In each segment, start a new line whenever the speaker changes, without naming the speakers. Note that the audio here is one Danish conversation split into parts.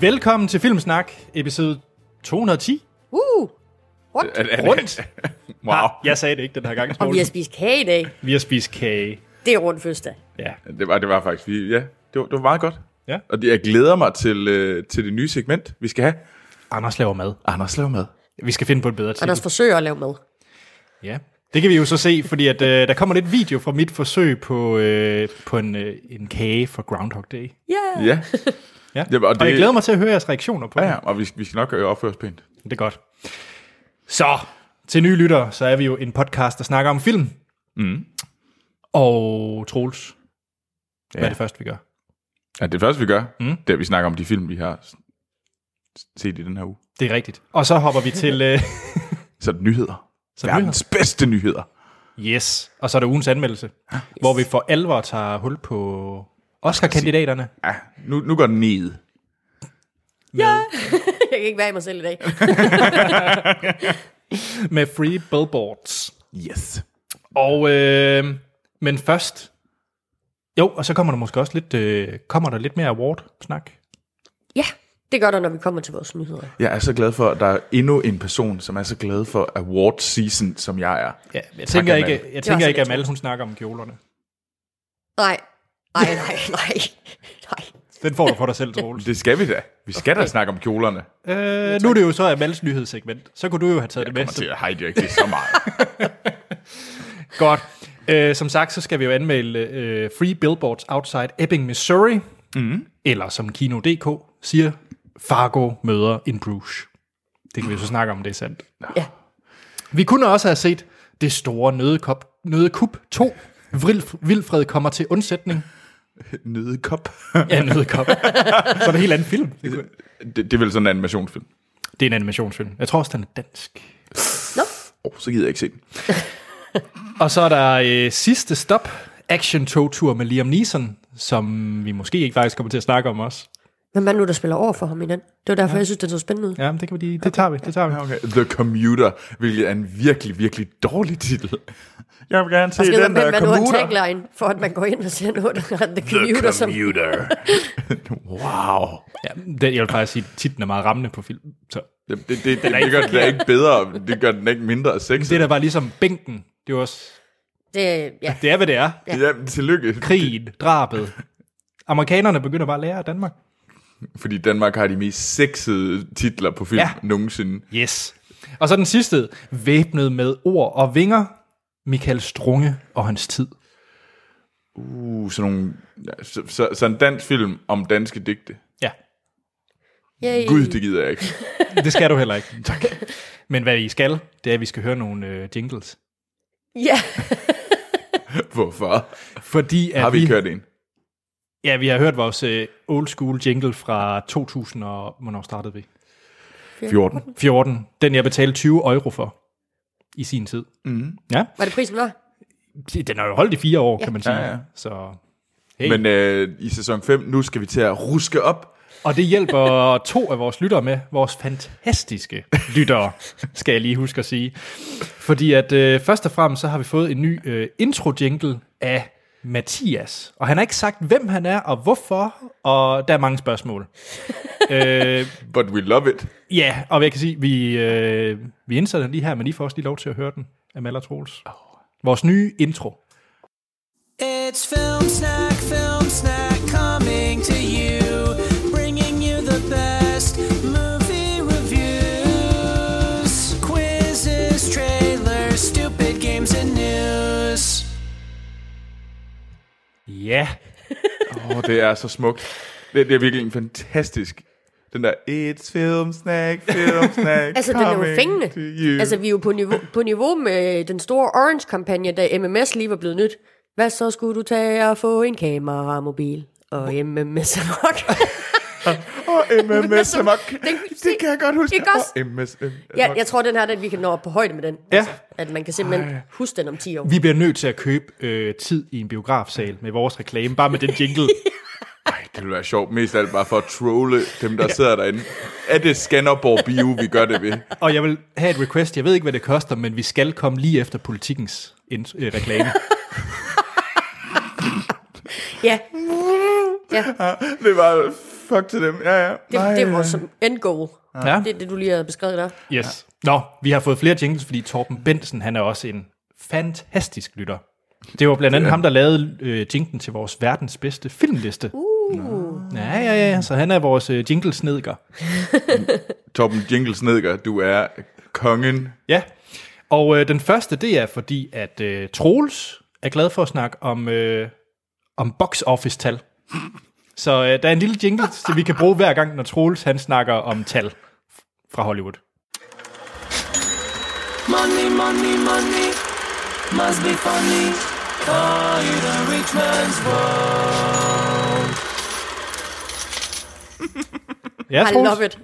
Velkommen til Filmsnak, episode 210.
Uh, rundt.
Rundt.
Wow,
Ah, jeg sagde det ikke den her gang.
Og vi har
Troels.
spist kage i dag.
vi har spist kage.
Det er rundt fødselsdag.
Ja.
det var, det var faktisk, vi- ja, det var, det var meget godt.
Ja.
Og det, jeg glæder mig til, øh, til det nye segment, vi skal have.
Anders laver mad.
Anders laver mad.
Vi skal finde på et bedre
Og
titel.
der forsøger at lave mad.
Ja. Det kan vi jo så se, fordi at, øh, der kommer lidt video fra mit forsøg på, øh, på en, øh, en kage for Groundhog Day.
Yeah.
Ja,
Ja.
Ja, og
og, det... og jeg
det-
glæder mig til at høre jeres reaktioner på
ja,
det.
ja og vi, vi skal nok øh, opføre os pænt.
Det er godt. Så, til nye lyttere, så er vi jo en podcast, der snakker om film.
Mm.
Og Troels, hvad
Ja.
er det første, vi gør?
Ja, det første, vi gør,
Mm.
mm. det er, at vi snakker om de film, vi har s- set i den her uge.
Det er rigtigt. Og så hopper vi til... Øh,
Så er det nyheder.
så
Så Verdens nyheder. bedste nyheder.
Yes, og så er der ugens anmeldelse, Ah, yes. hvor vi for alvor tager hul på Oscar-kandidaterne.
Ja, nu, nu går den ned.
Ja.
Jeg kan ikke være i mig selv i dag.
Med, med Free Billboards.
Yes.
Og, øh, men først... Jo, og så kommer der måske også lidt, øh, kommer der lidt mere award-snak.
ja, det gør der, når vi kommer til vores nyheder.
Jeg er så glad for, at der er endnu en person, som er så glad for award season, som jeg er.
Ja, jeg tænker ikke,
Amal.
jeg
Det var
tænker
så
ikke at
lidt,
Mal, hun snakker om kjolerne.
Nej, nej, nej, nej. nej.
Den får du for dig selv, Troels.
Det skal vi da. Vi skal da snakke om kjolerne.
øh, nu er det jo så Amals nyhedssegment. Så kunne du jo have taget det med.
Kommer til at hijack det så meget.
Godt. Øh, som sagt, så skal vi jo anmelde øh, Free Billboards Outside Ebbing, Missouri. Mm. Eller som Kino.dk siger, Fargo møder en Bruges. Det kan vi jo så snakke om, det er sandt.
Ja.
Vi kunne også have set det store nødekop, nødekup 2. Vril- Vilfred kommer til undsætning.
Nødekop.
Ja, nødekup. så er det en helt anden film. Det kunne-
Det, det er vel sådan en animationsfilm.
Det er en animationsfilm. Jeg tror også, den er dansk.
Nå,
Åh, oh, så gider jeg ikke se den.
Og så er der øh, sidste stop, Action Togtur med Liam Neeson, som vi måske ikke faktisk kommer til at snakke om også.
hvem er det nu, der spiller over for ham i den? Det var derfor, ja. jeg synes, den så spændende ud.
Ja, men det kan vi lige, det tager vi, det tager vi.
Ah, Okay. The Commuter, hvilket er en virkelig, virkelig dårlig titel. Jeg vil gerne se
Det er
den der
man nu har en
Commuter.
tagline, for at man går ind og ser noget, der er the commuter,
The
som...
Commuter. wow.
Ja, det, jeg vil faktisk sige, at titlen er meget rammende på film. Så.
Det, det, det, det, det gør den da ikke bedre, det gør den ikke mindre
Det er
sexet.
da bare ligesom bænken. Det er, også,
Det, ja.
det er, hvad det er.
Ja, men tillykke.
Krigen, drabet. Amerikanerne begynder bare at lære af Danmark.
Fordi Danmark har de mest sexede titler på film
Ja.
ja. nogensinde.
Yes. Og så den sidste, væbnet med ord og vinger, Michael Strunge og hans tid.
Uh, sådan nogle, ja, så, så, så en dansk film om danske digte.
Ja,
Yay.
Gud, det gider jeg ikke.
det skal du heller ikke. Tak. Men hvad I skal, det er, at vi skal høre nogle øh, jingles.
Ja,
Hvorfor?
Fordi at
Har vi kørt en?
Ja, vi har hørt vores øh, old school jingle fra 2000 og... Hvornår startede vi?
14.
14. Den, jeg betalte 20 euro for i sin tid.
Mm.
Ja,
var det prisen var?
den har jo holdt i fire år, ja. kan man sige.
Ja, ja.
Så, hey. Men,
Men øh, i sæson 5, nu skal vi til at ruske op.
og det hjælper to af vores lyttere med. Vores fantastiske lyttere, skal jeg lige huske at sige. Fordi at øh, først og fremmest, så har vi fået en ny øh, intro-jingle af Mathias. Og han har ikke sagt, hvem han er og hvorfor, og der er mange spørgsmål. øh,
But we love it.
Ja, og jeg kan sige, vi, øh, vi indsætter den lige her, men I får også lige lov til at høre den af Mal og Troels. Vores nye intro.
It's Film Snack, Film Snack coming to you, bringing you the best movie reviews, quizzes, trailers, stupid games, and news.
Ja,
Åh, oh, det er så smukt. Det, det er virkelig en fantastisk... Den der, it's film snack, film snack,
Altså, den er jo
coming
fængende.
to you."
Altså, vi er jo på niveau, på niveau med den store Orange-kampagne, da MMS lige var blevet nyt. Hvad så skulle du tage og få en kameramobil? Og MMS er nok.
Åh, MMS
Altså,
amok.
den-
Det kan jeg godt huske.
Ikke også?
Åh, MMS
ja, jeg tror, den her, den, vi kan nå op på højde med den. Altså,
Ja.
at man kan simpelthen Ej. huske den om 10 år.
vi bliver nødt til at købe øh, tid i en biografsal med vores reklame, bare med den jingle.
Ej, det ville være sjovt. Mest af alt bare for at trolle dem, der sidder derinde. Er det Skanderborg Bio, vi gør det ved?
og jeg vil have et request, jeg ved ikke, hvad det koster, men vi skal komme lige efter politikens int- øh, reklame.
Ja. ja.
Det var Fuck til dem, ja, ja.
Det, det er vores som end goal.
Ja.
Det er det, du lige har beskrevet der.
Yes. Nå, vi har fået flere jingles, fordi Torben Bensen, han er også en fantastisk lytter. Det var blandt andet ham, der lavede øh, jinglen til vores verdens bedste filmliste. Uh. Ja, ja, ja, så han er vores øh, jinglesnedker.
Torben Jingles Nedger, du er kongen.
Ja, og øh, den første, det er fordi, at øh, Troels er glad for at snakke om, øh, om box office-tal. Så øh, der er en lille jingle, som vi kan bruge hver gang, når Troels han snakker om tal f- fra Hollywood.
Money, money, money must be funny. Are you the rich man's world?
Ja,
I
Troels?
love it.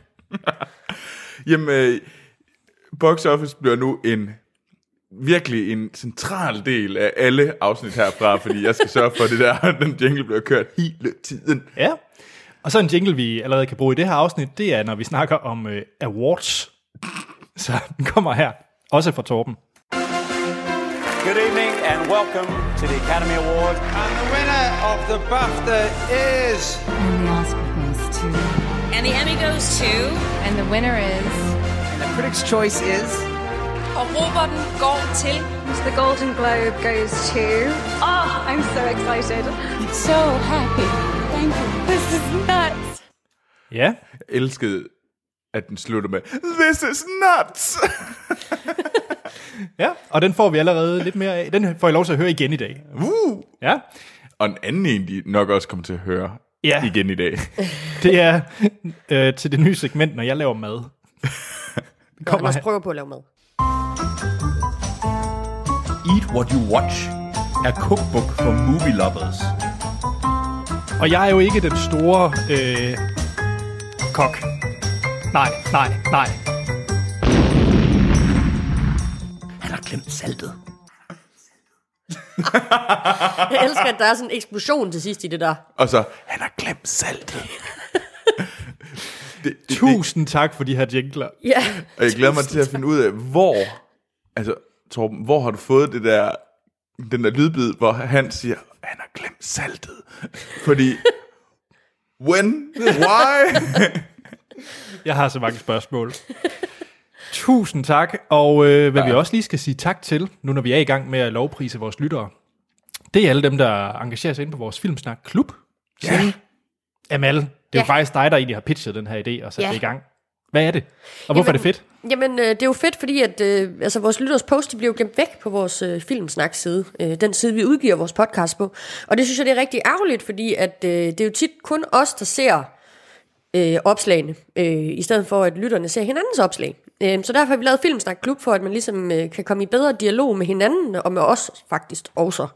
Jamen, øh, box office bliver nu en virkelig en central del af alle afsnit herfra, fordi jeg skal sørge for at det der, at den jingle bliver kørt hele tiden.
Ja. Og så en jingle, vi allerede kan bruge i det her afsnit, det er, når vi snakker om øh, awards. Så den kommer her, også fra Torben.
Good evening and welcome to the Academy Award.
And the winner of the BAFTA is...
And the Oscar goes to.
And the Emmy goes to...
And the winner is.
Critics' Choice is...
Og Roberten går til...
The Golden Globe goes to. Oh, I'm so excited. So happy. Thank you. This is nuts.
Ja,
Jeg elskede, at den slutter med, This is nuts!
ja. og den får vi allerede lidt mere af. Den får I lov til at høre igen i dag.
Woo!
Ja,
Og en anden en, de nok også kommer til at høre
Ja.
igen i dag.
det er øh, til det nye segment, når jeg laver mad. Den
Kom,
kommer
også
her.
prøver på at lave mad.
Eat What You Watch er cookbook for movie lovers.
Og jeg er jo ikke den store øh, kok. Nej, nej, nej.
Han har glemt saltet.
Jeg elsker, at der er sådan en eksplosion til sidst i det der.
Og så, han har glemt saltet. det, det, det,
Tusind tak for de her jingler.
Ja,
og jeg glæder mig til at finde ud af, hvor, altså Torben, hvor har du fået det der, den der lydbid, hvor han siger, han har glemt saltet. Fordi, when, why?
Jeg har så mange spørgsmål. Tusind tak, og øh, hvad ja. vi også lige skal sige tak til, nu når vi er i gang med at lovprise vores lyttere, det er alle dem, der engagerer sig ind på vores Filmsnak Klub. Ja. Amal, det er ja. jo
Ja.
faktisk dig, der egentlig har pitchet den her idé og sat ja.
Ja.
det i gang. Hvad er det? Og hvorfor Jamen, er det fedt?
Jamen, øh, det er jo fedt, fordi at, øh, altså, vores lytters post de bliver jo gemt væk på vores øh, filmsnak-side. Øh, den side, vi udgiver vores podcast på. Og det synes jeg, det er rigtig ærgerligt, fordi at, øh, det er jo tit kun os, der ser øh, opslagene, øh, i stedet for at lytterne ser hinandens opslag. Øh, så derfor har vi lavet Filmsnak Klub, for at man ligesom øh, kan komme i bedre dialog med hinanden, og med os faktisk også.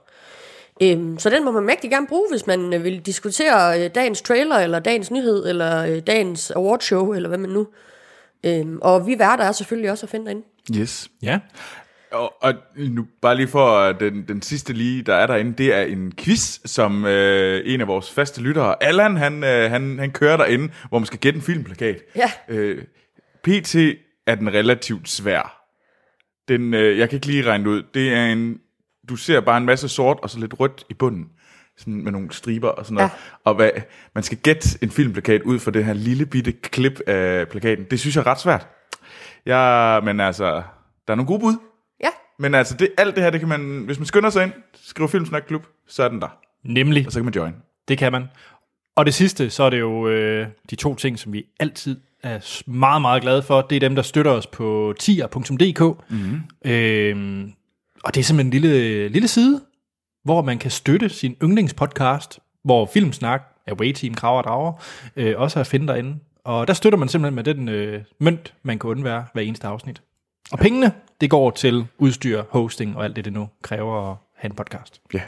Øhm, så den må man mægtig gerne bruge, hvis man øh, vil diskutere øh, dagens trailer, eller dagens nyhed, eller øh, dagens awardshow, eller hvad man nu Øhm, og vi værter er selvfølgelig også at finde derinde.
Yes.
Ja.
Og, og nu bare lige for at den, den sidste lige, der er derinde, det er en quiz, som øh, en af vores faste lyttere, Allan, han, øh, han, han kører derinde, hvor man skal gætte en filmplakat.
Ja.
Øh, PT er den relativt svær. Den, øh, jeg kan ikke lige regne det ud. Det er en, du ser bare en masse sort og så lidt rødt i bunden. Sådan med nogle striber og sådan noget. Ja. Og hvad, man skal gætte en filmplakat ud fra det her lille bitte klip af plakaten. Det synes jeg er ret svært. Ja, men altså, der er nogle gode bud.
Ja,
Men altså, det, alt det her, det kan man, hvis man skynder sig ind, skriver Filmsnak Klub, så er den der.
Nemlig,
Og så kan man join.
det kan man. Og det sidste, så er det jo øh, de to ting, som vi altid er s- meget, meget glade for. Det er dem, der støtter os på tier.dk. Mm-hmm. Øhm, og det er simpelthen en lille, lille side, hvor man kan støtte sin yndlingspodcast, hvor Filmsnak, Away Team, Krav og Drager, øh, også er at finde derinde. Og der støtter man simpelthen med den øh, mønt, man kan undvære hver eneste afsnit. Og pengene, det går til udstyr, hosting og alt det, det nu kræver at have en podcast.
Ja.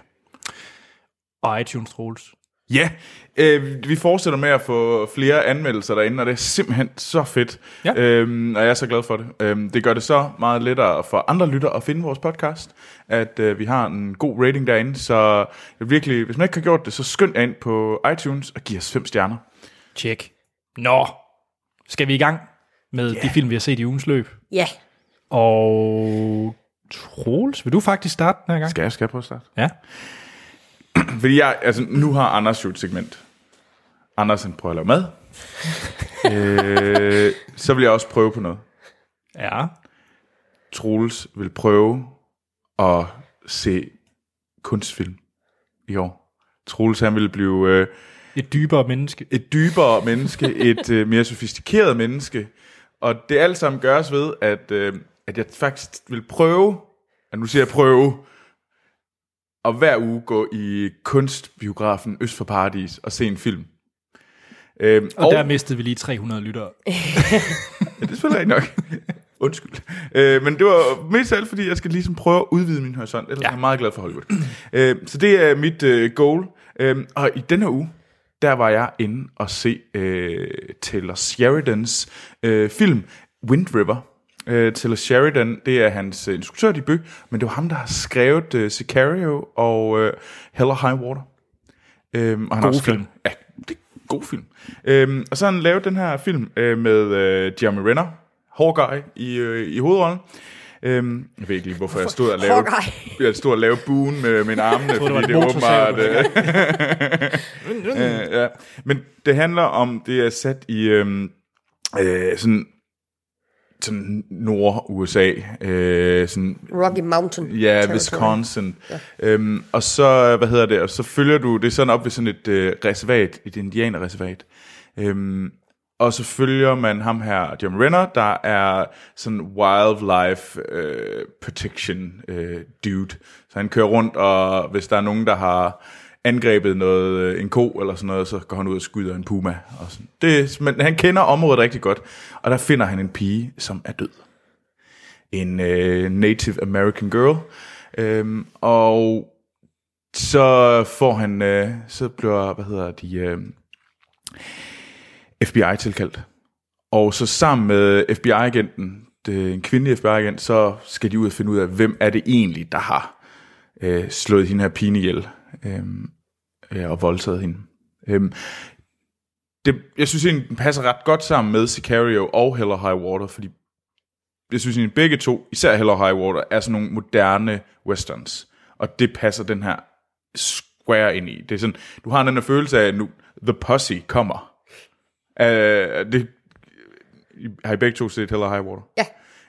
Og iTunes, Troels.
Ja, øh, vi fortsætter med at få flere anmeldelser derinde, og det er simpelthen så fedt.
Ja.
Øhm, og jeg er så glad for det. Øhm, det gør det så meget lettere for andre lytter at finde vores podcast, at øh, vi har en god rating derinde. Så virkelig, hvis man ikke har gjort det, så skynd jer ind på iTunes og giv os fem stjerner.
Tjek. Nå, skal vi i gang med yeah. de film, vi har set i ugens løb?
ja.
Og Troels, vil du faktisk starte den her gang?
Skal jeg, skal jeg prøve at starte?
Ja.
Fordi jeg, altså, nu har Anders jo et segment. Andersen prøver at lave mad. øh, så vil jeg også prøve på noget.
Ja.
Troels vil prøve at se kunstfilm i år. Troels han vil blive øh,
Et dybere menneske.
et dybere menneske, et øh, mere sofistikeret menneske. Og det alt sammen gøres ved, at, øh, at jeg faktisk vil prøve, at nu siger jeg prøve, at hver uge gå i kunstbiografen Øst for Paradis og se en film. Øhm,
Og, og der mistede vi lige 300 lyttere.
det er selvfølgelig rigtigt nok. Undskyld. Øh, men det var mest af alt, fordi jeg skal ligesom prøve at udvide min horisont. Ellers ja. er jeg meget glad for Hollywood. øh, så det er mit øh, goal. Øh, og i denne her uge, der var jeg inde og se øh, Taylor Sheridans øh, film Wind River. Øh, Taylor Sheridan, det er hans øh, instruktørdebut, men det var ham, der har skrevet øh, Sicario og øh, Hell or High Water. Øhm, og han har
Gode
også skrevet-
film.
Ja, det er god film. Øhm, og så har han lavet den her film øh, med øh, Jeremy Renner, Hawkeye, i, øh, i hovedrollen. Øhm, jeg ved ikke lige, hvorfor jeg stod og lavede,
Hawkeye.
jeg stod og lavede buen øh, med mine armene,
troede,
fordi det
det
er
var en
åbenbart...
motorsav,
Øh, øh, ja. Men det handler om, det er sat i øhm, øh, sådan, sådan Nord-USA, øh, sådan
Rocky Mountain.
Ja,
territory.
Wisconsin. Ja. Øhm, og så, hvad hedder det, og så følger du, det er sådan op ved sådan et øh, reservat, et indianerreservat. Øhm, og så følger man ham her, Jim Renner, der er sådan wildlife øh, protection øh, dude. Så han kører rundt, og hvis der er nogen, der har angrebet noget, øh, en ko eller sådan noget, så går han ud og skyder en puma. Og sådan. Det, men han kender området rigtig godt, og der finder han en pige, som er død en øh, Native American girl. Øhm, og så får han, øh, så bliver, hvad hedder de, øh, FBI tilkaldt. Og så sammen med FBI-agenten, det er en kvindelig FBI-agent, så skal de ud og finde ud af, hvem er det egentlig, der har øh, slået hende her pine ihjel øhm, øh, og voldtaget hende. Øhm, det, jeg synes egentlig, den passer ret godt sammen med Sicario og Hell or High Water, fordi jeg synes egentlig, begge to, især Hell or High Water, er sådan nogle moderne westerns. Og det passer den her square ind i. Det er sådan, du har den her følelse af, at nu The Posse kommer. Uh, det, har I begge to set Hell or High Water?
Ja.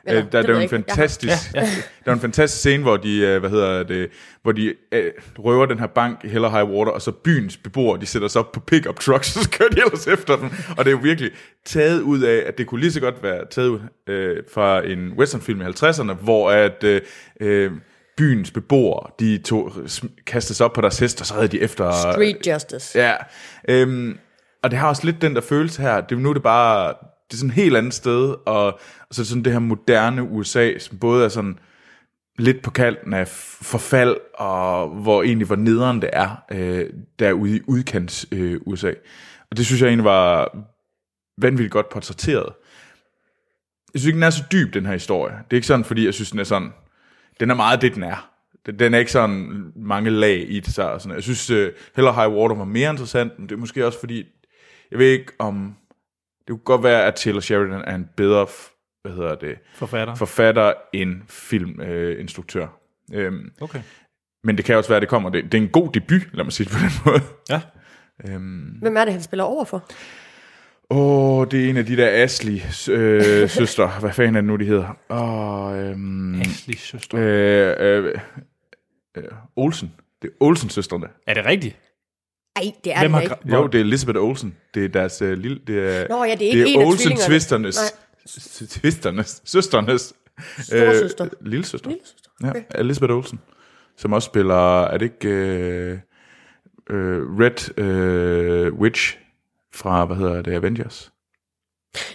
Øh,
Eller,
der, der,
det ved
er jo
jeg
en
ikke. Jeg har-
fantastisk, ja, ja. der er en fantastisk scene, hvor de, øh, hvad hedder det, hvor de øh, røver den her bank i Hell or High Water, og så byens beboere, de sætter sig op på pickup trucks, og så kører de ellers efter dem. Og det er jo virkelig taget ud af, at det kunne lige så godt være taget ud, øh, fra en westernfilm i 50'erne, hvor at øh, øh, byens beboere, de tog, sm- kastede sig op på deres hest, og så havde de efter...
Street Justice.
Ja, øhm, og det har også lidt den der følelse her, det, nu er det bare, det er sådan et helt andet sted, og, og så er det sådan det her moderne USA, som både er sådan lidt på kanten af f- forfald, og hvor egentlig hvor nederen det er, øh, derude i udkants øh, USA. Og det synes jeg egentlig var vanvittigt godt portrætteret. Jeg synes ikke, den er så dyb, den her historie. Det er ikke sådan, fordi jeg synes, den er sådan... Den er meget det, den er. Den den er ikke sådan mange lag i det. Så og sådan. Jeg synes, uh, Heller High Water var mere interessant, men det er måske også fordi... Jeg ved ikke om... Det kunne godt være, at Taylor Sheridan er en bedre... f- Hvad hedder det?
Forfatter.
Forfatter end filminstruktør. Øhm,
Okay.
men det kan også være, at det kommer. Det, det er en god debut, lad mig sige det på den måde.
Ja.
Hvem er det, han spiller over for?
Åh, oh, det er en af de der Ashley-søstre. Øh, søstre. Hvad fanden er det nu, de hedder? Åh, oh, øhm,
Ashley søster.
øh, øh, øh, Olsen. Det er Olsen-søstrene.
Er det rigtigt?
Ej, det er det ikke.
gra-
Jo, det er Elizabeth Olsen. Det er deres øh, lille... Det er,
Nå ja, det er ikke en af tvillingerne.
Olsen-twisternes. Twisternes. Søsternes.
Storsøster.
Øh, lille søster.
Lillesøster.
Ja, Elizabeth Olsen. Som også spiller... Er det ikke... Øh, øh, Red øh, Witch fra, hvad hedder det, Avengers?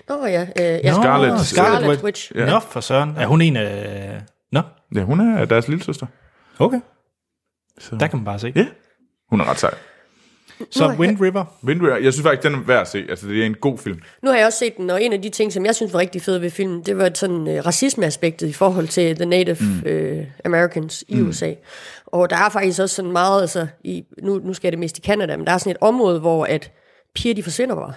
Nå ja, øh, ja.
Nå,
Scarlet-
Scarlet Witch.
Ja. Nå, for søren. Er hun en af... Nå,
Ja, hun er deres lille søster.
okay.
Så.
Der kan man bare se.
Ja. Hun er ret sej.
Så Wind River.
Wind River, jeg synes faktisk, den er værd at se. Altså, det er en god film.
Nu har jeg også set den, og en af de ting, som jeg synes var rigtig fede ved filmen, det var sådan øh, racismeaspektet i forhold til The Native mm. øh, Americans i mm. USA. Og der er faktisk også sådan meget, altså, i, nu, nu skal jeg det mest i Canada, men der er sådan et område, hvor at piger, de forsvinder bare.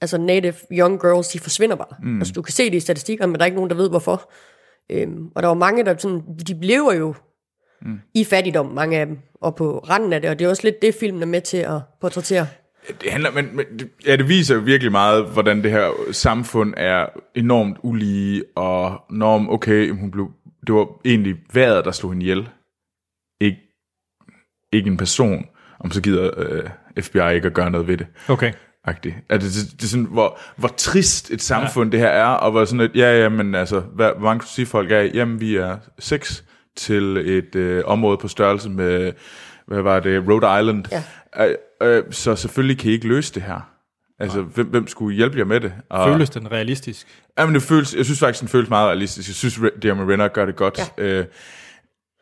Altså native young girls, de forsvinder bare. Mm. Altså du kan se det i statistikkerne, men der er ikke nogen, der ved hvorfor. Øhm, og der var mange, der sådan, de lever jo mm. i fattigdom, mange af dem, og på randen af det, og det er også lidt det, filmen er med til at portrættere.
Det handler, men, men det- ja, det viser jo virkelig meget, hvordan det her samfund er enormt ulige, og norm, okay, hun blev, det var egentlig vejret, der slog hende ihjel. Ikke, ikke en person, om så gider øh, FBI ikke at gøre noget ved det.
Okay.
Agtig. Altså, det, det, det er sådan, hvor, hvor trist et samfund ja. det her er, og hvor sådan et, ja, ja, men altså, hvad, hvor mange sige folk er, I? jamen vi er seks til et øh, område på størrelse med, hvad var det, Rhode Island.
Ja.
Øh, øh, så selvfølgelig kan I ikke løse det her. Altså, hvem, hvem skulle hjælpe jer med det? Og,
Føles den realistisk?
Ja, men det føles, jeg synes faktisk, den føles meget realistisk. Jeg synes, Re- Jeremy Renner gør det godt. Ja. Øh,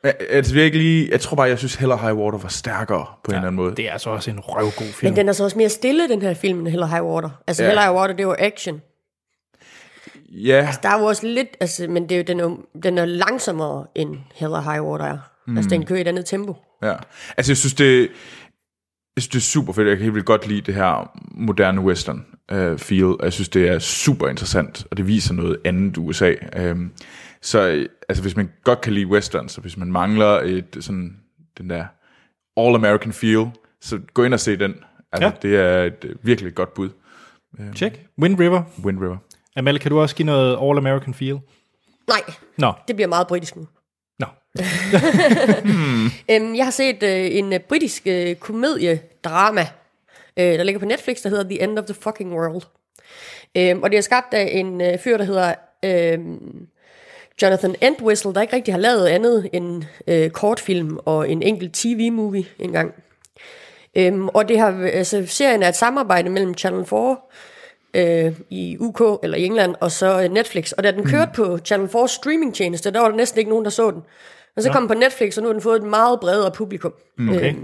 men, altså, jeg, ikke lige, jeg tror bare, jeg synes, Heller High Water var stærkere på ja, en eller anden måde.
Det er altså også en røvgod film.
Men den er så også mere stille, den her film, end Hell High Water. Altså,
Ja.
ja. Hell High Water, det er jo action.
Ja,
Der er jo også lidt, altså, men det er jo, den, er, jo- den er langsommere, end Hell High Water er. Mm. Altså, den kører i et andet tempo.
Ja. Altså, jeg synes, det, jeg synes, det er super fedt. Jeg kan helt vildt godt lide det her moderne western øh, feel. Og jeg synes, det er super interessant, og det viser noget andet USA. Øh, så øh, altså, hvis man godt kan lide western, så hvis man mangler et, sådan, den der all-American feel, så gå ind og se den. Altså, ja. det er et øh, virkelig godt bud.
Check. Wind River.
Wind River.
Amal, kan du også give noget All American feel?
Nej,
Nå,
det bliver meget britisk nu.
nå.
Øhm, jeg har set øh, en øh, britisk øh, komediedrama, øh, der ligger på Netflix, der hedder The End of the Fucking World. Øhm, og det er skabt af en øh, fyr, der hedder øh, Jonathan Entwistle, der ikke rigtig har lavet andet end øh, kortfilm og en enkelt tv-movie engang. Øhm, og det har, altså, serien er et samarbejde mellem Channel 4 øh, i UK eller i England, og så øh, Netflix. Og da den kørte på Channel 4 streamingtjeneste, der var der næsten ikke nogen, der så den. Og så kom den på Netflix, og nu har den fået et meget bredere publikum.
Mm.
Okay.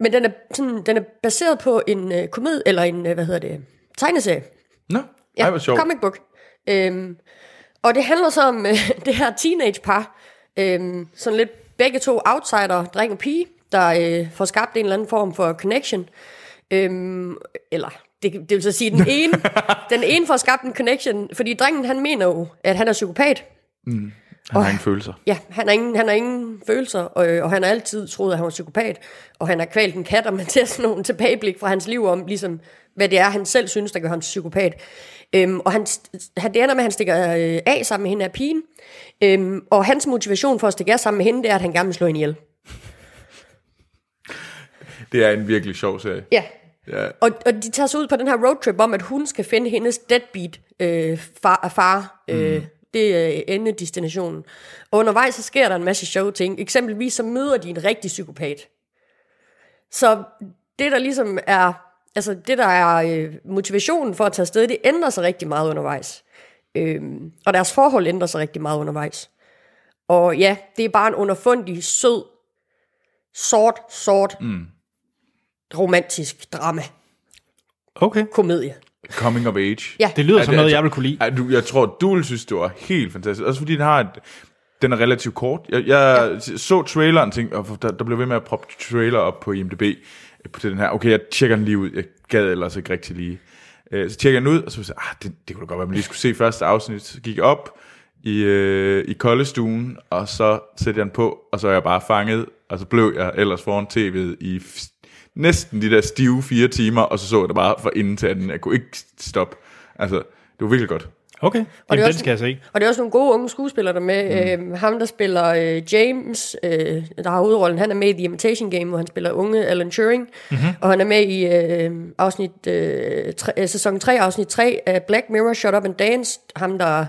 Men den er, sådan, den er baseret på en øh, komedie, eller en, øh, hvad hedder det, tegneserie.
Nå, ja, Ej, hvor sjovt.
comic book. Øhm, og det handler så om øh, det her teenage-par, øhm, sådan lidt begge to outsider, dreng og pige, der øh, får skabt en eller anden form for connection. Øhm, eller, det, det vil så sige, den ene, den ene får skabt en connection, fordi drengen, han mener jo, at han er psykopat.
Han har ingen følelser.
Ja, han har ingen, han har ingen følelser, og, og han har altid troet, at han var psykopat, og han har kvalt en kat, og man ser sådan nogle tilbageblik fra hans liv om, ligesom, hvad det er, han selv synes, der gør ham til psykopat. Øhm, og han, st- han, det ender med, at han stikker øh, af sammen med hende af pigen, øhm, og hans motivation for at stikke af sammen med hende, det er, at han gerne vil slå hende ihjel.
Det er en virkelig sjov serie.
Ja.
Ja.
Og, og de tager sig ud på den her roadtrip om, at hun skal finde hendes deadbeat øh, far. far øh, Det er endedestinationen. Og undervejs så sker der en masse sjove ting. Eksempelvis så møder de en rigtig psykopat. Så det der ligesom er, altså det der er øh, motivationen for at tage afsted, det ændrer sig rigtig meget undervejs. Øhm, og deres forhold ændrer sig rigtig meget undervejs. Og ja, det er bare en underfundig, sød, sort, sort, mm. romantisk drama,
Okay.
komedie.
Coming of Age.
Ja.
Det lyder som
det-
noget,
altså-
jeg vil kunne lide.
Ej, du, jeg tror, du vil synes, det var helt fantastisk. Også fordi den har et, den er relativt kort. Jeg, jeg ja. så traileren og tænkte, og der, der blev ved med at proppe trailer op på IMDb øh, på den her. Okay, jeg tjekker den lige ud. Jeg gad ellers ikke rigtig lige. Øh, Så tjekker jeg den ud, og så var jeg sådan, ah, det, det kunne da godt være, man lige skulle se første afsnit. Så gik jeg op i, øh, i koldestuen, og så sætter jeg den på, og så er jeg bare fanget, og så blev jeg ellers foran tv'et i f- næsten de der stive fire timer, og så så jeg det bare fra inden til anden. Jeg kunne ikke stoppe. Altså, det var virkelig godt.
Okay.
er
Jamen, den
også-
skal jeg se.
Og det er også nogle gode unge skuespillere, der er med. Mm. Øhm, ham, der spiller øh, James, øh, der har hovedrollen, han er med i The Imitation Game, hvor han spiller unge Alan Turing.
Mhm.
Mm-hmm. Og han er med i øh, afsnit, øh, tre, øh, sæson 3, afsnit 3 af Black Mirror, Shut Up and Dance. Ham, der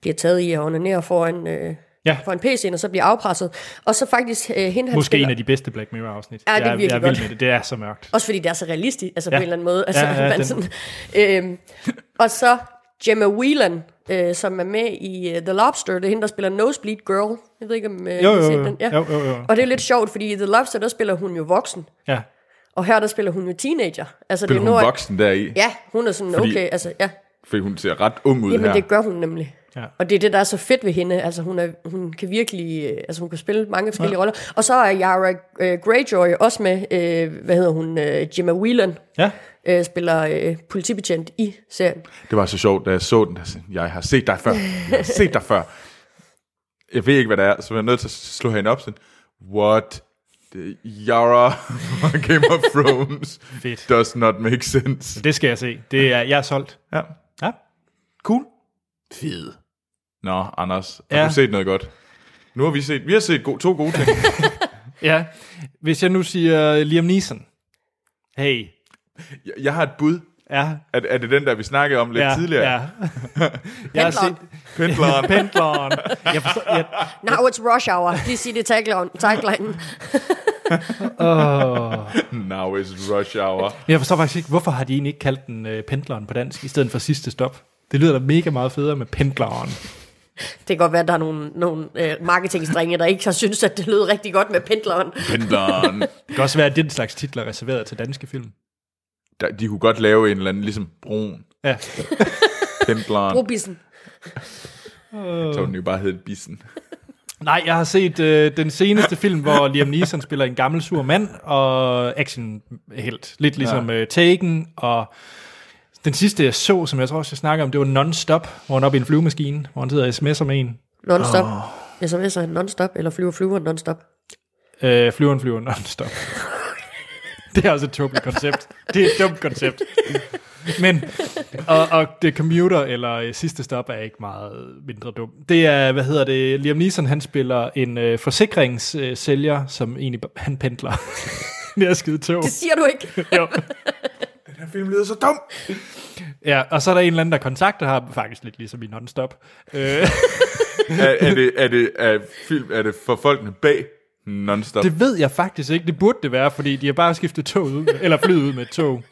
bliver taget i at onanere foran, øh,
Ja.
ja. foran PC'en, og så bliver afpresset. Og så faktisk øh, hende, han
Måske
spiller,
en af de bedste Black Mirror-afsnit.
Ja, det er
jeg, jeg
virkelig
er vild
godt.
med det. Det er så mørkt.
Også fordi det er så realistisk, altså ja.
Ja.
på en eller anden måde. Altså,
Ja, ja,
ja, ja,
den-
man sådan, øhm, og så Gemma Whelan, øh, som er med i uh, The Lobster. Det er hende, der spiller Nosebleed Girl. Jeg ved ikke, om øh,
Jo,
I har
jo,
set
jo.
den.
Jo, jo, jo.
Og det er lidt sjovt, fordi i The Lobster, der spiller hun jo voksen.
Ja.
Og her, der spiller hun jo teenager. Altså, det
Spiller hun
er noget-
voksen deri?
Ja, hun er sådan,
Fordi-
okay, altså, ja.
Fordi hun ser ret ung ud
Jamen,
her.
det gør hun nemlig.
Ja.
Og det er det, der er så fedt ved hende. Altså, hun, er, hun kan virkelig... øh, Altså, hun kan spille mange forskellige ja. roller. Og så er Yara øh, Greyjoy også med, øh, hvad hedder hun, øh, Gemma Whelan,
Ja.
øh, spiller øh, politibetjent i serien.
Det var så sjovt, da jeg så den. Jeg, sagde, jeg har set dig før. Jeg har set dig før. Jeg ved ikke, hvad det er. Så var jeg nødt til at slå hende op. Sådan, What The Yara fra Game of Thrones
Fedt.
does not make sense.
Det skal jeg se. Det er, jeg er solgt.
Ja.
Ja.
Cool. Fed. Nå, Anders, har
Ja.
ja. du set noget godt? Nu har vi set, vi har set go- to gode ting.
Ja. Hvis jeg nu siger Liam Neeson. Hey.
Jeg- jeg har et bud.
Ja.
Er, er det den, der vi snakkede om lidt
ja,
tidligere?
Ja. jeg har set
Pendleren.
Pendleren. Jeg forstår, jeg,
Now it's rush hour. Lige sige det i tagline. tagline.
Now is rush hour.
jeg forstår faktisk ikke, hvorfor har de egentlig ikke kaldt den øh, Pendleren på dansk, i stedet for sidste stop. Det lyder da mega meget federe med Pendleren.
Det kan godt være, at der er nogle, nogle øh, marketingstrenge, der ikke har syntes, at det lød rigtig godt med pendleren.
Pendleren.
Det kan også være, at den slags titler er reserveret til danske film.
Der- De kunne godt lave en eller anden, ligesom brun.
Ja.
Pendleren.
Brobissen.
Så den jo bare hed Bissen.
Nej, jeg har set øh, den seneste film, hvor Liam Neeson spiller en gammel sur mand og actionhelt. Lidt ligesom øh, Taken, og den sidste, jeg så, som jeg tror også, jeg snakker om, det var Non-Stop, hvor han er oppe i en flyvemaskine, hvor han sidder og sms'er med en.
Non-stop. Oh. SMS'er han non-stop, eller flyver flyveren non-stop.
Øh, flyveren flyver non-stop. det er også et tåbeligt koncept. Det er et dumt koncept. Men, og, og The Commuter, eller øh, Sidste Stop, er ikke meget mindre dum. Det er, hvad hedder det, Liam Neeson, han spiller en øh, forsikringssælger, øh, sælger, som egentlig, b- han pendler ned at skide tog.
Det siger du ikke.
Jo.
Den film lyder så dum.
Ja, og så er der en eller anden, der kontakter ham, faktisk lidt ligesom i non-stop. Øh,
Er, er, det, er, det, er, film, er det for folkene bag nonstop? Det...
det ved jeg faktisk ikke. Det burde det være, fordi de har bare skiftet toget ud, eller flyet ud med et tog.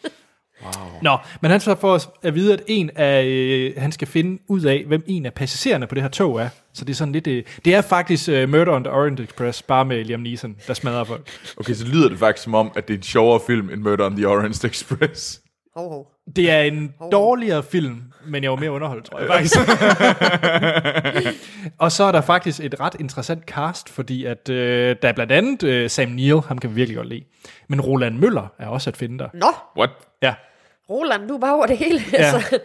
Wow. Nå, men han så får os at vide, at en af, øh, han skal finde ud af, hvem en af passagererne på det her tog er. Så det er sådan lidt, øh, det er faktisk øh, Murder on the Orient Express, bare med Liam Neeson, der smadrer folk.
Okay, så lyder det faktisk som om, at det er en sjovere film end Murder on the Orange Express.
Hov, hov.
Det er en dårligere film, men jeg var mere underholdt, tror jeg faktisk. og så er der faktisk et ret interessant cast, fordi at øh, der er blandt andet øh, Sam Neill, ham kan vi virkelig godt lide. Men Roland Møller er også at finde der.
Nå,
What?
Ja,
Roland, du er bare over det hele. Ja. Altså.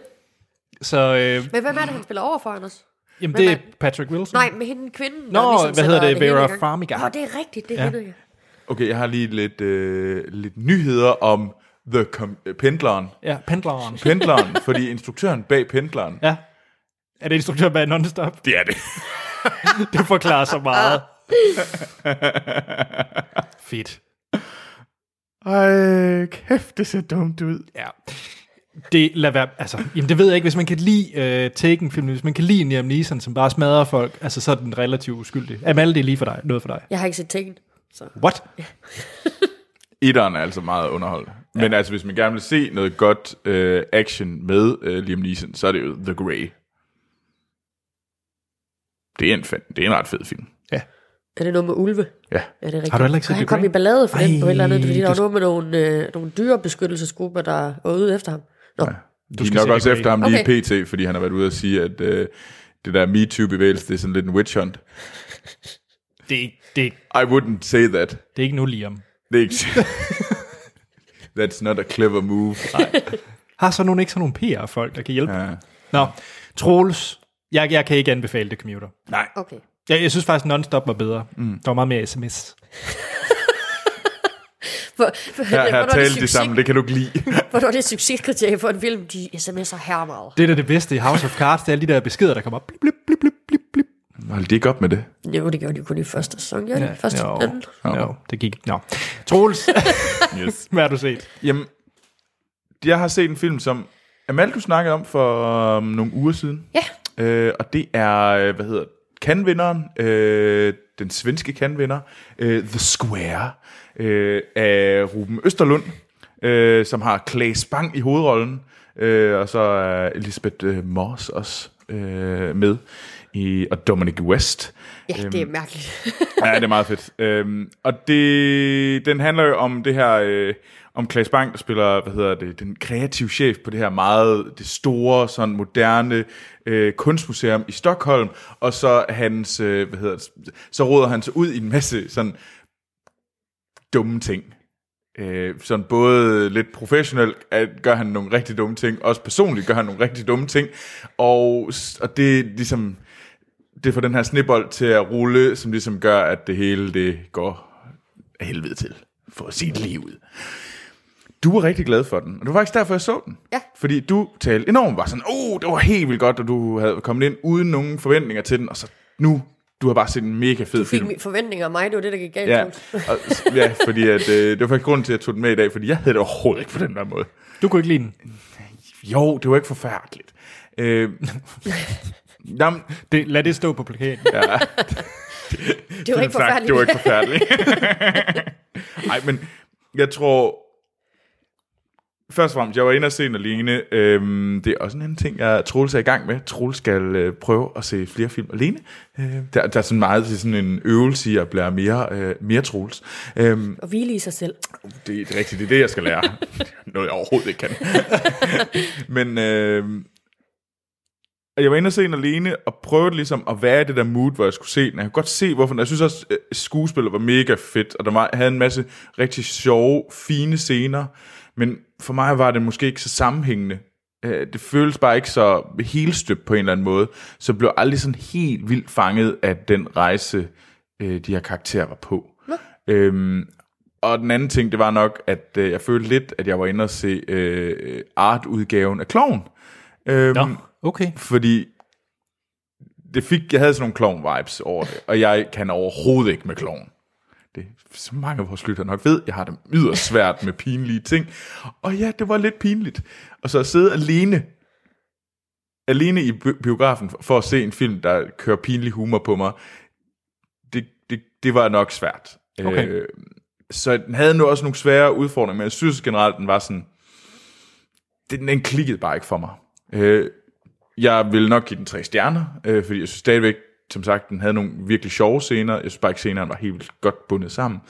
så øh,
Men hvem er det, han spiller over for, Anders?
jamen,
Men
det er
man-
Patrick Wilson.
Nej, med hende kvinden. der ligesom
Nå, hvad
sætter
hedder det?
hele i
Vera
gang.
Farmiga.
Nå, det er rigtigt, det
Ja.
ja. hende, ja.
Okay, jeg har lige lidt, øh, lidt nyheder om The Com- øh, Pendleren.
Ja, pendleren.
Pendleren, fordi instruktøren bag Pendleren.
Ja. Er det instruktør bag Nonstop?
Det er det.
Det forklarer så meget. Fedt.
Ej, kæft, det ser dumt ud.
Ja. Det, lad være, altså, jamen det ved jeg ikke, hvis man kan lide øh, Taken film, hvis man kan lide Liam Neeson, som bare smadrer folk, altså så er den relativt uskyldig. Jamen alt det er lige for dig, noget for dig.
Jeg har ikke set Taken.
What?
Etteren er altså meget underholdende. Ja. Men altså, hvis man gerne vil se noget godt øh, action med øh, Liam Neeson, så er det jo The Grey. Det er en, fan, det er en ret fed film.
Ja.
Er det noget med ulve?
Ja.
Ja, det er rigtigt.
Har du heller ikke set
Og han
The
kom
Grey?
i ballade for den på
Ej,
et eller andet, fordi der var
du-
noget med nogle, øh, nogle dyrebeskyttelsesgrupper, der var ude efter ham. Nå, ja.
Du skal
skal
nok
se
også
The Grey.
efter ham lige
Okay.
okay. pt, fordi han har været ude og sige, at øh, det der MeToo-bevægelse, det er sådan lidt en witch hunt.
Det er, ikke- det, er, ikke-
I wouldn't say that.
det er ikke nu Liam.
Det er ikke... That's not a clever move.
Har så nogen ikke sådan nogle PR-folk, der kan hjælpe? Ja.
Ja.
Nå, Troels, jeg, jeg kan ikke anbefale The Commuter.
Nej.
okay.
Jeg, jeg synes faktisk, Nonstop var bedre. Mm. Der var meget mere sms.
For, for,
Her, her
hvornår er
talte de
succes-
sammen, det kan du ikke lide.
Hvornår er det succeskriterie for en film? De sms'er her meget.
Det er da det bedste i House of Cards, det er alle de der beskeder, der kommer op. Blip, blip, blip, blip, blip, blip.
Hold det ikke op med det.
Jo, det gjorde de kun i første sæson. Ja, ja. Første,
jo,
anden.
jo. jo, det gik ikke. Nå. Troels,
Yes.
hvad har du set?
Jamen, jeg har set en film, som Amal, du snakkede om for um, nogle uger siden.
Ja.
Øh, og det er, øh, hvad hedder kanvinderen, øh, den svenske kanvinder, øh, The Square, øh, af Ruben Østerlund, øh, som har Claes Bang i hovedrollen, øh, og så er Elisabeth øh, Moss også øh, med, i, og Dominic West.
Ja,
Øhm,
det er mærkeligt.
Ja, det er meget fedt. Øhm, og det, den handler jo om det her, øh, om Claes Bang, der spiller, hvad hedder det, den kreative chef på det her meget, det store, sådan moderne øh, kunstmuseum i Stockholm, og så hans, øh, hvad hedder det, så råder han sig ud i en masse sådan dumme ting. Øh, sådan både lidt professionelt at gør han nogle rigtig dumme ting, også personligt gør han nogle rigtig dumme ting, og, s- og det er ligesom, det får den her snibbold til at rulle, som ligesom gør, at det hele det går af helvede til for at sige det lige ud. Du var rigtig glad for den, og det var faktisk derfor, jeg så den.
Ja.
Fordi du talte enormt bare sådan, åh, oh, det var helt vildt godt, at du havde kommet ind uden nogen forventninger til den, og så nu, du har bare set en mega fed
Fik
film.
mine forventninger af mig, det var det, der gik galt.
Ja,
Troels.
og, ja, fordi at, øh, det var faktisk grunden til, at jeg tog den med i dag, fordi jeg havde det overhovedet ikke på den der måde.
Du kunne ikke lide den.
Jo, det var ikke forfærdeligt. Øh, jamen,
Det, lad det stå på plakaten. Ja.
Det var ikke
Fun fact,
forfærdeligt.
Det var ikke forfærdeligt. Nej, men jeg tror... Først og fremmest, jeg var inde og se den alene. Øhm, det er også en anden ting, jeg Troels er i gang med. Troels skal øh, prøve at se flere film alene. Øh, der, der er sådan meget til sådan en øvelse i at blive mere, øh, mere Troels. Øhm,
Og hvile i sig selv.
det, det er rigtigt, det er det, jeg skal lære. Noget, jeg overhovedet ikke kan. Men øh, og jeg var inde og se den alene, og prøvede ligesom at være i det der mood, hvor jeg skulle se den. Jeg kunne godt se, hvorfor. Jeg synes også, øh, skuespillet var mega fedt, og der var, havde en masse rigtig sjove, fine scener. Men for mig var det måske ikke så sammenhængende. Øh, Det føles bare ikke så helstøbt på en eller anden måde. Så jeg blev aldrig sådan helt vildt fanget af den rejse, øh, de her karakterer var på. Øhm, og den anden ting, det var nok, at øh, jeg følte lidt, at jeg var inde og se øh, art-udgaven af Kloven. Øhm,
Nå, okay.
Fordi det fik, jeg havde sådan nogle klovn-vibes over det, og jeg kan overhovedet ikke med klovn. Det er så mange af vores lytter nok ved, jeg har det yderst svært med pinlige ting. Og ja, det var lidt pinligt. Og så at sidde alene, alene i bi- biografen for at se en film, der kører pinlig humor på mig, det, det, det var nok svært.
Okay.
Øh, så den havde nu også nogle svære udfordringer, men jeg synes generelt, den var sådan, den, den klikkede bare ikke for mig. Øh, jeg vil nok give den tre stjerner, øh, fordi jeg synes stadigvæk, som sagt, den havde nogle virkelig sjove scener. Jeg synes bare ikke, scenerne var helt vildt godt bundet sammen.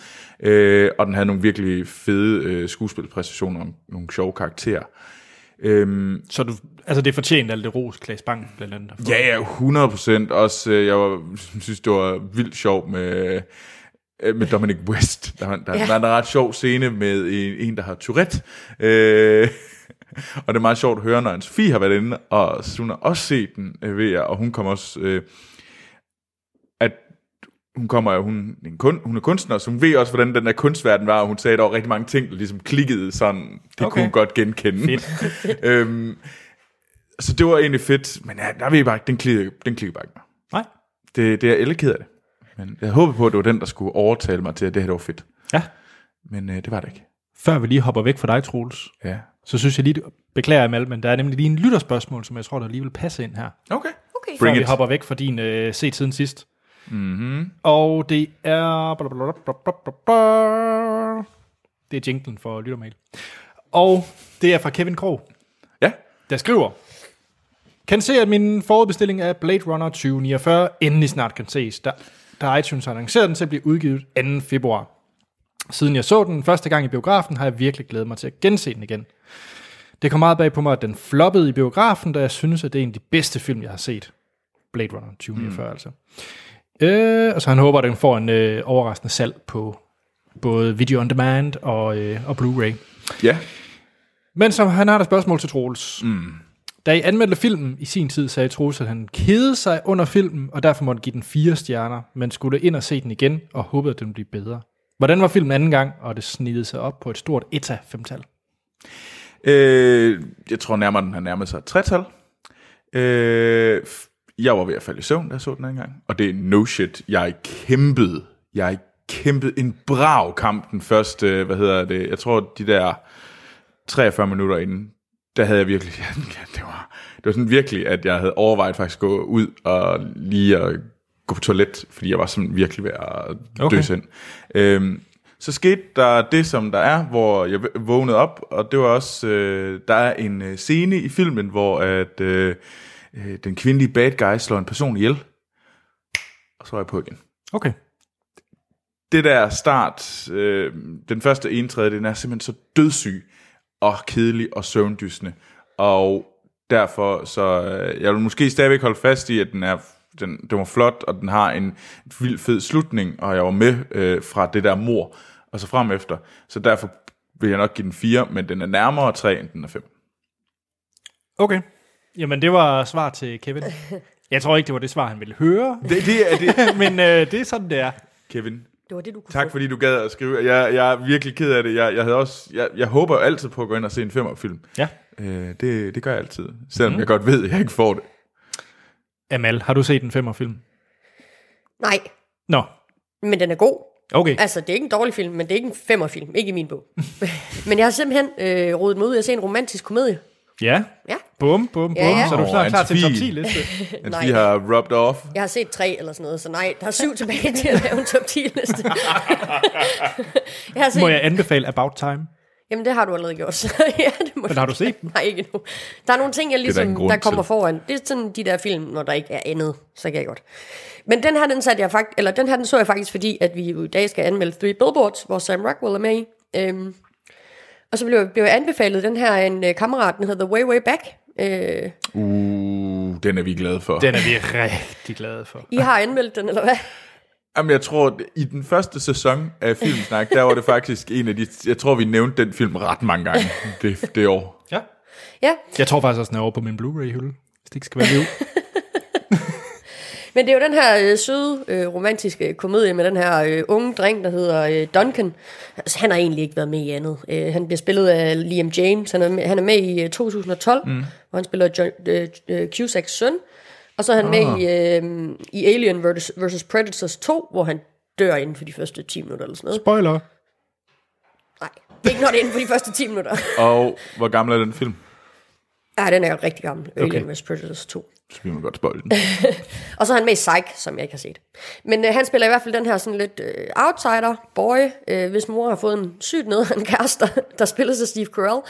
Øh, og den havde nogle virkelig fede øh, skuespilpræstationer og nogle sjove karakterer. Øhm,
Så du, altså det fortjente alt det ros, Klaas Bang blandt andet. har fået.
Ja, ja, 100 procent. Også, øh, jeg var, synes, det var vildt sjovt med, øh, med Dominic West. Der, var- der, ja. der er en ret sjov scene med en, en der har Tourette. Øh, og det er meget sjovt at høre, når hans Sofie har været inde, og hun har også set den øh, ved jer, og hun kommer også... Øh, at hun kommer hun, er en kun, hun er kunstner, så hun ved også, hvordan den der kunstverden var, og hun sagde, at der var rigtig mange ting, der ligesom klikkede sådan. Det okay.
Okay.
kunne hun godt genkende. øhm, så det var egentlig fedt, men ja, der ved jeg bare ikke, den klikker, den klikker bare ikke med.
Nej.
Det, det er jeg elleked af det. Men jeg håbede på, at det var den, der skulle overtale mig til, at det her det var fedt.
Ja.
Men øh, det var det ikke.
Før vi lige hopper væk fra dig, Troels,
Ja.
så synes jeg lige, beklager Mal, men der er nemlig lige en lytterspørgsmål, som jeg tror, der lige vil passe ind her.
Okay.
Okay.
Før
Bring
vi
it.
hopper væk fra din øh, set siden sidst. Mm-hmm. Og det er... Det er jinglen for lyttermail. Og det er fra Kevin Krog.
Ja.
der skriver, kan se, at min forudbestilling af Blade Runner 2049 endelig snart kan ses, da, da iTunes har annonceret den til at blive udgivet 2. februar. Siden jeg så den første gang i biografen, har jeg virkelig glædet mig til at gense den igen. Det kom meget bag på mig, at den floppede i biografen, da jeg synes, at det er en af de bedste film, jeg har set. Blade Runner 2049 mm. altså. Øh, og så han håber, at den får en øh, overraskende salg på både video on demand og, øh, og Blu-ray.
Ja.
Men som han har et spørgsmål til Troels. Mm. Da I anmeldte filmen i sin tid, sagde Troels, at han kede sig under filmen, og derfor måtte give den fire stjerner, men skulle ind og se den igen, og håbede, at den blev bedre. Hvordan var filmen anden gang, og det snidede sig op på et stort eta femtal
Øh, jeg tror nærmere, den har nærmet sig et tretal. Øh, f- jeg var ved at falde i søvn, da jeg så den anden gang. Og det er no shit. Jeg kæmpede. Jeg kæmpede en brav kamp den første, øh, hvad hedder det, jeg tror de der 43 minutter inden, der havde jeg virkelig, ja, det var, det var sådan virkelig, at jeg havde overvejet faktisk at gå ud og lige at gå på toilet, fordi jeg var sådan virkelig ved at
Okay.
dø okay. sind. Øhm, så skete der det, som der er, hvor jeg v- vågnede op, og det var også, øh, der er en øh, scene i filmen, hvor at øh, øh, den kvindelige bad guy slår en person ihjel, og så var jeg på igen
Okay.
det der start, øh, den første ene tredje, den er simpelthen så dødssyg og kedelig og søvndysende. Og derfor, så øh, jeg vil måske stadigvæk holde fast i, at den er den, den var flot, og den har en vild fed slutning, og jeg var med øh, fra det der mor, og så frem efter. Så derfor vil jeg nok give den 4, men den er nærmere 3, end den er 5.
Okay. Jamen, det var svar til Kevin. Jeg tror ikke, det var det svar, han ville høre,
Det, det er det,
men øh, det er sådan, det er.
Kevin.
Det var det, du kunne
Tak
få.
fordi du gad at skrive. Jeg, jeg er virkelig ked af det. Jeg, jeg, havde også, jeg, jeg håber jo altid på at gå ind og se en femmerfilm.
Ja.
Øh, det, det gør jeg altid. Selvom
Mhm.
mm. jeg godt ved, at jeg ikke får det.
Amal, har du set den femmerfilm?
Nej,
Nå,
men den er god.
okay.
Altså, det er ikke en dårlig film, men det er ikke en femmerfilm. Ikke i min bog. men jeg har simpelthen øh, rodet mig ud i at se en romantisk komedie.
Ja.
Ja.
Bum, bum, bum.
Ja, ja.
Så er du
Åh,
snart klar til top
Antifil.
10 liste.
At
Nej.
vi har rubbed off.
Jeg har set tre eller sådan noget, så nej, der er syv tilbage til at lave en top 10 liste. jeg har set,
Må jeg anbefale About Time?
Jamen, det har du allerede gjort. Så ja, det må
Men har du set dem?
Nej, ikke endnu. Der er nogle ting, jeg
der
ligesom,
ingen
der,
grund
der kommer
til.
foran. Det er sådan de der film, når der ikke er andet, så kan jeg godt. Men den her, den, satte jeg fakt- eller den her, den så jeg faktisk, fordi at vi jo i dag skal anmelde Three Billboards, hvor Sam Rockwell er med i. Øhm, og så blev, jeg- blev jeg anbefalet den her af en øh, kammerat, den hedder The Way Way Back. Øh,
Uh, den er vi glade for.
Den er vi rigtig glade for.
I har anmeldt den, eller hvad?
Jamen, jeg tror, at i den første sæson af Filmsnak, der var det faktisk en af de... Jeg tror, vi nævnte den film ret mange gange det, det år.
Ja.
Ja,
Jeg tror faktisk også, den er over på min Blu-ray-hylde. Hvis det ikke skal være liv.
Men det er jo den her øh, søde, øh, romantiske komedie med den her øh, unge dreng, der hedder øh, Duncan. Altså, han har egentlig ikke været med i andet. Øh, han bliver spillet af Liam James. Han er med, han er med i øh, 2012, mm. hvor han spiller John, øh, øh, Cusacks søn. Og så er han med i, øh, i Alien vs. versus Predators 2, hvor han dør inden for de første 10 minutter eller sådan noget.
Spoiler.
Nej, det er ikke når det er inden for de første 10 minutter.
Og hvor gammel er den film?
Ja, den er rigtig gammel. Alien vs. Predators 2.
Så vi må godt spoil den.
Og så er han med i Psych, som jeg ikke har set. Men øh, han spiller i hvert fald den her sådan lidt øh, outsider boy, øh, hvis mor har fået en sygt nederen kæreste, der spiller sig Steve Carell.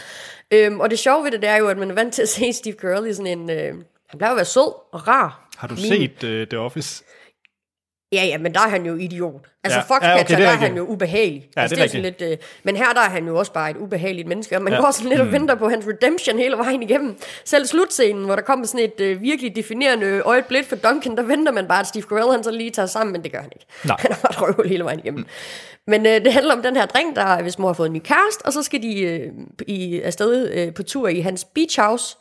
Øhm, og det sjove ved det, det er jo, at man er vant til at se Steve Carell i sådan en... Øh, han plejer jo at være sød og rar.
Har du set uh, The Office?
Ja, ja, men der er han jo idiot. Altså,
Ja.
ja. fuck
Ja,
ja,
okay,
okay,
det
der
er
er han
rigtigt.
jo ubehagelig.
Ja,
altså,
det er
sådan lidt, øh, men her der er han jo også bare et ubehageligt menneske, og man ja. går sådan lidt og venter på hans redemption hele vejen igennem. Selv slutscenen, hvor der kommer sådan et øh, virkelig definerende øjeblik for Duncan, der venter man bare, at Steve Carell han så lige tager sammen, men det gør han ikke.
Nej.
Han er bare et røvhul hele vejen igennem. Men øh, det handler om den her dreng, der hvis mor har fået en ny kæreste, og så skal de øh, i, afsted øh, på tur i hans beach house,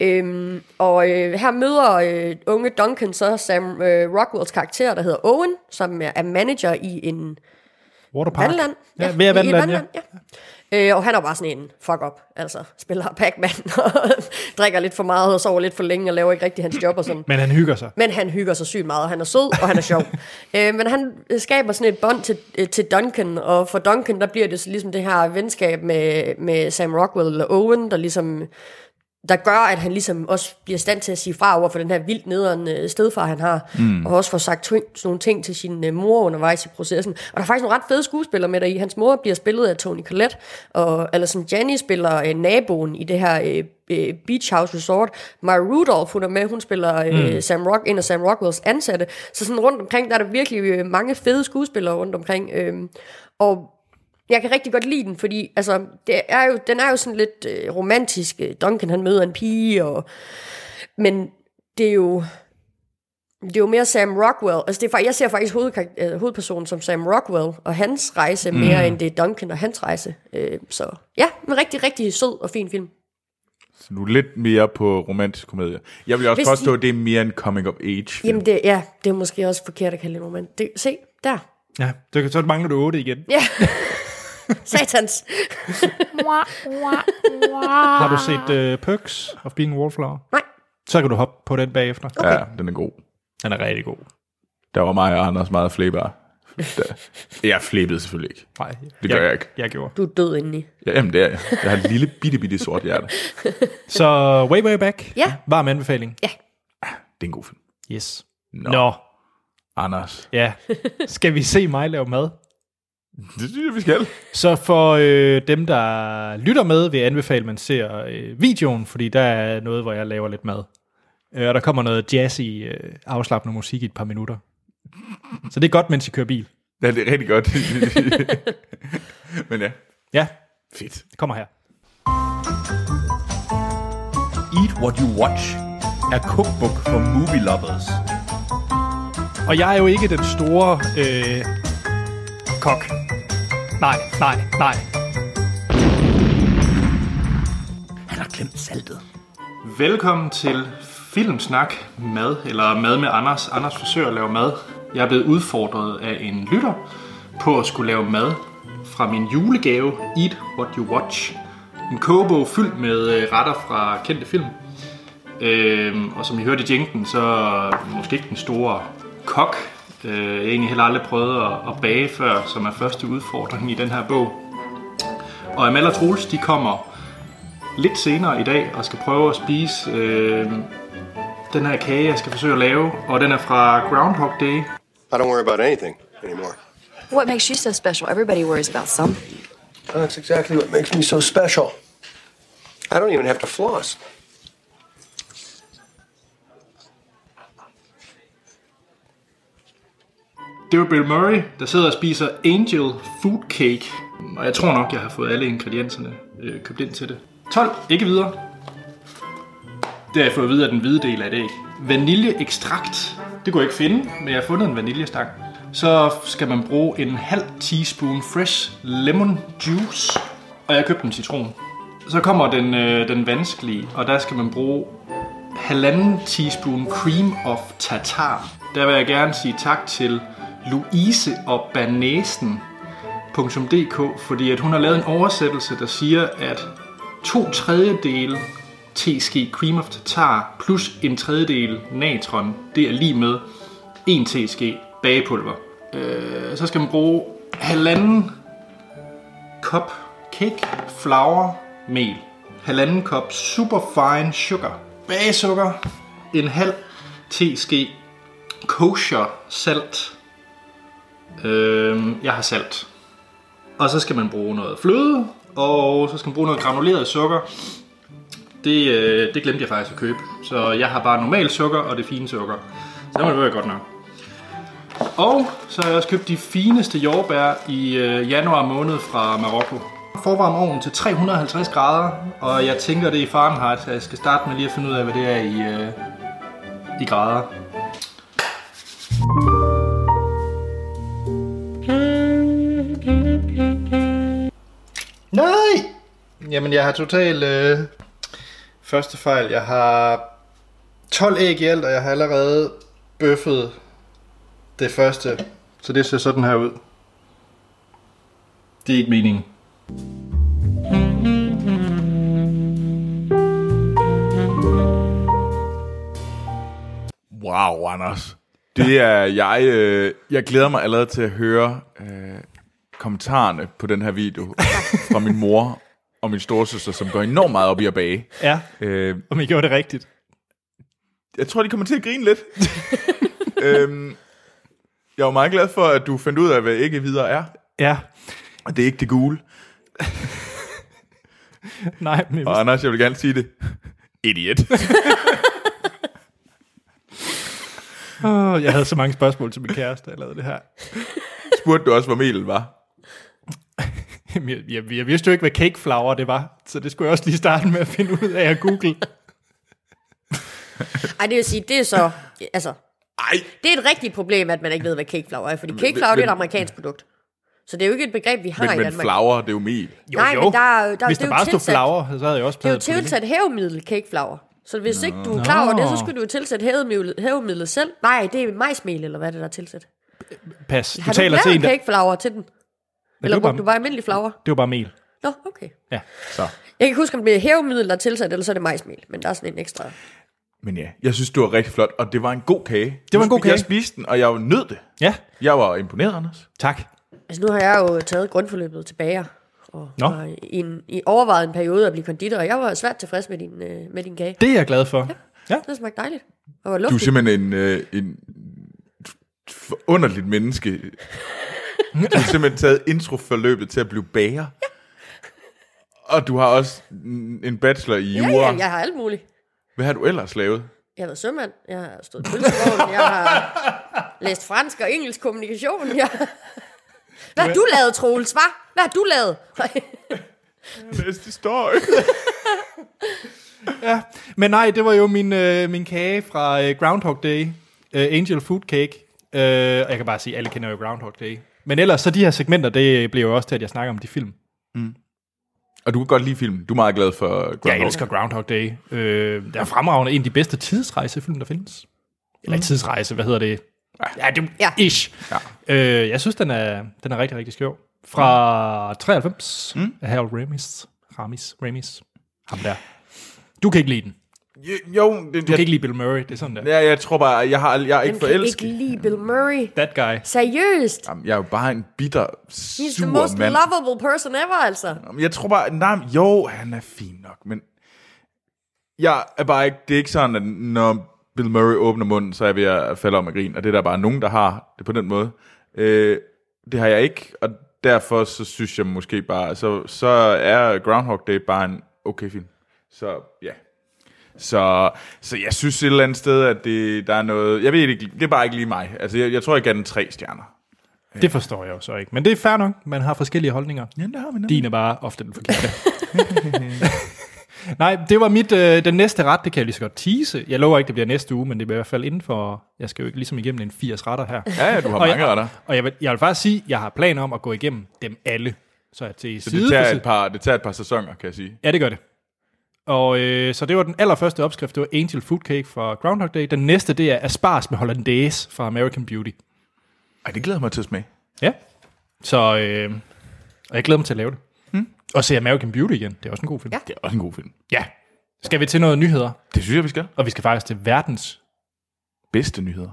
Øhm, og øh, her møder øh, unge Duncan så Sam øh, Rockwells karakter, der hedder Owen, som er, er manager i en
Waterpark?
vandland.
Ja, mere
i et
vandland, ja.
ja. Øh, og han er bare sådan en fuck up, altså spiller Pac-Man og drikker lidt for meget og sover lidt for længe og laver ikke rigtig hans job og sådan.
Men han hygger sig.
Men han hygger sig sygt meget, og han er sød, og han er sjov. øh, men han skaber sådan et bånd til, øh, til Duncan, og for Duncan, der bliver det så ligesom det her venskab med, med Sam Rockwell eller Owen, der ligesom der gør, at han ligesom også bliver i stand til at sige fra over for den her vildt nederen øh, stedfar, han har. Mm. Og også får sagt ting, sådan nogle ting til sin øh, mor undervejs i processen. Og der er faktisk nogle ret fede skuespillere med der i. Hans mor bliver spillet af Tony Collette, og Alison Janney spiller øh, naboen i det her øh, øh, Beach House Resort. Maya Rudolph, hun er med, hun spiller øh, mm. Sam Rock, en af Sam Rockwells ansatte. Så sådan rundt omkring, der er der virkelig øh, mange fede skuespillere rundt omkring. Øh, og jeg kan rigtig godt lide den, fordi altså, det er jo, den er jo sådan lidt øh, romantisk. Øh, Duncan han møder en pige, og, men det er jo det er jo mere Sam Rockwell. Altså, det er, fa- jeg ser faktisk hovedkarak- øh, hovedpersonen som Sam Rockwell og hans rejse mere, end det er Duncan og hans rejse. Øh, så ja, en rigtig, rigtig sød og fin film.
Så nu lidt mere på romantisk komedie. Jeg vil også
Hvis
Hvis påstå,
de-
at det er mere en coming of age film.
Jamen, det, ja, det er måske også forkert at kalde det roman. Det, se, der.
Ja, så, så mangler du 8 igen.
Ja. Satans.
Har du set uh, Perks of Being a Wallflower?
Nej.
Så kan du hoppe på den bagefter.
okay. Ja, den er god.
Den er rigtig god.
Der var mig og Anders meget flæbere. Jeg flæbede selvfølgelig ikke.
Nej,
Det gør jeg ikke.
Jeg gjorde.
Du er død indeni.
Ja, jamen, det er jeg. Jeg har et lille, bitte, bitte sort hjerte. Det
Så Way Way Back.
Ja.
Varm anbefaling.
er en god film.
Yes.
Nå,
Nå. Nå.
Anders.
Ja. Skal vi se mig lave mad?
Det synes jeg, vi skal.
Så for øh, dem, der lytter med, vil jeg anbefale, at man ser øh, videoen, fordi der er noget, hvor jeg laver lidt mad. Øh, og der kommer noget jazzy, øh, afslappende musik i et par minutter. Så det er godt, mens I kører bil.
Ja, det er rigtig godt. Men ja,
Ja,
fedt.
det kommer her.
Eat What You Watch er cookbook for movie lovers.
Og jeg er jo ikke den store øh, kok. Nej, nej, nej.
Han har glemt saltet.
Velkommen til Filmsnak Mad, eller Mad med Anders. Anders forsøger at lave mad. Jeg er blevet udfordret af en lytter, på at skulle lave mad fra min julegave Eat What You Watch. En kogebog fyldt med øh, retter fra kendte film. Øhm, og som I hørte i jinglen, så måske ikke den store kok. Øh, jeg har egentlig heller aldrig prøvet at, at bage før, som er første udfordring i den her bog. Og Amal og Troels, de kommer lidt senere i dag og skal prøve at spise øh, den her kage, jeg skal forsøge at lave. Og den er fra Groundhog Day.
I don't worry about anything anymore.
What makes you so special? Everybody worries about something.
That's exactly what makes me so special. I don't even have to floss.
Det er jo Bill Murray, der sidder og spiser Angel Food Cake. Og jeg tror nok, jeg har fået alle ingredienserne øh, købt ind til det. 12, ikke videre. Det har jeg fået at vide af den hvide del af et æg. Vaniljeekstrakt. Det kunne jeg ikke finde, men jeg har fundet en vaniljestang. Så skal man bruge en halv teaspoon fresh lemon juice. Og jeg købte en citron. Så kommer den, øh, den vanskelige, og der skal man bruge halvanden teaspoon cream of tartar. Der vil jeg gerne sige tak til Louise og Banæsen.dk, fordi at hun har lavet en oversættelse, der siger, at to tredjedele teske cream of tartar plus en tredjedel natron, det er lige med en teske bagepulver. Øh, så skal man bruge halvanden kop cake flour mel, halvanden kop superfine sugar, bagesukker, en halv teske kosher salt. Øhm, jeg har salt. Og så skal man bruge noget fløde, og så skal man bruge noget granuleret sukker. Det, øh, det glemte jeg faktisk at købe, så jeg har bare normal sukker og det fine sukker. Så må det være godt nok. Og så har jeg også købt de fineste jordbær i øh, januar måned fra Marokko. Forvarm ovnen til 350 grader, og jeg tænker det er i Fahrenheit, så jeg skal starte med lige at finde ud af, hvad det er i, øh, i grader. Nej! Jamen, jeg har totalt... Øh, første fejl. Jeg har 12 æg i alt, og jeg har allerede bøffet det første. Så det ser sådan her ud. Det er ikke meningen.
Wow, Anders. Det er jeg. Øh, jeg glæder mig allerede til at høre øh, kommentarerne på den her video fra min mor og min storesøster, som går enormt meget op i at bage.
Ja,
Øh,
om I gjorde det rigtigt.
jeg tror, de kommer til at grine lidt. øhm, jeg var meget glad for, at du fandt ud af, hvad ikke videre er.
Ja,
Og det er ikke det gule.
nej, men
Og Anders, jeg vil gerne sige det. Idiot.
oh, jeg havde så mange spørgsmål til min kæreste, da jeg lavede det her.
Spurgte du også, hvor melen var?
Jamen, jeg, jeg, jeg vidste jo ikke, hvad cake flour det var, så det skulle jeg også lige starte med at finde ud af at google.
Ej, det vil sige, det er så... Altså,
Ej,
det er et rigtigt problem, at man ikke ved, hvad cakeflour er, fordi cakeflour, det er et
men-
amerikansk produkt. Så det er jo ikke et begreb, vi har i
men, men
Danmark.
flour, det er jo mel.
Nej, men der, er jo- der,
Hvis
det er
der
jo
bare stod
tilsat-
flour, så havde jeg også
Det er jo
taget det.
tilsat hævemiddel, cakeflour. Så hvis ikke du er klar over det, så
Nå.
skulle du jo tilsætte hævemiddel, hævemidlet selv. Nej, det er majsmel, eller hvad det er, der er tilsat.
Pas, du
Har du
taler til en,
lavet
der...
cakeflour til den? Eller
det var
brugte
bare-
du bare almindelig flour?
Det var bare mel.
Nå, okay.
Ja.
Så.
Jeg kan ikke huske, om det er hævemiddel, der er tilsat, eller så er det majsmel. Men der er sådan en ekstra...
Men ja, jeg synes, det var rigtig flot, og det var en god kage.
Det var en god kage.
Jeg spiste den, og jeg nød det.
Ja,
Jeg var imponeret, Anders.
tak.
Altså, nu har jeg jo taget grundforløbet tilbage. Og
Nå.
var i, en, i overvejet en periode at blive konditor, og jeg var svært tilfreds med din, øh, med din kage.
Det er jeg glad for.
Det smagte dejligt. Og var
Du er
luftigt.
simpelthen en, øh, en f- underligt menneske. Du har simpelthen taget introforløbet til at blive bager. Og du har også en en bachelor i
Ja,
jura.
ja, jeg har alt muligt.
Hvad har du ellers lavet?
Jeg har været sømand, jeg har stået i pølsevognen, jeg har læst fransk og engelsk kommunikation. Jeg... Hvad har du lavet, Troels, hva? Hvad har du lavet?
Næste story.
Men nej, det var jo min, øh, min kage fra øh, Groundhog Day, øh, Angel Food Cake. Øh, og jeg kan bare sige, alle kender jo Groundhog Day. Men ellers, så de her segmenter, det øh, bliver jo også til, at jeg snakker om de film.
Og du kan godt lide filmen. Du er meget glad for Groundhog.
Jeg elsker Groundhog Day. Øh, der er fremragende en af de bedste tidsrejsefilm, der findes. Eller ikke tidsrejse, hvad hedder det? Ja, det Mm. ja. ish. Ja. Øh, jeg synes, den er, den er rigtig, rigtig skæv. Fra 93 mm. af Harold Ramis. Ramis. Ramis. Ham der. Du kan ikke lide den.
Jo, det, du
kan ikke lide Bill Murray. Det er sådan der.
Ja, jeg tror bare, jeg, har, jeg er ikke
Han kan
forelsket.
ikke lide Bill Murray.
That guy.
Seriøst?
Jamen, jeg er jo bare en bitter,
He's the
sur
most
mand.
lovable person ever, altså.
Jamen, Jeg tror bare, nej, men jo, han er fin nok, men jeg er bare ikke, det er ikke sådan, at når Bill Murray åbner munden, så er jeg ved at falde om af grin, og det er der bare nogen, der har det på den måde. Øh, det har jeg ikke, og derfor så synes jeg måske bare, så, så er Groundhog Day bare en okay film. Så ja. Så, så jeg synes et eller andet sted, at det, der er noget, jeg ved det ikke, det er bare ikke lige mig. Altså, jeg, jeg tror, jeg gav den tre stjerner.
Det forstår jeg jo så ikke. Men det er fair nok. Man har forskellige holdninger. Ja, det har vi Din er bare ofte den forkerte. Nej, det var mit, øh, den næste ret, det kan jeg lige så godt tease. Jeg lover ikke, det bliver næste uge, men det bliver i hvert fald inden for, jeg skal jo ikke ligesom igennem en 80 retter her.
Ja, ja, du har
og
mange
jeg,
retter.
Og jeg vil, jeg vil faktisk sige, jeg har planer om at gå igennem dem alle. Så jeg til
Så
side
det
for
tager,
side.
et par, det tager et par sæsoner, kan jeg sige.
Ja, det gør det. Og øh, så det var den allerførste opskrift, det var Angel Food Cake fra Groundhog Day. Den næste, det er Aspars med Hollandaise fra American Beauty.
Ej, det glæder jeg mig til at smage.
Ja. Så øh, og jeg glæder mig til at lave det. Hmm. Og se American Beauty igen. Det er også en god film. Ja.
Det er også en god film.
ja. Skal vi til noget nyheder?
Det synes jeg, vi skal.
Og vi skal faktisk til verdens...
Bedste nyheder.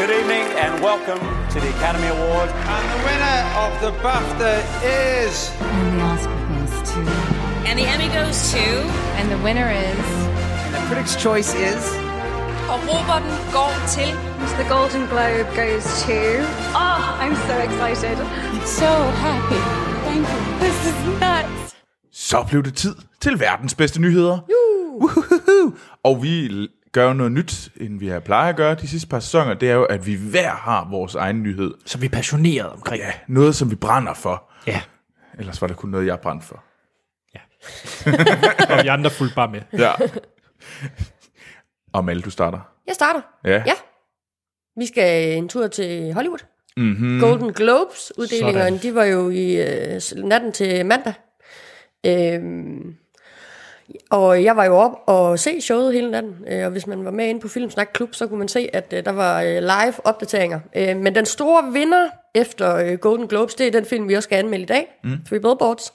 Good evening and welcome to the Academy Award.
And the winner of the BAFTA is.
And the Oscar goes to. And the Emmy goes to. And the winner is. And the Critics' Choice is.
Og Roberten går til. The Golden Globe goes to. Oh, I'm so excited. So happy. Thank you. This is nuts.
Så blev det tid til verdens bedste nyheder. Uhuhuhu. Og vi l- gør jo noget nyt, end vi har plejet at gøre de sidste par sæsoner. Det er jo, at vi hver har vores egen nyhed.
Så vi er passionerede omkring.
Ja, noget, som vi brænder for.
Ja.
Ellers var det kun noget, jeg brændte for.
Og vi andre fulgte bare med.
Ja. Og Mal, du starter.
Jeg starter.
Ja.
Ja. Vi skal en tur til Hollywood.
Mm-hmm.
Golden Globes uddelingerne,
Sådan.
de var jo i øh, natten til mandag. Øhm, og jeg var jo op og se showet hele natten, øh, og hvis man var med inde på Filmsnak Klub, så kunne man se, at øh, der var øh, live opdateringer. Øh, men den store vinder efter øh, Golden Globes, det er den film, vi også skal anmelde i dag, mm. Three Billboards.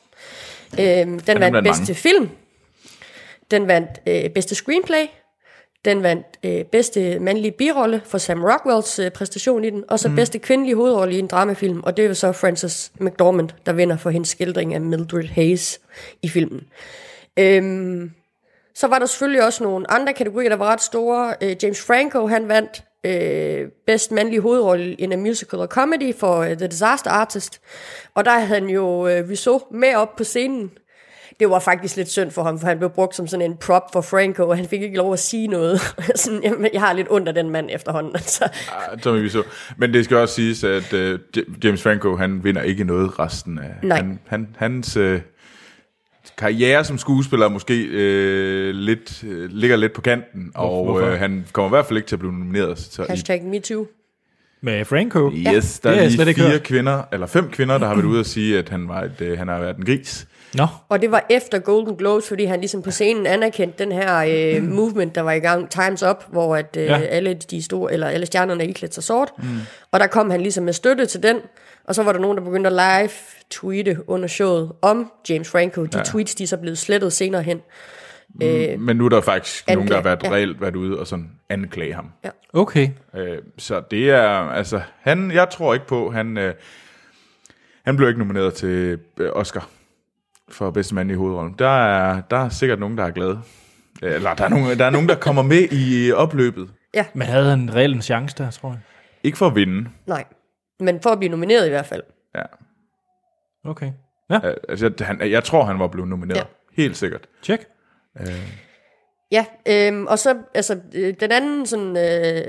Øh, den
den
vandt
vandt
bedste
mange.
film, den vandt øh, bedste screenplay, den vandt øh, bedste mandlige birolle for Sam Rockwells øh, præstation i den, og så mm. bedste kvindelige hovedrolle i en dramafilm, og det er jo så Frances McDormand, der vinder for hendes skildring af Mildred Hayes i filmen. Øhm, så var der selvfølgelig også nogle andre kategorier, der var ret store. Øh, James Franco, han vandt øh, bedst mandlig hovedrolle i en musical og comedy for øh, The Disaster Artist, og der havde han jo øh, Rousseau med op på scenen, det var faktisk lidt synd for ham, for han blev brugt som sådan en prop for Franco, og han fik ikke lov at sige noget. sådan, jamen, jeg har lidt under den mand efterhånden. Altså.
Ah, Tommy Wiseau. Men det skal også siges, at øh, J- James Franco, han vinder ikke noget resten af...
Nej.
Han, han, hans øh, karriere som skuespiller måske øh, lidt, øh, ligger lidt på kanten, og
hvorfor?
øh, han kommer i hvert fald ikke til at blive nomineret. Så i,
Hashtag MeToo.
Med Franco.
yes, der
Det har
er
jeg slet
lige
ikke
fire
hørt.
kvinder, eller fem kvinder, der har været ude og sige, at han, var et, øh, han har været en gris.
Nå.
Og det var efter Golden Globes, fordi han ligesom på scenen anerkendte den her øh, movement, der var i gang, Times Up, hvor at, øh,
Ja.
ja. alle, de store, eller alle stjernerne iklædte sig sort. Mm. Og der kom han ligesom med støtte til den, og så var der nogen, der begyndte at live tweete under showet om James Franco. De
Ja.
ja. tweets, de er så blevet slettet senere hen.
Øh, Men nu er der faktisk anklage, nogen, der har været
anklage,
ja.
ja.
reelt været ude og sådan anklage ham.
Ja.
Okay.
Øh, så det er, altså, han, jeg tror ikke på, han, øh, han blev ikke nomineret til øh, Oscar for bedste mand i hovedrollen. Der er, der er sikkert nogen, der er glade. Øh, Eller der er, nogen, der er nogen, der kommer med i øh, opløbet.
Ja.
Men havde han reelt en chance der, tror jeg?
Ikke for at vinde.
Nej. Men for at blive nomineret i hvert fald.
Ja.
Okay.
Øh, altså, jeg- han, jeg tror, han var blevet nomineret. Ja.
Ja.
Helt sikkert.
Tjek.
Øh,
Ja, øhm, og så altså, øh, den anden sådan, øh,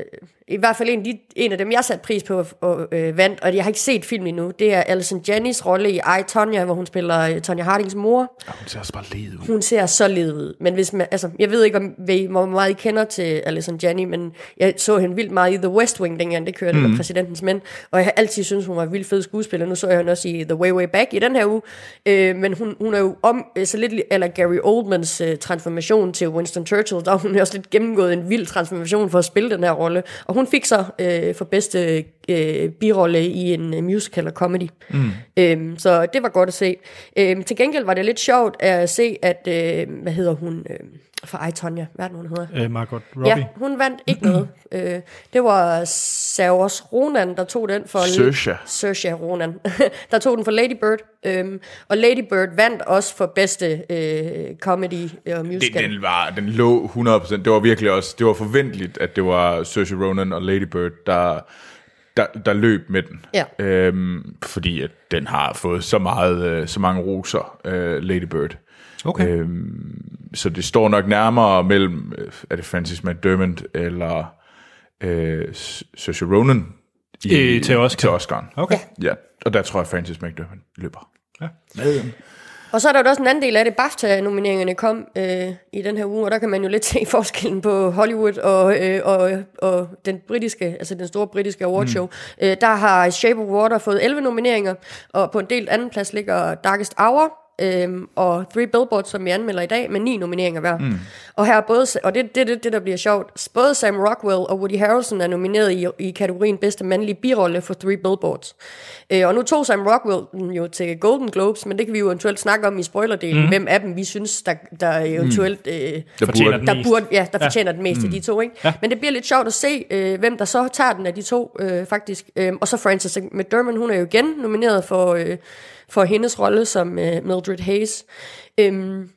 i hvert fald en, af de, en af dem, jeg satte pris på og, og øh, vandt, og jeg har ikke set filmen endnu, det er Alison Jannys rolle i I, Tonya, hvor hun spiller øh, Tonya Hardings mor.
Ja, hun ser også bare led ud.
Hun ser så ledet ud. Men hvis man, altså, jeg ved ikke, om, I- hvor meget I kender til Alison Janney, men jeg så hende vildt meget i The West Wing, dengang det kørte, mm.
Mhm.
eller Præsidentens Mænd. Og jeg har altid syntes, hun var en vildt fed skuespiller. Nu så jeg hende også i The Way Way Back i den her uge. Øh, men hun, hun er jo om, øh, så lidt, li- eller Gary Oldmans øh, transformation til Winston Churchill, der har hun også lidt gennemgået en vild transformation for at spille den her rolle. Og hun fik så øh, for bedste øh, birolle i en øh, musical og comedy.
Mm.
Øhm, så det var godt at se. Øhm, til gengæld var det lidt sjovt at se, at, øh, hvad hedder hun, øh, fra I, Tonya, hvad er det, nu, hun hedder?
Øh, Margot Robbie. Mm-hmm.
Ja, hun vandt ikke noget. Øh, det var Saoirse Ronan, der tog den for...
Saoirse.
Saoirse Ronan. der tog den for Lady Bird. Øhm, og Lady Bird vandt også for bedste øh, comedy og
Det,
musical.
den, var, den lå 100%. Det var virkelig også, det var forventeligt, at det var Saoirse Ronan og Lady Bird, der, der, der løb med den.
Ja.
Øhm, fordi at den har fået så, meget, øh, så mange roser, øh, Lady Bird.
Okay.
Øhm, så det står nok nærmere mellem, øh, er det Francis McDermott eller øh, S- Saoirse Ronan
Øh, til Oscar.
til Oscar'en.
Okay.
Ja, og der tror jeg, Francis McDermott løber.
Ja.
Og så er der jo også en anden del af det. BAFTA-nomineringerne kom øh, i den her uge, og der kan man jo lidt se forskellen på Hollywood og, øh, og, og den britiske, altså den store britiske awardshow. Mm. Øh, der har Shape of Water fået 11 nomineringer, og på en delt anden plads ligger Darkest Hour øh, og Three Billboards, som vi anmelder i dag, med ni nomineringer hver. Mm. Og her er både, og det er det, det, det, der bliver sjovt, både Sam Rockwell og Woody Harrelson er nomineret i, i kategorien bedste mandlige birolle for Three Billboards. Øh, og nu tog Sam Rockwell den jo til Golden Globes, men det kan vi jo eventuelt snakke om i spoilerdelen,
Mhm.
mm. hvem af dem vi synes, der, der eventuelt... Øh, der
fortjener den
der
mest.
burde, Ja, der
Ja.
fortjener den mest mm. af
Mm.
de to, ikke? Ja. Men det bliver lidt sjovt at se, øh, hvem der så tager den af de to, øh, faktisk. Øhm, og så Frances McDermott, hun er jo igen nomineret for, øh, for hendes rolle som øh, Mildred Hayes. Øhm,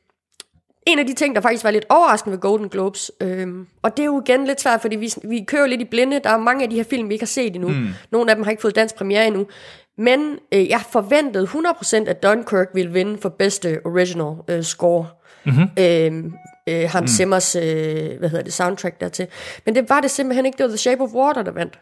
en af de ting, der faktisk var lidt overraskende ved Golden Globes, øhm, og det er jo igen lidt svært, fordi vi, vi kører jo lidt i blinde. Der er mange af de her film, vi ikke har set endnu.
Mm.
Mm. Nogle af dem har ikke fået dansk premiere endnu. Men øh, jeg forventede 100% at Dunkirk ville vinde for bedste original øh, score.
Mhm.
Øhm, øh, Hans
Mm.
mm. Simmers, øh, hvad hedder det, soundtrack dertil. Men det var det simpelthen ikke. Det var The Shape of Water, der vandt.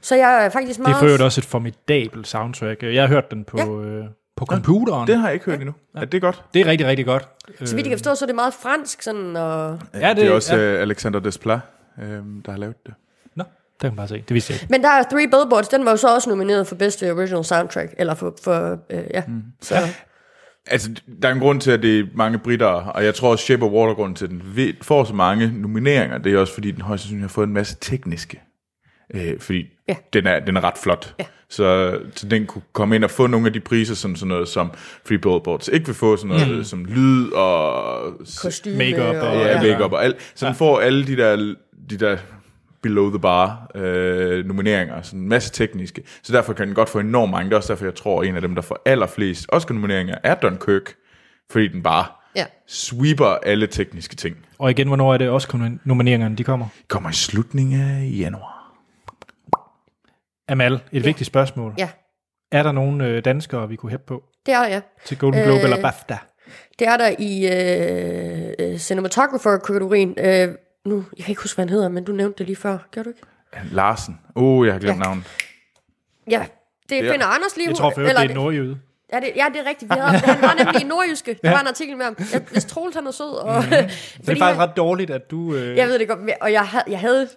Så jeg er
Det
faktisk meget...
er for øvrigt også et formidabelt soundtrack. Jeg har hørt den på, ja. øh, på computeren.
Det har jeg ikke hørt endnu. Ja. Er det godt?
Det er rigtig, rigtig godt. Øh,
Så vidt jeg kan forstå, så er det meget fransk, sådan, og...
Ja, det-
det er også
ja.
øh, Alexander Desplat, øh, der har lavet det.
Nå, det kan man bare se. Det vidste jeg ikke.
Men der er Three Billboards, den var jo så også nomineret for bedste original soundtrack, eller for, for øh, ja. Mm. Så, ja.
Altså, der er en grund til, at det er mange britter, og jeg tror også Shape of Water grund til, at den ved- får så mange nomineringer. Det er også, fordi den højst sandsynligt har fået en masse tekniske. Øh, fordi
Ja.
den, er, den er ret flot. Ja. Så, så den kunne komme ind og få nogle af de priser, som sådan noget som Free Billboards ikke vil få, sådan noget
Mm.
mm. som lyd og...
Kostyme Makeup og-
og...
ja.
Ja, makeup og alt. Så den får alle de der, de der below the bar øh, nomineringer, sådan en masse tekniske. Så derfor kan den godt få enormt mange. Det er også derfor, jeg tror, at en af dem, der får allerflest Oscar-nomineringer, er Dunkirk, fordi den bare
Ja.
sweeper alle tekniske ting.
Og igen, hvornår er det også nomineringerne, de kommer?
Kommer i slutningen af januar.
Amal, et ja. vigtigt spørgsmål.
Ja.
Er der nogle øh, danskere, vi kunne hæppe på
Det er der, ja.
til Golden Globe øh,
Øh,
eller BAFTA?
Det er der i øh, øh, cinematographer-kategorien. Øh, nu, jeg kan ikke huske, hvad han hedder, men du nævnte det lige før. Gør du ikke?
Larsen. Uh, jeg har glemt ja. navnet.
Ja, det
Det er-
finder Anders lige ud.
Jeg tror for øvrigt,
eller
det er nordjyde.
Ja, det, ja, det er rigtigt. Vi havde, han var nemlig i Nordjyske. Der
Ja.
var en artikel med ham. Jeg, hvis Troels han er sød. Og,
Mm. Så det er
fordi
faktisk ret dårligt, at du, øh,
jeg ved det godt, men- og jeg havde, jeg havde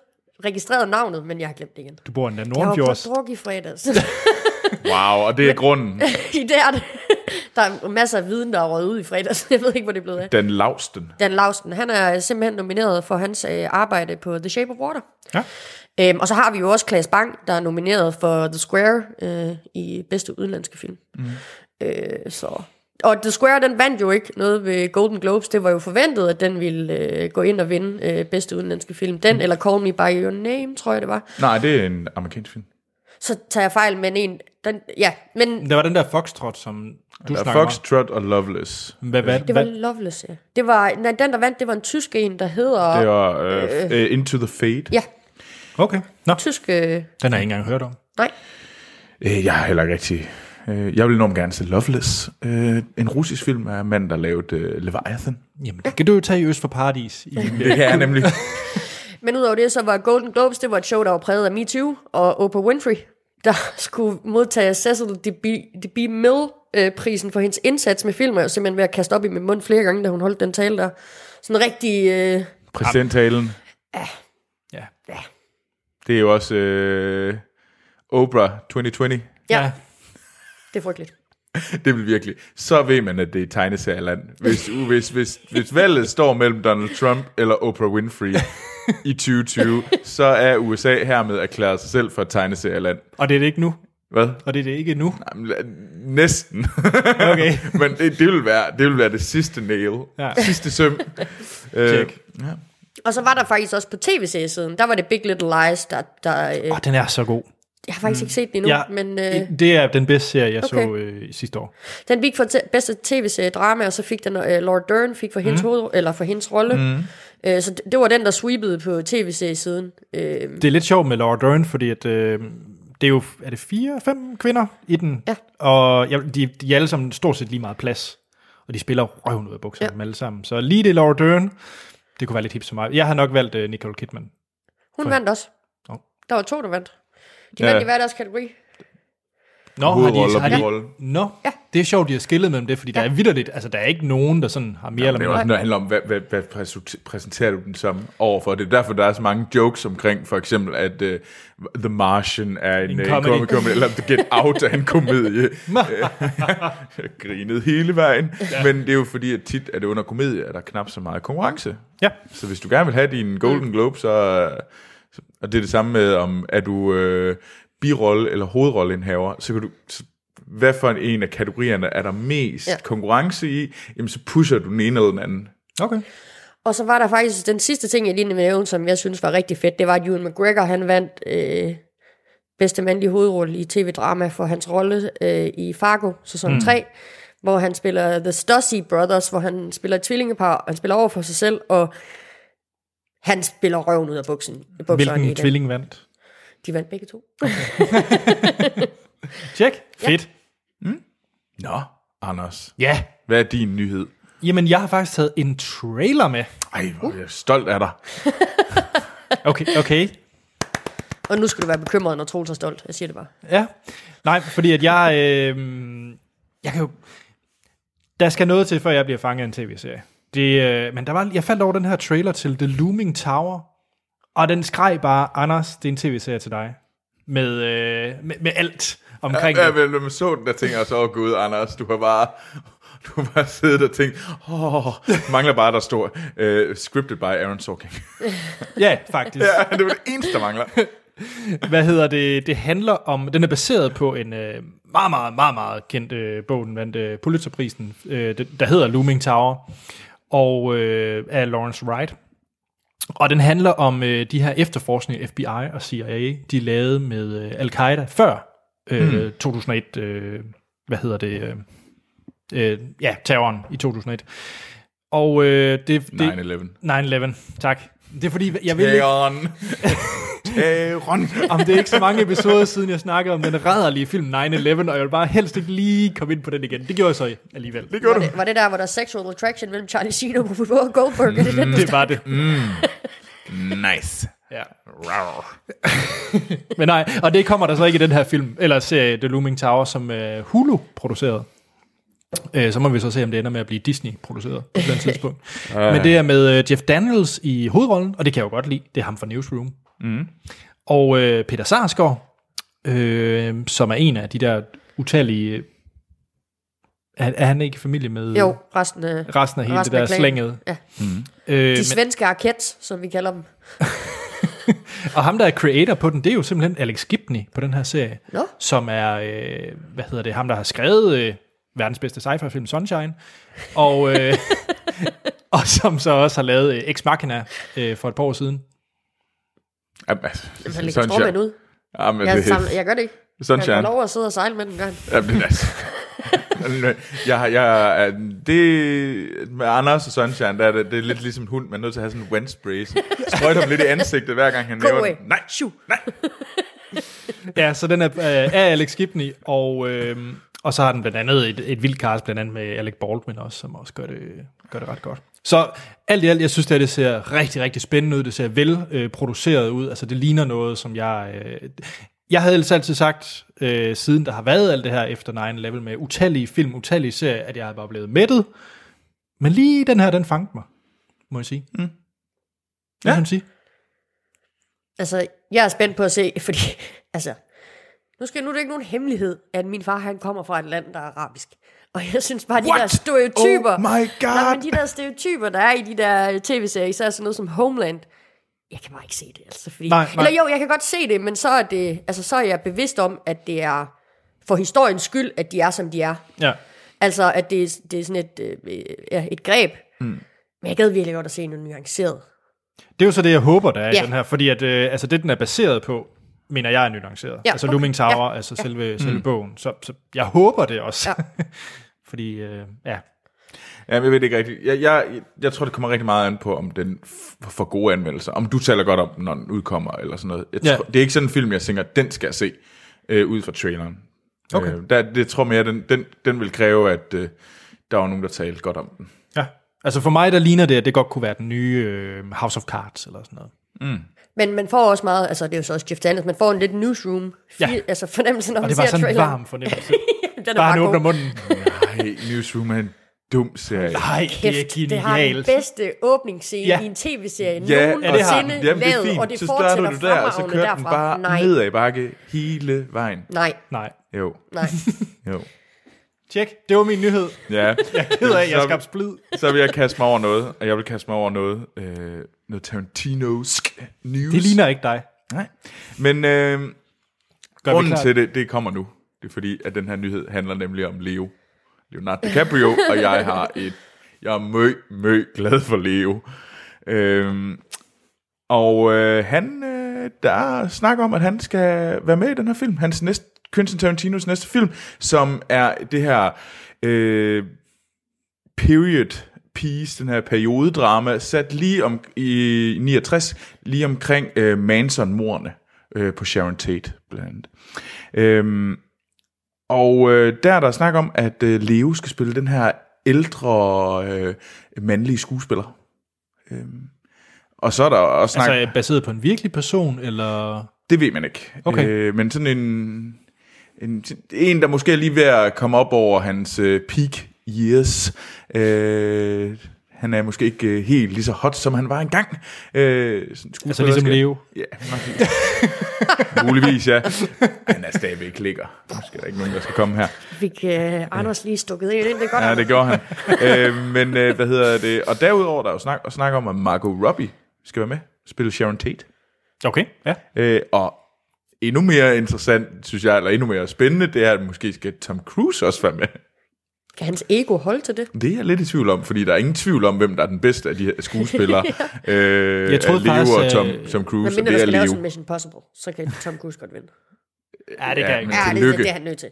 registreret navnet, men jeg har glemt det igen.
du bor i den der
Jeg var
Nordenfjords.
på druk i fredags.
Wow, og det er grunden.
I det er det. Der er masser af viden, der er røget ud i fredags. Jeg ved ikke, hvor det er blevet af.
Dan Lausten.
Dan Lausten, han er simpelthen nomineret for hans øh, arbejde på The Shape of Water.
Ja.
Øhm, og så har vi jo også Klaas Bang, der er nomineret for The Square øh, i bedste udenlandske film. Mm.
Mhm.
Øh, så. Og The Square, den vandt jo ikke noget ved Golden Globes. Det var jo forventet, at den ville øh, gå ind og vinde øh, bedste udenlandske film. Den,
Mhm.
mm. eller Call Me By Your Name, tror jeg det var.
Nej, det er en amerikansk film.
Så tager jeg fejl, men en... Den, ja, men
Der var den der Foxtrot, som du
Du der er
snakker om.
Foxtrot og Loveless.
Hvad, hvad,
det var Loveless, ja. Det var, nej, den, der vandt, det var en tysk en, der hedder...
Det var øh, øh, Into the Fade.
Ja,
Okay, Nå.
tysk... Øh,
den har jeg ikke engang hørt om.
nej.
Øh, jeg har heller ikke rigtig... Øh, jeg vil enormt gerne se Loveless. Øh, en russisk film af manden, der lavede øh, Leviathan.
Jamen, det kan du jo tage i Øst for Paradis. I,
Det kan jeg nemlig.
Men udover det, så var Golden Globes, det var et show, der var præget af Me Too og Oprah Winfrey, der skulle modtage Cecil DB, DB Mill øh, prisen for hendes indsats med filmen, og simpelthen ved at kaste op i min mund flere gange, da hun holdt den tale der. Sådan en rigtig... Øh,
Præsidenttalen.
Ja.
ja.
Det er jo også øh, Oprah 2020.
Ja. Det er frygteligt.
Det vil virkelig. Så ved man, at det er tegneserieland. Hvis, hvis, hvis, hvis valget står mellem Donald Trump eller Oprah Winfrey i 2020, så er USA hermed erklæret sig selv for et tegneserieland.
Og det er det ikke nu.
Hvad?
Og det er det ikke nu.
Jamen, Næsten.
Okay.
Men det, det, vil være, det vil være det sidste nail.
Ja.
Sidste søm.
Check.
Øh, ja.
Og så var der faktisk også på tv-seriesiden, der var det Big Little Lies, der... der øh,
Åh, den er så god.
jeg har faktisk ikke set den endnu,
Ja,
men... Øh,
Det er den bedste serie, jeg okay. så
Okay.
øh, sidste år.
Den fik for t- bedste tv-serie drama, og så fik den, uh, Laura Dern fik for hendes,
Mm.
mm. hoved, eller for hendes rolle.
Mm.
Mm. Uh, så det, det var den, der sweepede på tv-seriesiden. Uh,
Det er lidt sjovt med Laura Dern, fordi at, øh, det er jo, er det fire, fem kvinder i den?
Ja.
Og ja, de, de er alle sammen stort set lige meget plads. Og de spiller røven ud af bukserne ja. dem alle sammen. Så lige det Laura Dern, det kunne være lidt hip som mig. Jeg har nok valgt øh, Nicole Kidman.
hun
For-
vandt også.
Nå.
Der var to, der vandt. De
Ja.
vandt i hver deres kategori.
Nå,
Hovedrolle og
har de, har
birolle.
de, nå ja. det er sjovt, de har skillet mellem det, fordi ja. der er vidderligt, altså der er ikke nogen, der sådan har mere
Ja,
eller
det er
mindre.
også noget, der handler om, hvad, hvad, hvad præsu- præsenterer du den som overfor? Det er derfor, der er så mange jokes omkring, for eksempel, at uh, The Martian er en, øh,
En
en
comedy.
comedy. comedy, eller The Get Out er en komedie. Øh, Jeg grinede hele vejen.
Ja.
Ja. Men det er jo fordi, at tit er det under komedie, at der er knap så meget konkurrence.
Ja.
Så hvis du gerne vil have din Golden Globe, så... så- Og det er det samme med, om er du øh, birolle eller hovedrolleindhaver, så kan du... Så, hvad for en af kategorierne er der mest ja.
Ja.
konkurrence i, jamen så pusher du den ene eller den anden.
Okay.
Og så var der faktisk den sidste ting, jeg lige vil nævne, som jeg synes var rigtig fedt, det var, at Ewan McGregor, han vandt øh, bedste mandlige hovedrolle i tv-drama for hans rolle øh, i Fargo, sæson
Mm.
mm. 3, hvor han spiller The Stussy Brothers, hvor han spiller et tvillingepar, og han spiller over for sig selv, og han spiller røven ud af buksen. bukserne i
Hvilken
den.
tvilling vandt?
De vandt begge to.
Tjek. Fedt.
Nå, Anders.
Ja.
Hvad er din nyhed?
Jamen, jeg har faktisk taget en trailer med.
Ej, hvor er jeg stolt af dig.
Okay, okay.
Og nu skal du være bekymret, når Troels er stolt. Jeg siger det bare.
Ja. Nej, fordi at jeg... Øh, jeg kan jo... Der skal noget til, før jeg bliver fanget af en tv-serie. Det, øh, men der var, jeg faldt over den her trailer til The Looming Tower, og den skreg bare, Anders, det er en tv-serie til dig. Med, øh, med, med alt omkring
ja,
det.
ja, men når man så den der ting, og så, åh gud, Anders, du har bare... Du har bare siddet og tænkt, åh, mangler bare, der står øh, scripted by Aaron Sorkin.
Ja, faktisk.
ja, det var det eneste, der mangler.
Hvad hedder det? Det handler om, den er baseret på en øh, meget, meget, meget, meget kendt øh, bog, den vandt øh, Pulitzerprisen, øh, den- der hedder Looming Tower, og øh, af Lawrence Wright. Og den handler om øh, de her efterforskninger, FBI og CIA, de lavede med øh, Al-Qaida før øh,
Mm.
2001, øh, hvad hedder det, øh, øh, ja, terroren i 2001. Og øh, det... det
9/11.
9-11, tak. Det er fordi, jeg vil ikke...
Teron. Teron.
om det er ikke så mange episoder siden, jeg snakkede om den rædderlige film 9-11, og jeg vil bare helst ikke lige komme ind på den igen. Det gjorde jeg så alligevel. Det
var, det, var det der, hvor der er sexual attraction mellem Charlie Sheen og Whoopi Goldberg? Mm, det,
Mm,
det,
det var det.
Nice.
Ja. Men nej, og det kommer der så ikke i den her film, eller serie The Looming Tower, som øh, Hulu producerede. Øh, så må vi så se, om det ender med at blive Disney-produceret på et eller andet tidspunkt.
Ja.
Men det er med øh, Jeff Daniels i hovedrollen, og det kan jeg jo godt lide. Det er ham fra Newsroom.
Mm.
Og øh, Peter Sarsgaard, øh, som er en af de der utallige... Er, er han ikke i familie
Mm.
med
Jo, resten af,
resten af hele det der
klanen.
slænget?
Ja.
Mm. Øh,
De
men-
svenske arket, som vi kalder dem.
Og ham, der er creator på den, det er jo simpelthen Alex Gibney på den her serie,
Nå.
som er, øh, hvad hedder det, ham, der har skrevet øh, verdens bedste sci-fi-film, Sunshine, og, øh, og som så også har lavet øh, Ex Machina øh, for et par år siden.
Jamen, altså,
Jamen, han lægger stråmænd ud.
Jamen,
jeg,
det-
samler, jeg gør det ikke.
Sådan,
jeg
Sharon.
får lov at sidde og sejle med den gang.
Jamen, det er altså. jeg, har- jeg, er- det, med Anders og Sunshine, der er det, det er lidt ligesom en hund, man er nødt til at have sådan en windspray. så Sprøjter ham lidt i ansigtet, hver gang han
Go
laver
away.
den. Nej, shoo, nej.
Ja, så den er øh, af Alex Gibney, og, øh, Og så har den blandt andet et, et vildt cast, blandt andet med Alec Baldwin også, som også gør det, gør det ret godt. Så alt i alt, jeg synes, det, her, det ser rigtig, rigtig spændende ud. Det ser vel øh, produceret ud. Altså, det ligner noget, som jeg... Øh, jeg havde ellers altid sagt, øh, siden der har været alt det her efter 9-11 med utallige film, utallige serier, at jeg var blevet mættet. Men lige den her, den fangte mig, må jeg sige. Mm. Ja. Kan sige.
Altså, jeg er spændt på at se, fordi, altså, nu, skal, nu er det ikke nogen hemmelighed, at min far, han kommer fra et land, der er arabisk. Og jeg synes bare, de
What?
der stereotyper,
Oh my God.
Nej, men de der stereotyper, der er i de der tv-serier, især sådan noget som Homeland, jeg kan bare ikke se det, altså. Fordi,
Nej, nej.
Eller jo, jeg kan godt se det, men så er, det, altså, så er jeg bevidst om, at det er for historiens skyld, at de er, som de er.
Ja.
Altså, at det, er- det er sådan et, øh, ja, et greb.
Mm.
Men jeg gad virkelig godt at se noget nuanceret.
Det er jo så det, jeg håber, der er
Ja.
i den her, fordi at, øh, altså, det, den er baseret på, mener jeg er nuanceret.
Ja,
altså
okay.
Looming Tower,
Ja.
altså
Ja.
selve,
Mm.
selve bogen. Så, så jeg håber det også.
Ja.
fordi, øh, ja.
Ja, men jeg ved det ikke rigtigt. Jeg, jeg, jeg tror, det kommer rigtig meget an på, om den f- får gode anmeldelser. Om du taler godt om, den, når den udkommer, eller sådan noget. Jeg
Ja.
tror, det er ikke sådan en film, jeg tænker, den skal jeg se, øh, ud fra traileren.
Okay.
Øh, der, det tror jeg, den, den, den vil kræve, at øh, der var nogen, der talte godt om den.
ja. Altså for mig, der ligner det, at det godt kunne være den nye øh, House of Cards, eller sådan noget.
Mm.
Men man får også meget, altså det er jo så også Jeff Daniels, man får en lidt newsroom
Ja.
ja. altså fornemmelse, når
Og
man
det var
ser
sådan en
traileren.
varm fornemmelse.
Den er
Bare han
god.
åbner munden.
Nej, Newsroom er en dum serie.
Nej,
Kæft, det, har den bedste åbningsscene
Ja.
ja. i en tv-serie
Ja,
ja,
og det har den.
nogensinde
Jamen, det er
lavet,
fint.
og det
så starter
fortsætter
du der, og så
fremragende
kører den
derfra.
bare
Nej.
ned ad bakke hele vejen.
Nej.
Nej.
Jo.
Nej.
jo.
Tjek, det var min nyhed.
Ja.
Jeg er ked af, at jeg
Så-
skabte splid.
Så vil jeg kaste mig over noget, og jeg vil kaste mig over noget, øh, noget Tarantinosk news.
Det ligner ikke dig.
Nej. Men øh,
vi
grunden
klar?
til det, det kommer nu. Det er fordi, at den her nyhed handler nemlig om Leo. Leonardo DiCaprio, og jeg har et... Jeg er mø, mø glad for Leo. Øhm, og øh, han, øh, der er snak om, at han skal være med i den her film. Hans næste, Quentin Tarantinos næste film, som er det her øh, period piece, den her periodedrama, sat lige om i 69, lige omkring øh, Manson-mordene øh, på Sharon Tate, blandt andet. Øhm, og øh, der er der snak om, at øh, Leo skal spille den her ældre øh, mandlige skuespiller. Øhm, og så er der også snak...
Altså baseret på en virkelig person, eller...
Det ved man ikke.
Okay.
Øh, men sådan en, en, en, der måske er lige ved at komme op over hans øh, peak years. Øh, han er måske ikke øh, helt lige så hot, som han var engang. Øh, sådan
Altså ligesom Leo.
Ja, nok Muligvis, ja. Han er stadigvæk ligger. Nu skal der ikke nogen, der skal komme her.
Fik øh, Anders lige stukket en ind, det er godt.
Ja, det
Anders.
gjorde han. øh, men øh, hvad hedder det? Og derudover, der er jo snak, og snak om, at Margot Robbie skal være med. Spille Sharon Tate.
Okay, ja.
Øh, og endnu mere interessant, synes jeg, eller endnu mere spændende, det er, at måske skal Tom Cruise også være med.
Kan hans ego holde til det?
Det er jeg lidt i tvivl om, fordi der er ingen tvivl om, hvem der er den bedste af de her skuespillere. øh,
Jeg troede
af Leo
faktisk,
og Tom,
øh,
Tom
Men
Cruise,
mindre der
og det er
skal laves en
Leo.
Mission Possible, så kan Tom Cruise godt vinde.
Ja, det kan jeg ikke.
men
Ja, det, det,
tillykke.
det er han nødt til.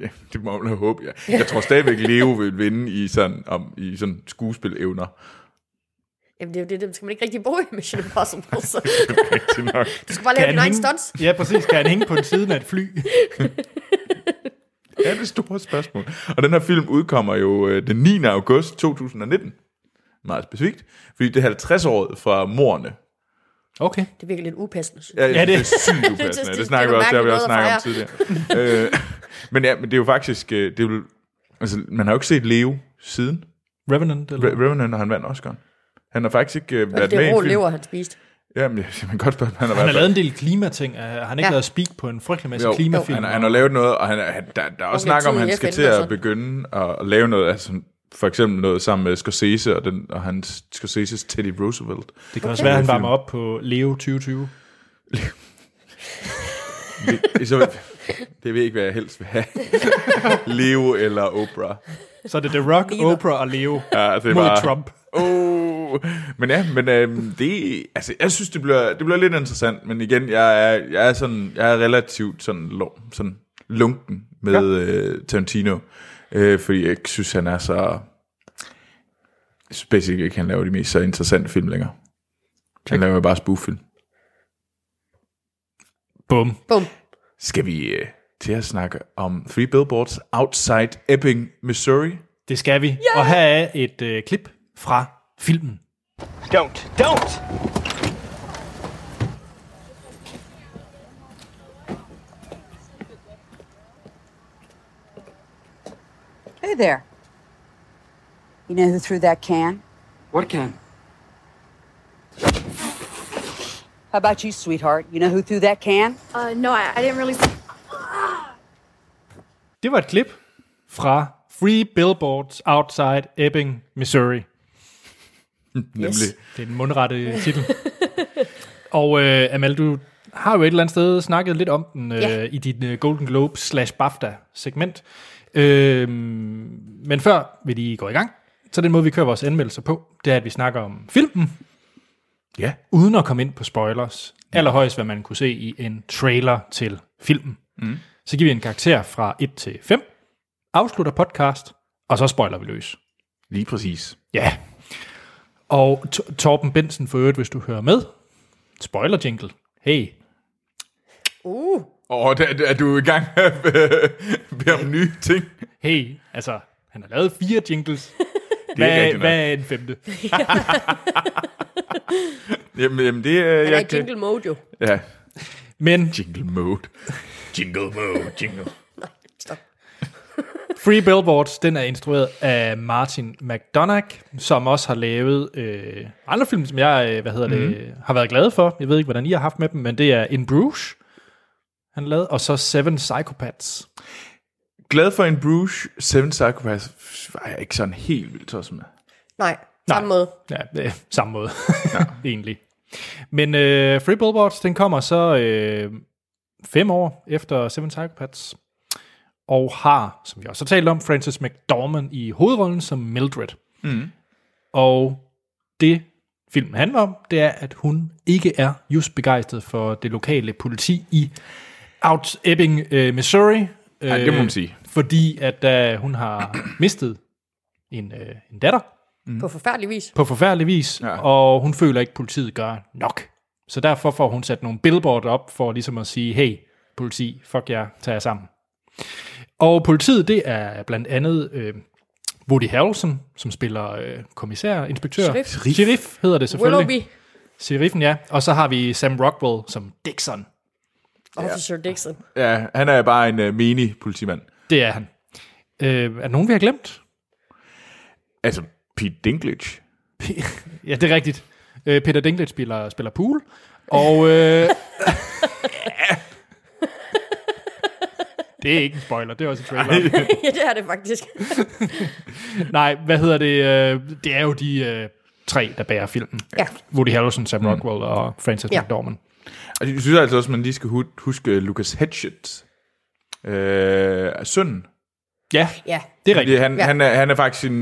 Ja, det må man håbe, ja. Jeg tror stadigvæk, Leo vil vinde i sådan, om, i sådan skuespilevner.
Jamen, det er jo det, dem skal man ikke rigtig bruge i Mission Impossible. Så.
Rigtig nok.
Du skal bare lave
Kan han
din egen
hænge-
stunts.
Ja, præcis. Kan han hænge på den siden af et fly?
Det er det store spørgsmål. Og den her film udkommer jo øh, den 9. august 2019. Meget specifikt, fordi det er 50-året fra morerne.
Okay.
Det virker lidt upassende. synes
Ja,
jeg.
ja det, det er sygt
synes,
upassende. det,
er
det snakker vi
noget
også, det har vi også
mærkeligt
snakket om
noget at
tidligere. øh, men ja, men det er jo faktisk, øh, det er jo, altså, man har jo ikke set Leo siden.
Revenant, eller?
Re- Revenant, og han vandt Oscar. Han har faktisk ikke øh,
Og
været
Altså, det
med i
er
en
rå
film.
lever, han spiste.
Jamen, jeg- man kan godt spørge, om han har
Han har
været
lavet en del klimating. Øh, Har han ikke
Ja.
ja. lavet speak på en frygtelig masse
Jo,
klimafilm?
han, han har lavet noget, og han, er- han, der, der er også
Okay,
snak om, at
tid i
han skal
FN
til
og
at
sådan.
begynde at, at lave noget, altså for eksempel noget sammen med Scorsese og, den, og hans Scorseses Teddy Roosevelt.
Det kan også være, at han varmer op på Leo 2020.
Det, så, det ved jeg ikke, hvad jeg helst vil have. Leo eller Oprah.
Så er det The Rock, Oprah og Leo
Ja, det
mod
er bare-
Trump.
Oh, men ja, men øhm, det, altså, jeg synes, det bliver, det bliver lidt interessant, men igen, jeg er, jeg er, sådan, jeg er relativt sådan, lo, sådan lunken med ja. øh, Tarantino, øh, fordi jeg ikke synes, han er så... Jeg synes basically ikke, han laver de mest så interessante film længere. Han laver jo bare spoof-film.
Bum.
Bum.
Skal vi øh, til at snakke om Three Billboards Outside Ebbing, Missouri.
Det skal vi. Yeah. Og her er et øh, klip fra filmen.
Don't, don't!
Hey there. You know who threw that can?
What can?
How about you, sweetheart? You know who threw that can?
Uh, no, I, I didn't really.
Det var et klip fra Free Billboards Outside Ebbing, Missouri.
Nemlig.
Det er den mundrette titel. Og øh, Amal, du har jo et eller andet sted snakket lidt om den øh,
Ja.
i dit øh, Golden Globe slash BAFTA-segment. Øh, men før vi lige går i gang, så den måde, vi kører vores anmeldelser på, det er, at vi snakker om filmen.
Ja.
Uden at komme ind på spoilers. Allerhøjst, hvad man kunne se i en trailer til filmen.
Mm.
Så giver vi en karakter fra 1 til 5, afslutter podcast, og så spoiler vi løs.
Lige præcis.
Ja. Og T- Torben Bensen for øvrigt, hvis du hører med. Spoiler jingle. Hey.
Uh.
Åh, oh, er, er du i gang med at bede om nye ting?
Hey, altså, han har lavet fire jingles.
er
Hvad,
rigtigt nok.
hvad er en femte?
Jamen, jamen det er...
Han er i jingle mode jo.
Ja.
Men...
Jingle mode. Jingle mode, jingle.
Free Billboards, den er instrueret af Martin McDonagh, som også har lavet øh, andre film, som jeg øh, hvad hedder det,
Mhm.
har været glad for. Jeg ved ikke, hvordan I har haft med dem, men det er In Bruges, han lavede, og så Seven Psychopaths.
Glad for en Bruges, Seven Psychopaths var jeg ikke sådan helt vildt tosset med.
Nej, samme måde.
Ja, øh, samme måde, ja. egentlig. Men øh, Free Billboards, den kommer så øh, fem år efter Seven Psychopaths, og har, som vi også har talt om, Frances McDormand i hovedrollen som Mildred.
Mm.
Og det filmen handler om, det er, at hun ikke er just begejstret for det lokale politi i Out Ebbing, øh, Missouri. øh,
Ej, det må man sige.
Fordi at øh, hun har mistet en, øh, en datter
På forfærdelig vis.
på forfærdelig vis, ja. og hun føler ikke, at politiet gør nok. Så derfor får hun sat nogle billboard op for ligesom at sige, hey, politi, fuck jer, tag jer sammen. Og politiet, det er blandt andet øh, Woody Harrelson, som spiller øh, kommissær, inspektør.
Sheriff. Sheriff.
Sheriff hedder det selvfølgelig.
Willoughby.
Sheriffen, ja. Og så har vi Sam Rockwell som Dixon.
Officer Dixon.
Ja, han er bare en uh, mini-politimand.
Det er han. Øh, er der nogen, vi har glemt?
Altså, Pete Dinklage.
Ja, det er rigtigt. Øh, Peter Dinklage spiller, spiller pool. Og... Øh, det er ikke en spoiler, det er også en trailer.
ja, det er det faktisk.
Nej, hvad hedder det? øh, Det er jo de øh, tre, der bærer filmen.
Ja.
Woody Harrelson,
Mm.
Sam Rockwell og Frances
Ja.
ja. McDormand.
Og jeg synes altså også, at man lige skal hu- huske Lucas Hedges øh, søn.
Ja,
ja.
det er rigtigt.
Han,
Ja.
ja. han, er, han er faktisk en,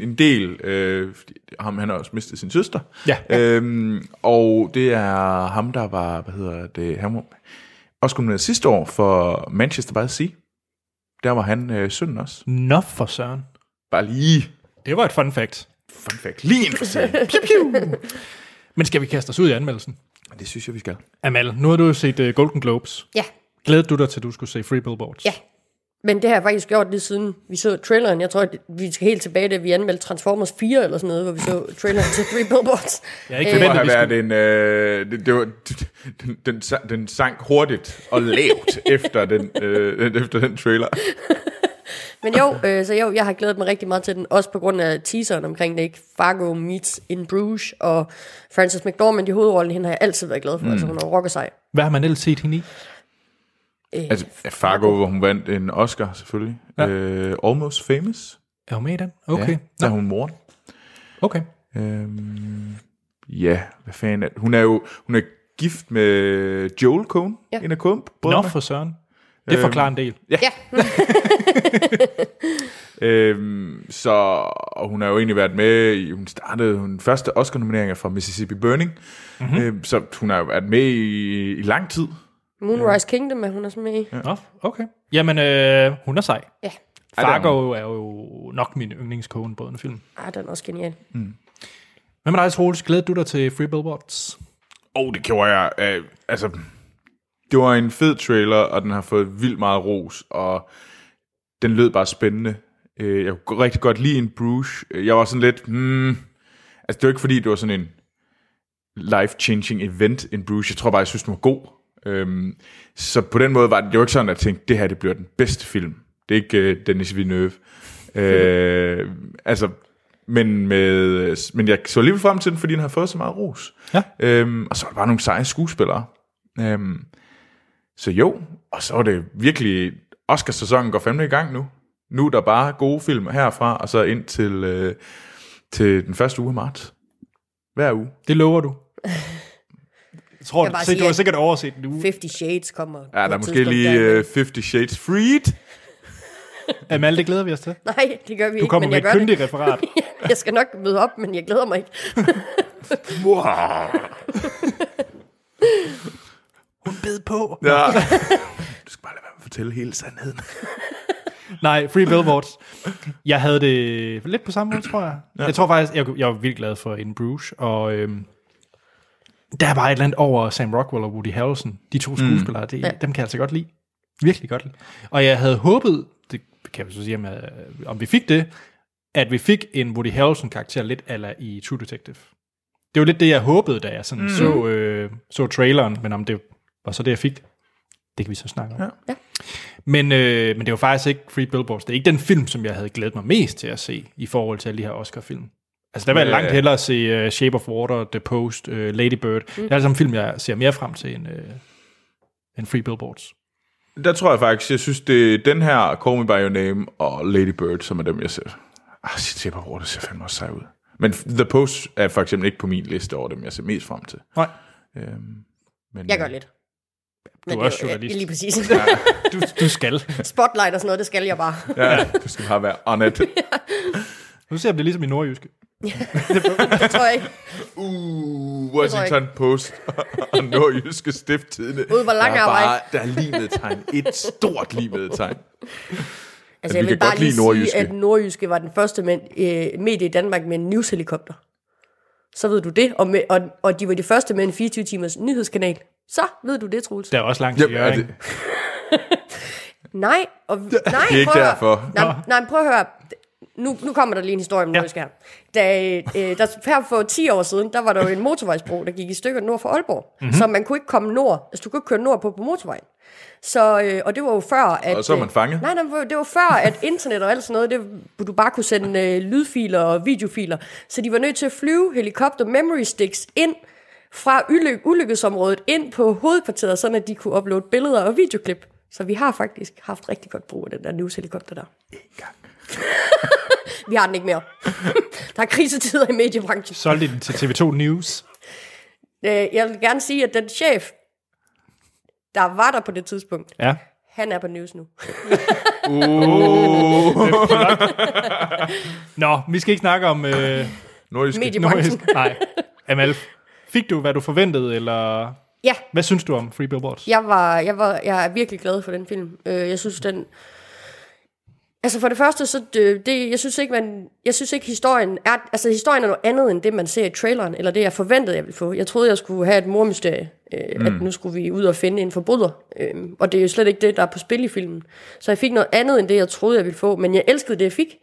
en del, øh, fordi ham, han har også mistet sin søster.
Ja.
Øhm, og det er ham, der var, hvad hedder det, han var også kommet sidste år for Manchester by the Sea. Der var han øh, søn også.
Nå for søren.
Bare lige,
Det var et fun fact.
fun fact, lige en fortælling. Piu, piu.
Men skal vi kaste os ud i anmeldelsen?
Det synes jeg, vi skal.
Amal, nu har du jo set uh, Golden Globes.
Ja,
Glædede du dig til, at du skulle se Free Billboards?
ja. Men det har jeg faktisk gjort lige siden vi så traileren. Jeg tror, at vi skal helt tilbage, da vi anmeldte Transformers 4 eller sådan noget, hvor vi så traileren til Three Billboards.
Jeg er ikke
Øh,
Det må
forventet,
have
vi skulle...
været en... Øh, det, det var, den, den, sa- den sank hurtigt og lavt efter, den, øh, efter den trailer.
Men jo, øh, så jo, jeg har glædet mig rigtig meget til den, også på grund af teaseren omkring det, ikke? Fargo meets in Bruges, og Frances McDormand i hovedrollen, hende har jeg altid været glad for, mm. altså hun er rocker sej.
Hvad har man ellers set hende i?
Øh,
Altså, Fargo, hvor hun vandt en Oscar, selvfølgelig. Ja. Øh, Almost Famous.
Er hun med i den? Okay.
Ja, der er hun moren.
Okay.
Øhm, ja, hvad fanden er det? Hun er jo hun er gift med Joel Cohn,
Ja.
ja. en af Coen.
Nå for søren. Det forklarer en del.
Ja,
Øhm, så og hun har jo egentlig været med i, hun startede hun første Oscar-nominering er fra Mississippi Burning, mm-hmm. øhm, så hun har jo været med i, i lang tid.
Moonrise Kingdom er hun også med i.
Nå, okay. Jamen, øh, hun er sej.
Ja,
Ej, det er
Fargo er jo nok min yndlingskogen både film.
ah, den er også genial.
Hvad med dig, Troels? Glæder du dig til Free Billboards?
Åh, oh, det gjorde jeg. Øh, altså, det var en fed trailer, og den har fået vildt meget ros, og den lød bare spændende. Øh, Jeg kunne rigtig godt lide en Bruges. Jeg var sådan lidt, hmm... Altså, det var ikke fordi, det var sådan en life-changing event in Bruges. Jeg tror bare, jeg synes, den var god. Øhm, så på den måde var det, det var ikke sådan, at jeg tænkte, det her det bliver den bedste film. Det er ikke øh, Dennis Villeneuve. Øh, altså, men, med, men jeg så alligevel frem til den, fordi den har fået så meget ros. Ja. Øhm, og så var der bare nogle seje skuespillere. Øhm, så jo, og så er det virkelig... Oscarsæsonen går fandme i gang nu. Nu er der bare gode film herfra, og så ind til, øh, til den første uge af marts. Hver uge.
Det lover du. Jeg tror,
Jeg vil bare
se,
sige,
du har
at-
sikkert overset den uge.
50 Shades kommer. på
Ja, der er
et
måske
tidspunkt
lige
der.
øh, 50 Shades Freed.
Amalie, det glæder vi os til.
Nej, det gør vi
Du
ikke,
kommer
men jeg
med et
gør det.
kyndigt referat.
jeg skal nok møde op, men jeg glæder mig ikke.
Hun bed på.
Ja. Du skal bare lade være med at fortælle hele sandheden.
Nej, Free Billboards. Jeg havde det lidt på samme måde, tror jeg. Ja. Jeg tror faktisk, jeg, jeg var vildt glad for In Bruges, og øhm, der er bare et eller andet over Sam Rockwell og Woody Harrelson. De to skuespillere, det,
Ja.
dem kan jeg altså godt lide. Virkelig godt lide. Og jeg havde håbet, det kan jeg så sige, om, jeg, om vi fik det, at vi fik en Woody Harrelson-karakter lidt ala i True Detective. Det var lidt det, jeg håbede, da jeg sådan
Mm.
mm. så, øh, så traileren, men om det var så det, jeg fik, det kan vi så snakke om. Ja.
Ja.
Men, øh, men det var faktisk ikke Free Billboards. Det er ikke den film, som jeg havde glædet mig mest til at se i forhold til alle de her Oscar-film. Altså, der var jeg
Ja,
langt
ja.
hellere se uh, Shape of Water, The Post, uh, Lady Bird. Mm. Det er altså en film, jeg ser mere frem til end, uh, end Free Billboards.
Der tror jeg faktisk, jeg synes, det er den her Call Me By Your Name og Lady Bird, som er dem, jeg ser. Ah, sit tæppe over, det ser fandme også sej ud. Men The Post er for eksempel ikke på min liste over dem, jeg ser mest frem til.
Nej.
Øhm, men,
Jeg gør lidt.
er
det
også
jo-
journalist.
Lige præcis.
Ja,
du, du skal.
Spotlight og sådan noget, det skal jeg bare.
Ja, du skal bare være on it.
Nu ser jeg det ligesom i nordjyske.
det tror jeg ikke.
Uh,
Det tror jeg
Washington Post og Nordjyske Stifttidene.
Ud, hvor lang
der er
er
bare,
vejen?
Der er limedetegn. Et stort limedetegn.
Altså, jeg vil
vi kan
bare
godt
lige
lide nordjyske.
sige, at Nordjyske var den første med, øh, medie i Danmark med en nyhedshelikopter. Så ved du det. Og, med, og, og de var de første med en 24-timers nyhedskanal. Så ved du det, Troels.
Der er også langt til Jørgen.
det,
Nej, og, nej, det
er ikke
prøv at høre.
derfor.
Nej,
Nå.
nej, men prøv at høre. Nu, nu kommer der lige en historie om ja. her. Da, øh, der, her for 10 år siden, der var der jo en motorvejsbro, der gik i stykker nord for Aalborg. Mm-hmm.
Mhm.
Så man kunne ikke komme nord. Altså, du kunne ikke køre nord på, på motorvejen. Så, øh, og det var jo før, at...
Og så er man
øh,
fanget.
Nej, nej, men det var før, at internet og alt sådan noget, det, du bare kunne sende øh, lydfiler og videofiler. Så de var nødt til at flyve helikopter memory sticks ind fra ulyk- ulykkesområdet ind på hovedkvarteret, sådan at de kunne uploade billeder og videoklip. Så vi har faktisk haft rigtig godt brug af den der newshelikopter der. En gang. vi har den ikke mere. der er krisetider i mediebranchen.
Solgte den til TV2 News.
Øh, Jeg vil gerne sige, at den chef, der var der på det tidspunkt,
Ja.
han er på news nu.
Nå, vi skal ikke snakke om... Øh,
Nordiske.
Mediebranchen.
Nej. Amal, fik du, hvad du forventede, eller...
Ja.
Hvad synes du om Free Billboards?
Jeg, var, jeg, var, jeg er virkelig glad for den film. Øh, jeg synes, den... Altså for det første, så det, det, jeg synes ikke, man, jeg synes ikke historien er, altså historien er noget andet end det, man ser i traileren, eller det, jeg forventede, jeg ville få. Jeg troede, jeg skulle have et mormysterie, øh, mm. at
Mm.
nu skulle vi ud og finde en forbryder, øh, og det er jo slet ikke det, der er på spil i filmen. Så jeg fik noget andet end det, jeg troede, jeg ville få, men jeg elskede det, jeg fik.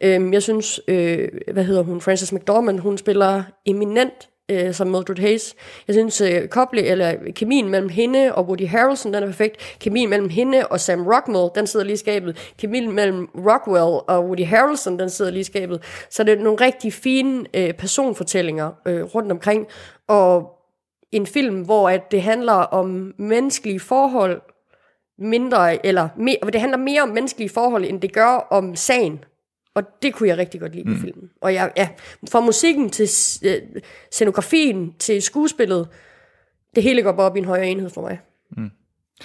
Øh, jeg synes, øh, hvad hedder hun, Frances McDormand, hun spiller eminent øh, som Mildred Hayes. Jeg synes, øh, koble, eller kemien mellem hende og Woody Harrelson, den er perfekt. Kemien mellem hende og Sam Rockwell, den sidder lige i skabet. Kemien mellem Rockwell og Woody Harrelson, den sidder lige i skabet. Så det er nogle rigtig fine øh, personfortællinger øh, rundt omkring. Og en film, hvor at det handler om menneskelige forhold, mindre, eller me, det handler mere om menneskelige forhold, end det gør om sagen. Og det kunne jeg rigtig godt lide mm. i
Mm.
filmen. Og jeg, ja, fra musikken til s- øh, scenografien til skuespillet, det hele går bare op i en højere enhed for mig.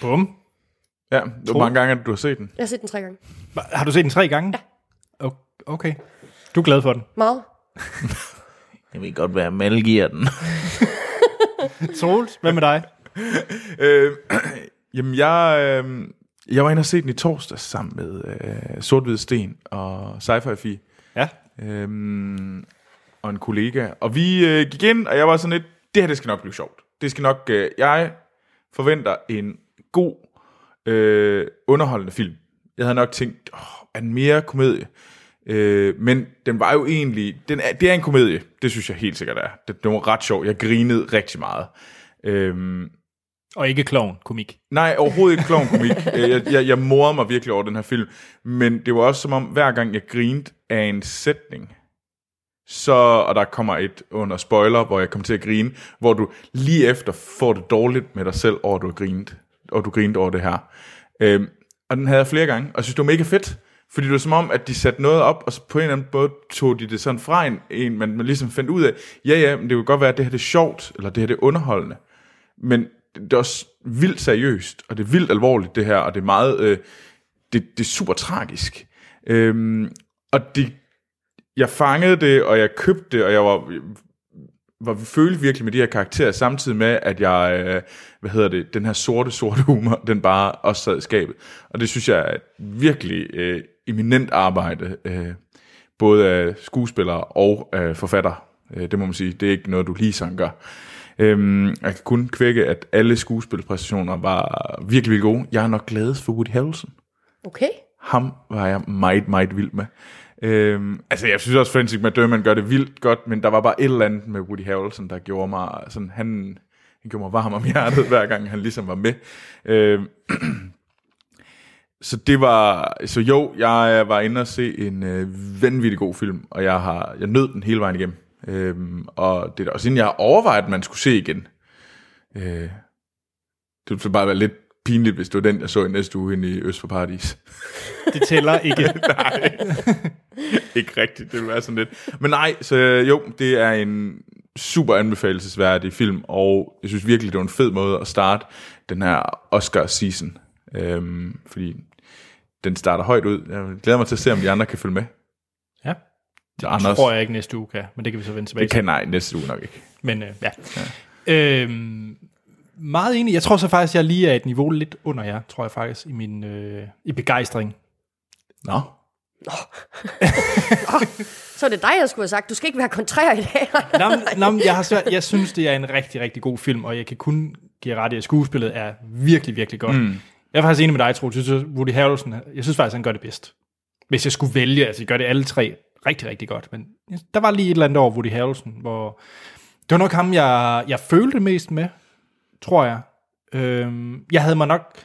Bum.
Ja, hvor mange gange er det, du har set den?
Jeg har set den tre gange.
Har du set den tre gange? Ja. Okay. Du er glad for den.
Meget.
Jeg ved godt, hvad Amal giver den.
Troels, hvad med dig?
øh, jamen, jeg, øh, jeg var inde og se den i torsdags sammen med øh, sort Hvid Sten og Sci-Fi Fi.
Ja.
Øhm, og en kollega. Og vi øh, gik ind, og jeg var sådan lidt, det her det skal nok blive sjovt. Det skal nok, øh, jeg forventer en god, øh, underholdende film. Jeg havde nok tænkt, åh, er den mere komedie? Øh, men den var jo egentlig, den er, det er en komedie, det synes jeg helt sikkert er. Den, den var ret sjov, jeg grinede rigtig meget. Øhm,
Og ikke klovn komik.
Nej, overhovedet ikke klovnkomik. Øh, jeg, jeg, jeg morede mig virkelig over den her film. Men det var også som om, hver gang jeg grinede af en sætning, så, og der kommer et under spoiler, hvor jeg kom til at grine, hvor du lige efter får det dårligt med dig selv over, at du har grinet, og du grinede over det her. Øhm, og den havde jeg flere gange, og jeg synes, det var mega fedt, fordi det var som om, at de satte noget op, og så på en eller anden måde tog de det sådan fra en, en man, man ligesom fandt ud af, ja ja, men det kunne godt være, at det her det er sjovt, eller det her det er underholdende, men det er også vildt seriøst, og det er vildt alvorligt det her, og det er meget, øh, det, det er super tragisk. Øhm, og det, jeg fangede det, og jeg købte det, og jeg var, var følte virkelig med de her karakterer, samtidig med, at jeg, øh, hvad hedder det, den her sorte, sorte humor, den bare også sad i skabet. Og det synes jeg er et virkelig øh, eminent arbejde, øh, både af skuespillere og af forfatter. Øh, det må man sige, det er ikke noget, du lige sådan gør. Øhm, jeg kan kun kvække, at alle skuespilpræstationer var virkelig, virkelig gode. Jeg er nok gladest for Woody Harrelson.
Okay.
Ham var jeg meget, meget vild med. Øhm, altså, jeg synes også, Francis McDermott gør det vildt godt, men der var bare et eller andet med Woody Harrelson, der gjorde mig sådan, han, han gjorde mig varm om hjertet, hver gang han ligesom var med. Øhm, så det var, så jo, jeg var inde og se en øh, vanvittig god film, og jeg har, jeg nød den hele vejen igennem. Øhm, og det er da også inden jeg har overvejet, at man skulle se igen. Øh, det ville bare være lidt pinligt, hvis det var den, jeg så i næste uge inde i Øst for Paradis.
Det tæller ikke.
nej, ikke rigtigt. Det ville være sådan lidt. Men nej, så øh, jo, det er en super anbefalesværdig film, og jeg synes virkelig, det var en fed måde at starte den her Oscar-season. Øhm, fordi den starter højt ud. Jeg glæder mig til at se, om de andre kan følge med.
Ja. Det
Anders.
tror jeg ikke næste uge kan, men det kan vi så vende tilbage
Det kan nej, næste uge nok ikke.
Men øh, ja. ja. Øhm, meget enig. Jeg tror så faktisk, jeg lige er et niveau lidt under jer, tror jeg faktisk, i min øh, i begejstring.
Nå.
Så er det dig, jeg skulle have sagt. Du skal ikke være kontrær i dag.
Nå, men- nå, men jeg, har svært, jeg synes, det er en rigtig, rigtig god film, og jeg kan kun give jer ret i, at skuespillet er virkelig, virkelig godt.
Mm.
Mm. Jeg er faktisk enig med dig, Troels. Jeg synes, Woody Harrelson, jeg synes faktisk, han gør det bedst. Hvis jeg skulle vælge, altså de gør det alle tre rigtig, rigtig godt, men der var lige et eller andet over Woody Harrelson, hvor det var nok ham, jeg, jeg følte mest med, tror jeg. Øhm, jeg havde mig nok...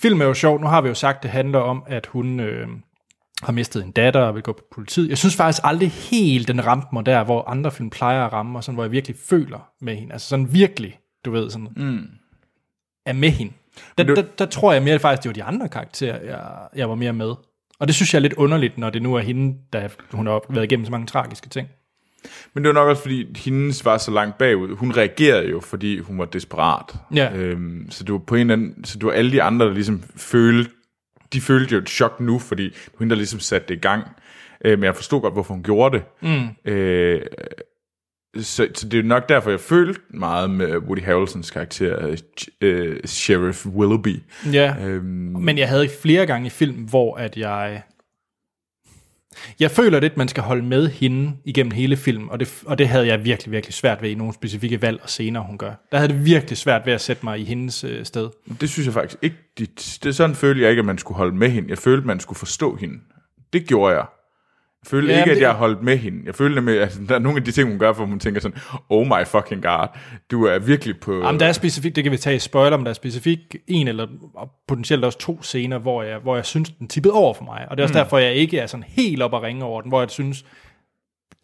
Film er jo sjov, nu har vi jo sagt, det handler om, at hun øh, har mistet en datter og vil gå på politiet. Jeg synes faktisk aldrig helt, den ramte mig der, hvor andre film plejer at ramme mig, sådan, hvor jeg virkelig føler med hende. Altså sådan virkelig, du ved, sådan,
Mm.
er med hende. Der, der, der tror jeg mere faktisk, det var de andre karakterer, jeg, jeg var mere med. Og det synes jeg er lidt underligt, når det nu er hende, der hun har været igennem så mange tragiske ting.
Men det var nok også, fordi hendes var så langt bagud. Hun reagerede jo, fordi hun var desperat.
Ja.
Øhm, så det var på en eller anden, så det var alle de andre, der ligesom følte, de følte jo et chok nu, fordi det var hende, der ligesom satte det i gang. Øh, men jeg forstod godt, hvorfor hun gjorde det.
Mm.
Øh, så, så det er nok derfor, jeg følte meget med Woody Harrelsons karakter, øh, øh, Sheriff Willoughby.
Ja.
Øhm,
Men jeg havde flere gange i film, hvor at jeg... Jeg føler lidt, man skal holde med hende igennem hele filmen, og det, og det havde jeg virkelig, virkelig svært ved i nogle specifikke valg og scener, hun gør. Der havde det virkelig svært ved at sætte mig i hendes øh, sted.
Det synes jeg faktisk ikke. De, det, sådan følte jeg ikke, at man skulle holde med hende. Jeg følte, man skulle forstå hende. Det gjorde jeg. Jeg følte
Ja,
ja, ikke,
men
at
det-
jeg holdt med hende. Jeg følte nemlig, at der er nogle af de ting, hun gør, hvor hun tænker sådan, oh my fucking god, du er virkelig på...
Jamen, der er specifikt, det kan vi tage i spoiler, men der er specifikt en eller og potentielt også to scener, hvor jeg, hvor jeg synes, den tippede over for mig. Og det er også
Mm.
mm. derfor, jeg ikke er sådan helt op at ringe over den, hvor jeg synes,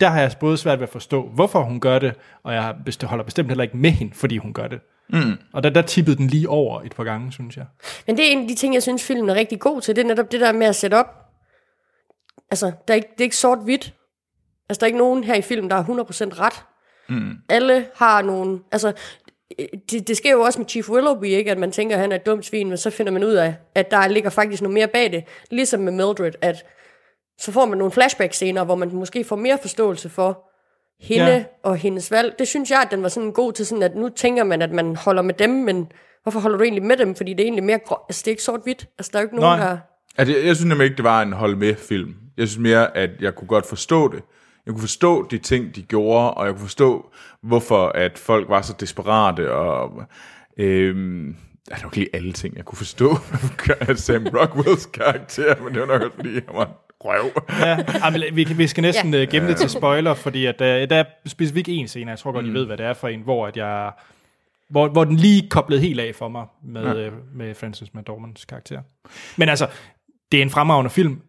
der har jeg både svært ved at forstå, hvorfor hun gør det, og jeg best- holder bestemt heller ikke med hende, fordi hun gør det.
Mm.
Og der, der tippede den lige over et par gange, synes jeg.
Men det er en af de ting, jeg synes, filmen er rigtig god til. Det er netop det der med at sætte op. Altså, der er ikke, det er ikke sort-hvidt. Altså, der er ikke nogen her i filmen, der har 100% ret.
Mm.
Alle har nogle... Altså, det, det sker jo også med Chief Willoughby, ikke? At man tænker, at han er et dumt svin, men så finder man ud af, at der ligger faktisk noget mere bag det. Ligesom med Mildred, at så får man nogle flashback-scener, hvor man måske får mere forståelse for hende
Ja.
ja. og hendes valg. Det synes jeg, at den var sådan god til, sådan at nu tænker man, at man holder med dem, men hvorfor holder du egentlig med dem? Fordi det er egentlig mere grå... Altså, det er ikke sort-hvidt. Altså, der er jo ikke nogen,
Nej.
der...
Altså, jeg, jeg synes nemlig ikke, det var en hold med film. Jeg synes mere, at jeg kunne godt forstå det. Jeg kunne forstå de ting, de gjorde, og jeg kunne forstå, hvorfor at folk var så desperate. Og, øhm, Der er nok ikke alle ting, jeg kunne forstå af Sam Rockwells karakter, men det var nok også, fordi han var en røv.
Ja, ej, men vi, vi skal næsten
Ja.
ja. gemme det
Ja.
til spoiler, fordi at, øh, der er specifikt en scene, og jeg tror godt, mm. I ved, hvad det er for en, hvor, at jeg, hvor, hvor den lige koblede helt af for mig med,
Ja.
ja. øh, med Francis McDormands karakter. Men altså, det er en fremragende film.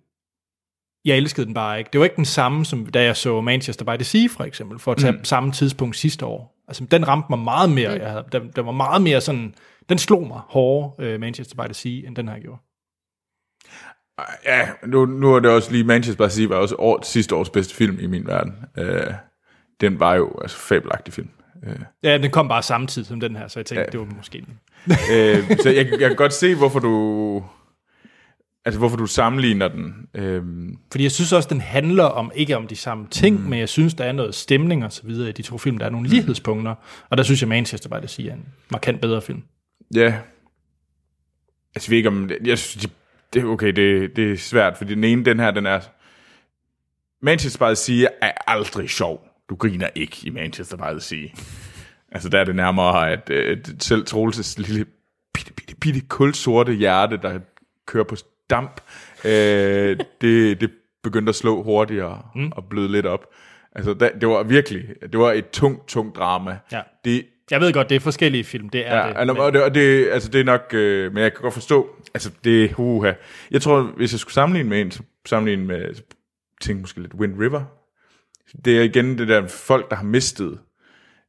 Jeg elskede den bare ikke. Det var ikke den samme, som da jeg så Manchester by the Sea, for eksempel, for at tage
Mm.
mm. samme tidspunkt sidste år. Altså, den ramte mig meget mere. Jeg havde, den, den var meget mere sådan... Den slog mig hårdere, øh, Manchester by the Sea, end den her gjorde.
Ja, nu, nu er det også lige Manchester by the Sea var også år, sidste års bedste film i min verden. Øh, den var jo altså fabelagtig film. Øh,
Ja, den kom bare samtidig som den her, så jeg tænkte, ja. det var måske den.
øh, så jeg, jeg kan godt se, hvorfor du altså hvorfor du sammenligner den. Øh,
Fordi jeg synes også, den handler om ikke om de samme ting, mm. men jeg synes, der er noget stemning og så videre i de to film. Der er nogle lighedspunkter, og der synes jeg, Manchester by the Sea er en markant bedre film.
ja. Altså, jeg ved ikke om... Jeg synes, de, det, okay, det, det er svært, fordi den ene, den her, den er... Manchester by the Sea er aldrig sjov. Du griner ikke i Manchester by the Sea. Altså, der er det nærmere, at øh, selv Troelses lille bitte, bitte, bitte kulsorte hjerte, der kører på damp, øh, det, det begyndte at slå hurtigere mm. og bløde lidt op. Altså, der, det var virkelig, det var et tungt, tungt drama.
Ja.
Det,
Jeg ved godt, det er forskellige film, det er
Ja,
det.
det, og, det, og det, altså, det er nok, øh, men jeg kan godt forstå, altså det, huha. Jeg tror, hvis jeg skulle sammenligne med en, så sammenligne med, så tænk måske lidt Wind River. Det er igen det der folk, der har mistet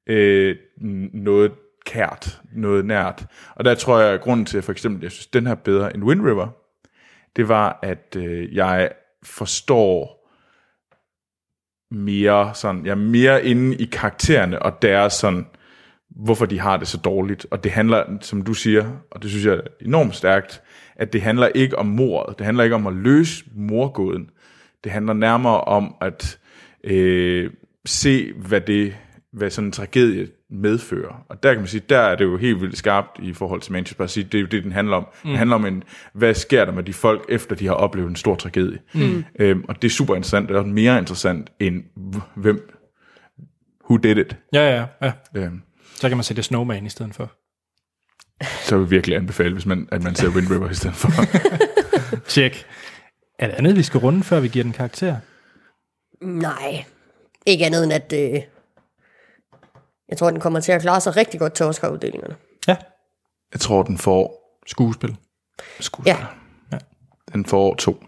øh, n- noget kært, noget nært. Og der tror jeg, at grunden til, at for eksempel, jeg synes, den her er bedre end Wind River, det var, at øh, jeg forstår mere sådan, jeg er mere inde i karaktererne og deres sådan, hvorfor de har det så dårligt. Og det handler, som du siger, og det synes jeg er enormt stærkt, at det handler ikke om mordet. Det handler ikke om at løse morgåden. Det handler nærmere om at øh, se, hvad det hvad sådan en tragedie medfører. Og der kan man sige, der er det jo helt vildt skarpt i forhold til Manchester by the Sea. Det er jo det, den handler om. Mm. Den
Mm.
handler om, en, hvad sker der med de folk, efter de har oplevet en stor tragedie.
Mm.
Øhm, og det er super interessant, og det er også mere interessant end, hv- hvem, who did it.
Ja, ja, ja.
Øhm,
Så kan man se The Snowman i stedet for.
så vil jeg virkelig anbefale, hvis man, at man ser Wind River i stedet for.
Tjek. Er der andet, vi skal runde, før vi giver den karakter?
Nej, ikke andet end at... Øh, jeg tror, den kommer til at klare sig rigtig godt til Oscar-uddelingerne.
jeg tror, den får...
Skuespil.
Ja,
Den får to.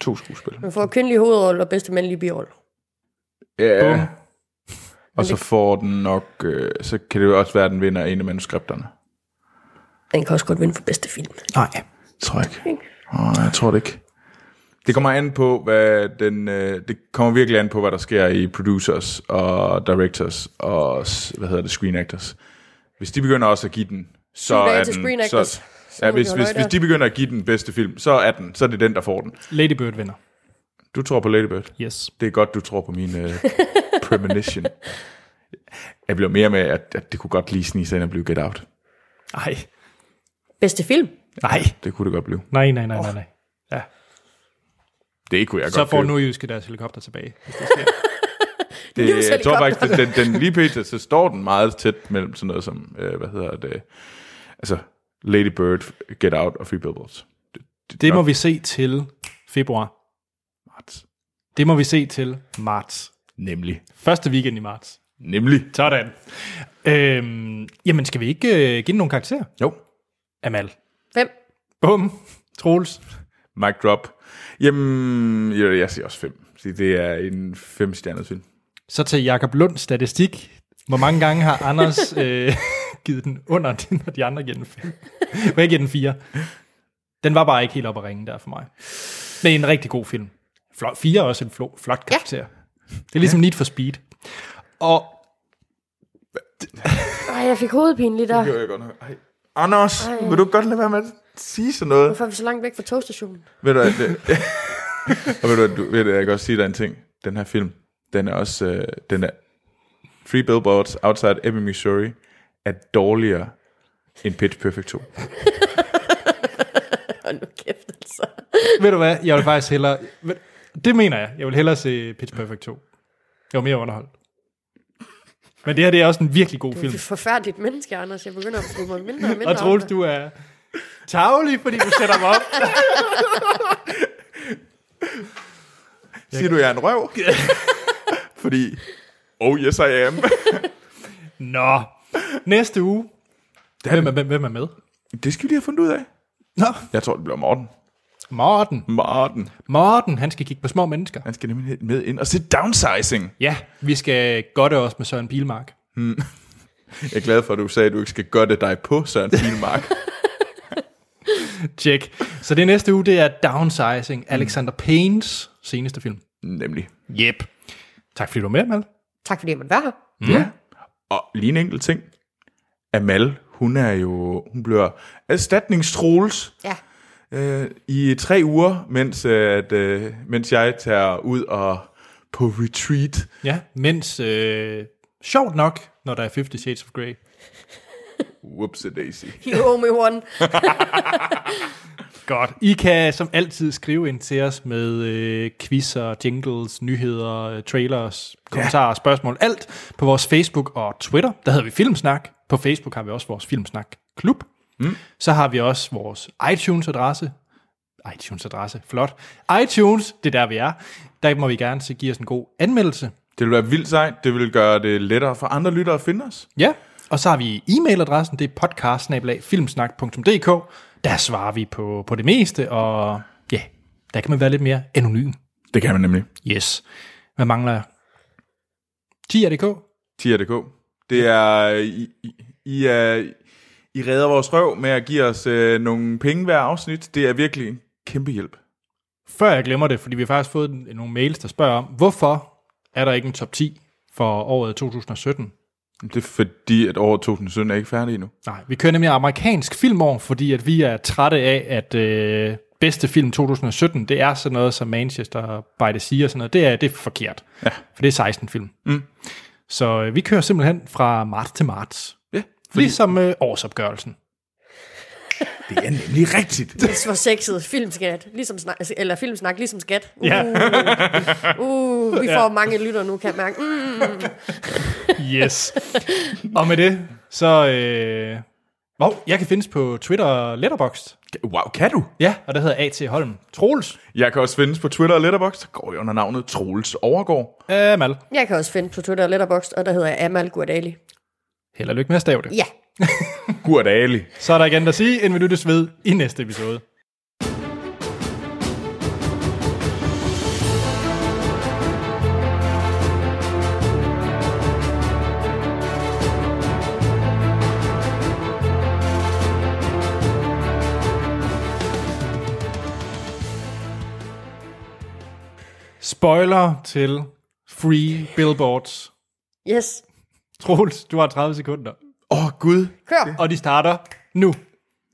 To skuespil.
man får kvindelige hovedrolle og bedste mandlige birolle.
Ja.
Bum.
Og så får den nok... Øh, så kan det jo også være, at den vinder en af manuskripterne.
Den kan også godt vinde for bedste film.
Nej.
Tror jeg ikke. Oh, jeg tror det ikke. Det kommer an på, hvad den... Øh, det kommer virkelig an på, hvad der sker i producers og directors og, s- hvad hedder det, screen actors. Hvis de begynder også at give den, så
Tilbage
er
til
den...
screen actors.
Så,
Så
ja,
må vi
hvis,
holde
hvis,
øje
hvis
der.
de begynder at give den bedste film, så er den, så er det den, der får den.
Lady Bird vinder.
Du tror på Lady Bird?
Yes.
Det er godt, du tror på min uh, premonition. Jeg bliver mere med, at, at det kunne godt lige snige sig ind og blive Get Out.
Nej.
Bedste film?
Nej.
Det kunne det godt blive.
Nej, nej, nej, nej, nej. Ja.
Det kunne jeg
Så
godt
får
købe.
nordjyske deres helikopter tilbage. hvis det
Det, jeg tror faktisk, at
Livshelikopterne.
den, den lige pt. så står den meget tæt mellem sådan noget som, øh, hvad hedder det, altså Lady Bird, Get Out og Free Billboards.
Det må vi se til februar.
Marts.
Det må vi se til marts.
Nemlig.
Første weekend i marts.
Nemlig.
Sådan. Øhm, jamen, skal vi ikke øh, give den nogle karakterer?
Jo.
Amal.
Fem.
Bum. Troels.
Mic drop. Jamen, jeg, jeg siger også fem. Så Det er en femstjernet film.
Så til Jakob Lund statistik. Hvor mange gange har Anders øh, givet den under den, og de andre giver den fem? Må jeg give den fire? Den var bare ikke helt op at ringe der for mig. Men en rigtig god film. Flot, fire er også en flot, flot karakter. Ja. Det er ligesom Need for Speed. Og
Ej, jeg fik hovedpine lige der.
Det gjorde jeg godt nok. Ej. Anders,
Ej.
vil du godt lade være med at sige sådan noget?
Hvorfor er vi så langt væk fra togstationen?
Ved du, at det, og ved du, at du, ved du, at jeg kan også sige dig en ting. Den her film, den er også, øh, den er Three Billboards Outside Ebbing, Missouri, er dårligere end Pitch Perfect 2.
Hold nu kæft, altså.
Ved du hvad, jeg vil faktisk hellere... ved- Det mener jeg. Jeg vil hellere se Pitch Perfect 2. Jeg var mere underholdt. Men det her det er også en virkelig god
Du er
film.
et forfærdeligt menneske, Anders. Jeg begynder at bruge mig mindre og mindre.
Og Troels, du er tavlig, fordi du sætter mig op.
Siger du, jeg er en røv? Fordi, oh yes I am.
Nå, næste uge. Hvem er, hvem, hvem er med?
Det skal vi lige have fundet ud af.
Nå.
Jeg tror, det bliver Morten.
Morten.
Morten.
Morten, han skal kigge på små mennesker.
Han skal nemlig med ind og se downsizing.
Ja, vi skal godte os med Søren Bilmark.
Hmm. Jeg er glad for, at du sagde, at du ikke skal gøre det dig på, Søren Pilmark.
Tjek. Så det næste uge, det er Downsizing, Alexander Paynes seneste film.
Nemlig.
Yep. Tak fordi du var med, Mal.
Tak fordi jeg måtte være her.
Mm. Ja.
Og lige en enkelt ting. Amal, hun er jo, hun bliver erstatningstroles
Ja.
øh, i tre uger, mens, øh, at, øh, mens jeg tager ud og på retreat.
Ja, mens øh, sjovt nok, når der er 50 Shades of Grey.
Whoops daisy.
You owe me one.
Godt. I kan som altid skrive ind til os med øh, quizzer, jingles, nyheder, øh, trailers, kommentarer, ja. spørgsmål, alt på vores Facebook og Twitter. Der hedder vi Filmsnak. På Facebook har vi også vores Filmsnak Klub. Mm. Så har vi også vores iTunes-adresse. iTunes-adresse, flot. iTunes, det er der, vi er. Der må vi gerne så give os en god anmeldelse.
Det vil være vildt sejt. Det vil gøre det lettere for andre lyttere at finde os.
Ja, og så har vi e-mailadressen, det er podcast Der svarer vi på, på det meste, og ja, der kan man være lidt mere anonym.
Det kan man nemlig.
Yes. Hvad mangler jeg? 10.dk?
Tia.dk. Det er, I, I, I, er, I redder vores røv med at give os øh, nogle penge hver afsnit. Det er virkelig en kæmpe hjælp.
Før jeg glemmer det, fordi vi har faktisk fået en- nogle mails, der spørger om, hvorfor er der ikke en top 10 for året 2017?
Det er fordi, at året 2017 er ikke færdig endnu.
Nej, vi kører nemlig amerikansk filmår, fordi at vi er trætte af, at øh, bedste film 2017, det er sådan noget som Manchester by the Sea og sådan noget. Det er, det er forkert, ja. for det er 16 film.
Mm.
Så øh, vi kører simpelthen fra marts til marts.
Ja,
fordi... Ligesom øh, årsopgørelsen.
Det er nemlig rigtigt.
Det var sexet. Filmskat. Ligesom snak, eller filmsnak, ligesom skat. Uh,
Ja.
uh, vi
Ja.
får mange lytter nu, kan jeg mærke. Mm.
Yes. og med det, så... Øh... Wow, jeg kan findes på Twitter og Letterboxd.
Wow, kan du?
Ja, og der hedder A.T. Holm. Troels.
Jeg kan også findes på Twitter og Letterboxd. Der går jeg under navnet Troels Overgaard.
Amal.
Jeg kan også finde på Twitter og Letterboxd, og der hedder jeg Amal Gurdali.
Held og lykke med at stave det.
Ja.
Gurt Ali.
Så er der igen at sige, inden vi lyttes ved i næste episode. Spoiler til Free Billboards.
Yes.
Troels, du har 30 sekunder.
Åh, oh, Gud.
Kør.
Og de starter nu.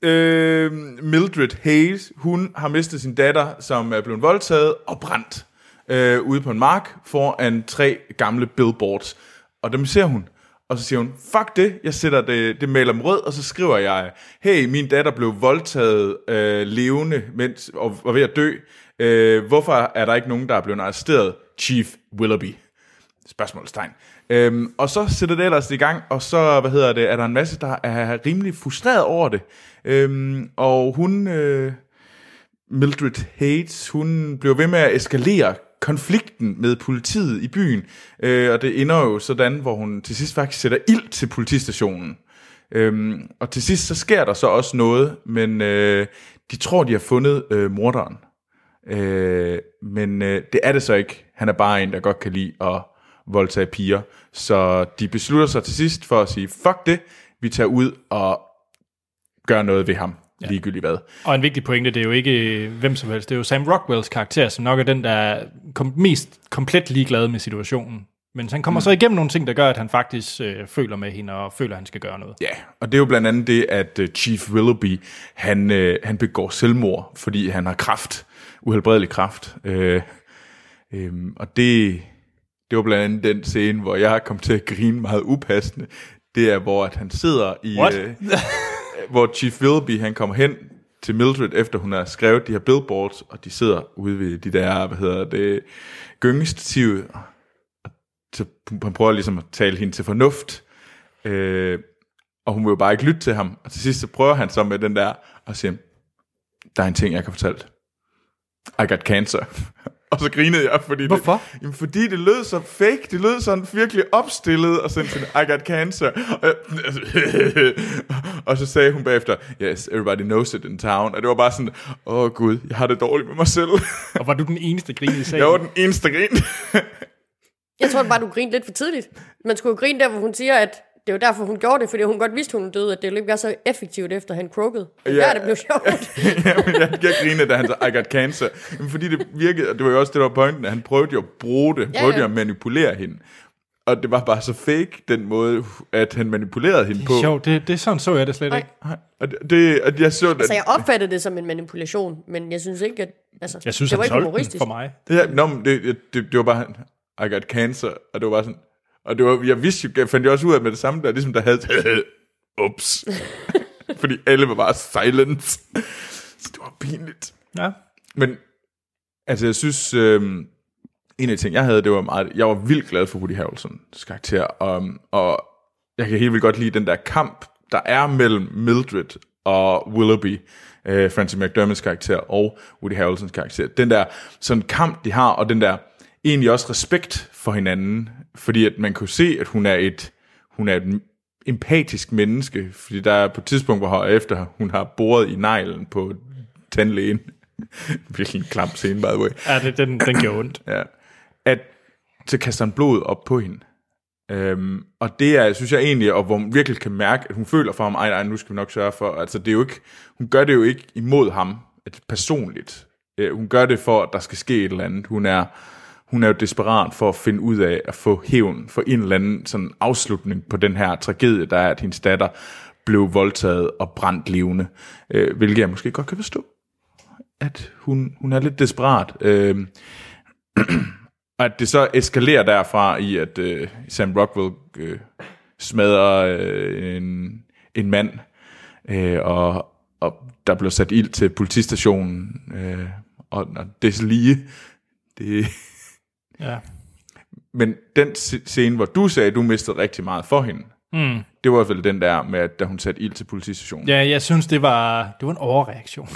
Øh, Mildred Hayes, hun har mistet sin datter, som er blevet voldtaget og brændt øh, ude på en mark foran tre gamle billboards. Og dem ser hun. Og så siger hun, fuck det, jeg sætter det, det mail om rød, og så skriver jeg, hey, min datter blev voldtaget øh, levende mens, og var ved at dø. Øh, hvorfor er der ikke nogen, der er blevet arresteret? Chief Willoughby. Spørgsmålstegn. Øhm, og så sætter det ellers i gang, og så hvad hedder det, er der en masse, der er rimelig frustreret over det. Øhm, og hun, øh, Mildred Hates, hun bliver ved med at eskalere konflikten med politiet i byen. Øh, og det ender jo sådan, hvor hun til sidst faktisk sætter ild til politistationen. Øhm, og til sidst så sker der så også noget, men øh, de tror, de har fundet øh, morderen. Øh, men øh, det er det så ikke. Han er bare en, der godt kan lide at voldtage piger. Så de beslutter sig til sidst for at sige, fuck det, vi tager ud og gør noget ved ham, ja. ligegyldigt hvad.
Og en vigtig pointe, det er jo ikke øh, hvem som helst, det er jo Sam Rockwells karakter, som nok er den, der er kom- mest komplet ligeglad med situationen. Men han kommer mm. så igennem nogle ting, der gør, at han faktisk øh, føler med hende, og føler, at han skal gøre noget.
Ja, og det er jo blandt andet det, at øh, Chief Willoughby, han, øh, han begår selvmord, fordi han har kraft, uhelbredelig kraft. Øh, øh, og det, det var blandt andet den scene, hvor jeg kom til at grine meget upassende. Det er, hvor at han sidder i... øh,
What?
hvor Chief Willoughby, han kommer hen til Mildred, efter hun har skrevet de her billboards, og de sidder ude ved de der, hvad hedder det, gyngestative, Så han prøver ligesom at tale hende til fornuft, øh, og hun vil jo bare ikke lytte til ham. Og til sidst så prøver han så med den der, og siger, der er en ting, jeg kan fortælle. I got cancer. og så grinede jeg, fordi Hvorfor? Det, jamen, fordi det lød så fake, det lød sådan virkelig opstillet, og sådan, sådan I got cancer. Og, jeg, og så sagde hun bagefter, yes, everybody knows it in town. Og det var bare sådan, åh oh, gud, jeg har det dårligt med mig selv.
og var du den eneste grin i salen?
Jeg var den eneste grin.
Jeg tror bare, du grinede lidt for tidligt. Man skulle jo grine der, hvor hun siger, at det var derfor, hun gjorde det, fordi hun godt vidste, hun døde, at det ville ikke være så effektivt, efter han croakede. Ja,
Ja.
ja det blev sjovt.
Jamen, jeg, jeg grinede, da han sagde, I got cancer. Jamen, fordi det virkede, og det var jo også det, der var pointen, at han prøvede jo at bruge det,
Ja,
prøvede
ja.
jo at manipulere hende. Og det var bare så fake, den måde, at han manipulerede hende på.
Sjovt, det, det, sådan så jeg det slet
Nej.
ikke.
Og det- det, og jeg så,
altså, jeg opfattede det som en manipulation, men jeg synes ikke, at... Altså, det var ikke humoristisk.
Ja, nå, men det, det, det, det var bare, I got cancer, og det var bare sådan, og det var, jeg vidste jo, jeg fandt jo også ud af med det samme, der ligesom der havde, ups, fordi alle var bare silent, så det var pinligt.
Ja.
Men, altså jeg synes, øh, en af de ting, jeg havde, det var meget, jeg var vildt glad for Woody Harrelsons karakter, og, og jeg kan helt vildt godt lide den der kamp, der er mellem Mildred og Willoughby, øh, Francis McDermott's karakter og Woody Harrelsons karakter. Den der sådan kamp, de har, og den der egentlig også respekt for hinanden, fordi at man kunne se, at hun er et, hun er et empatisk menneske, fordi der er på et tidspunkt, hvor efter hun har boret i neglen på tandlægen, virkelig en klam scene, by the way,
Ja, det, den, den gjorde ondt.
ja. at så kaster han blod op på hende. Øhm, og det er, synes jeg egentlig, og hvor hun virkelig kan mærke, at hun føler for ham, ej, nej, nu skal vi nok sørge for, altså det er jo ikke, hun gør det jo ikke imod ham, at personligt. Øh, hun gør det for, at der skal ske et eller andet. Hun er, hun er jo desperat for at finde ud af at få hævn for en eller anden sådan afslutning på den her tragedie, der er, at hendes datter blev voldtaget og brændt levende, øh, hvilket jeg måske godt kan forstå at hun, hun er lidt desperat. Øh, og at det så eskalerer derfra i, at øh, Sam Rockwell øh, smadrer øh, en, en mand, øh, og, og der bliver sat ild til politistationen, øh, og, og det lige. Det,
Ja.
men den sc- scene, hvor du sagde, at du mistede rigtig meget for hende,
Mm.
det var vel den der med, at da hun satte ild til politistationen.
Ja, jeg synes, det var, det var en overreaktion.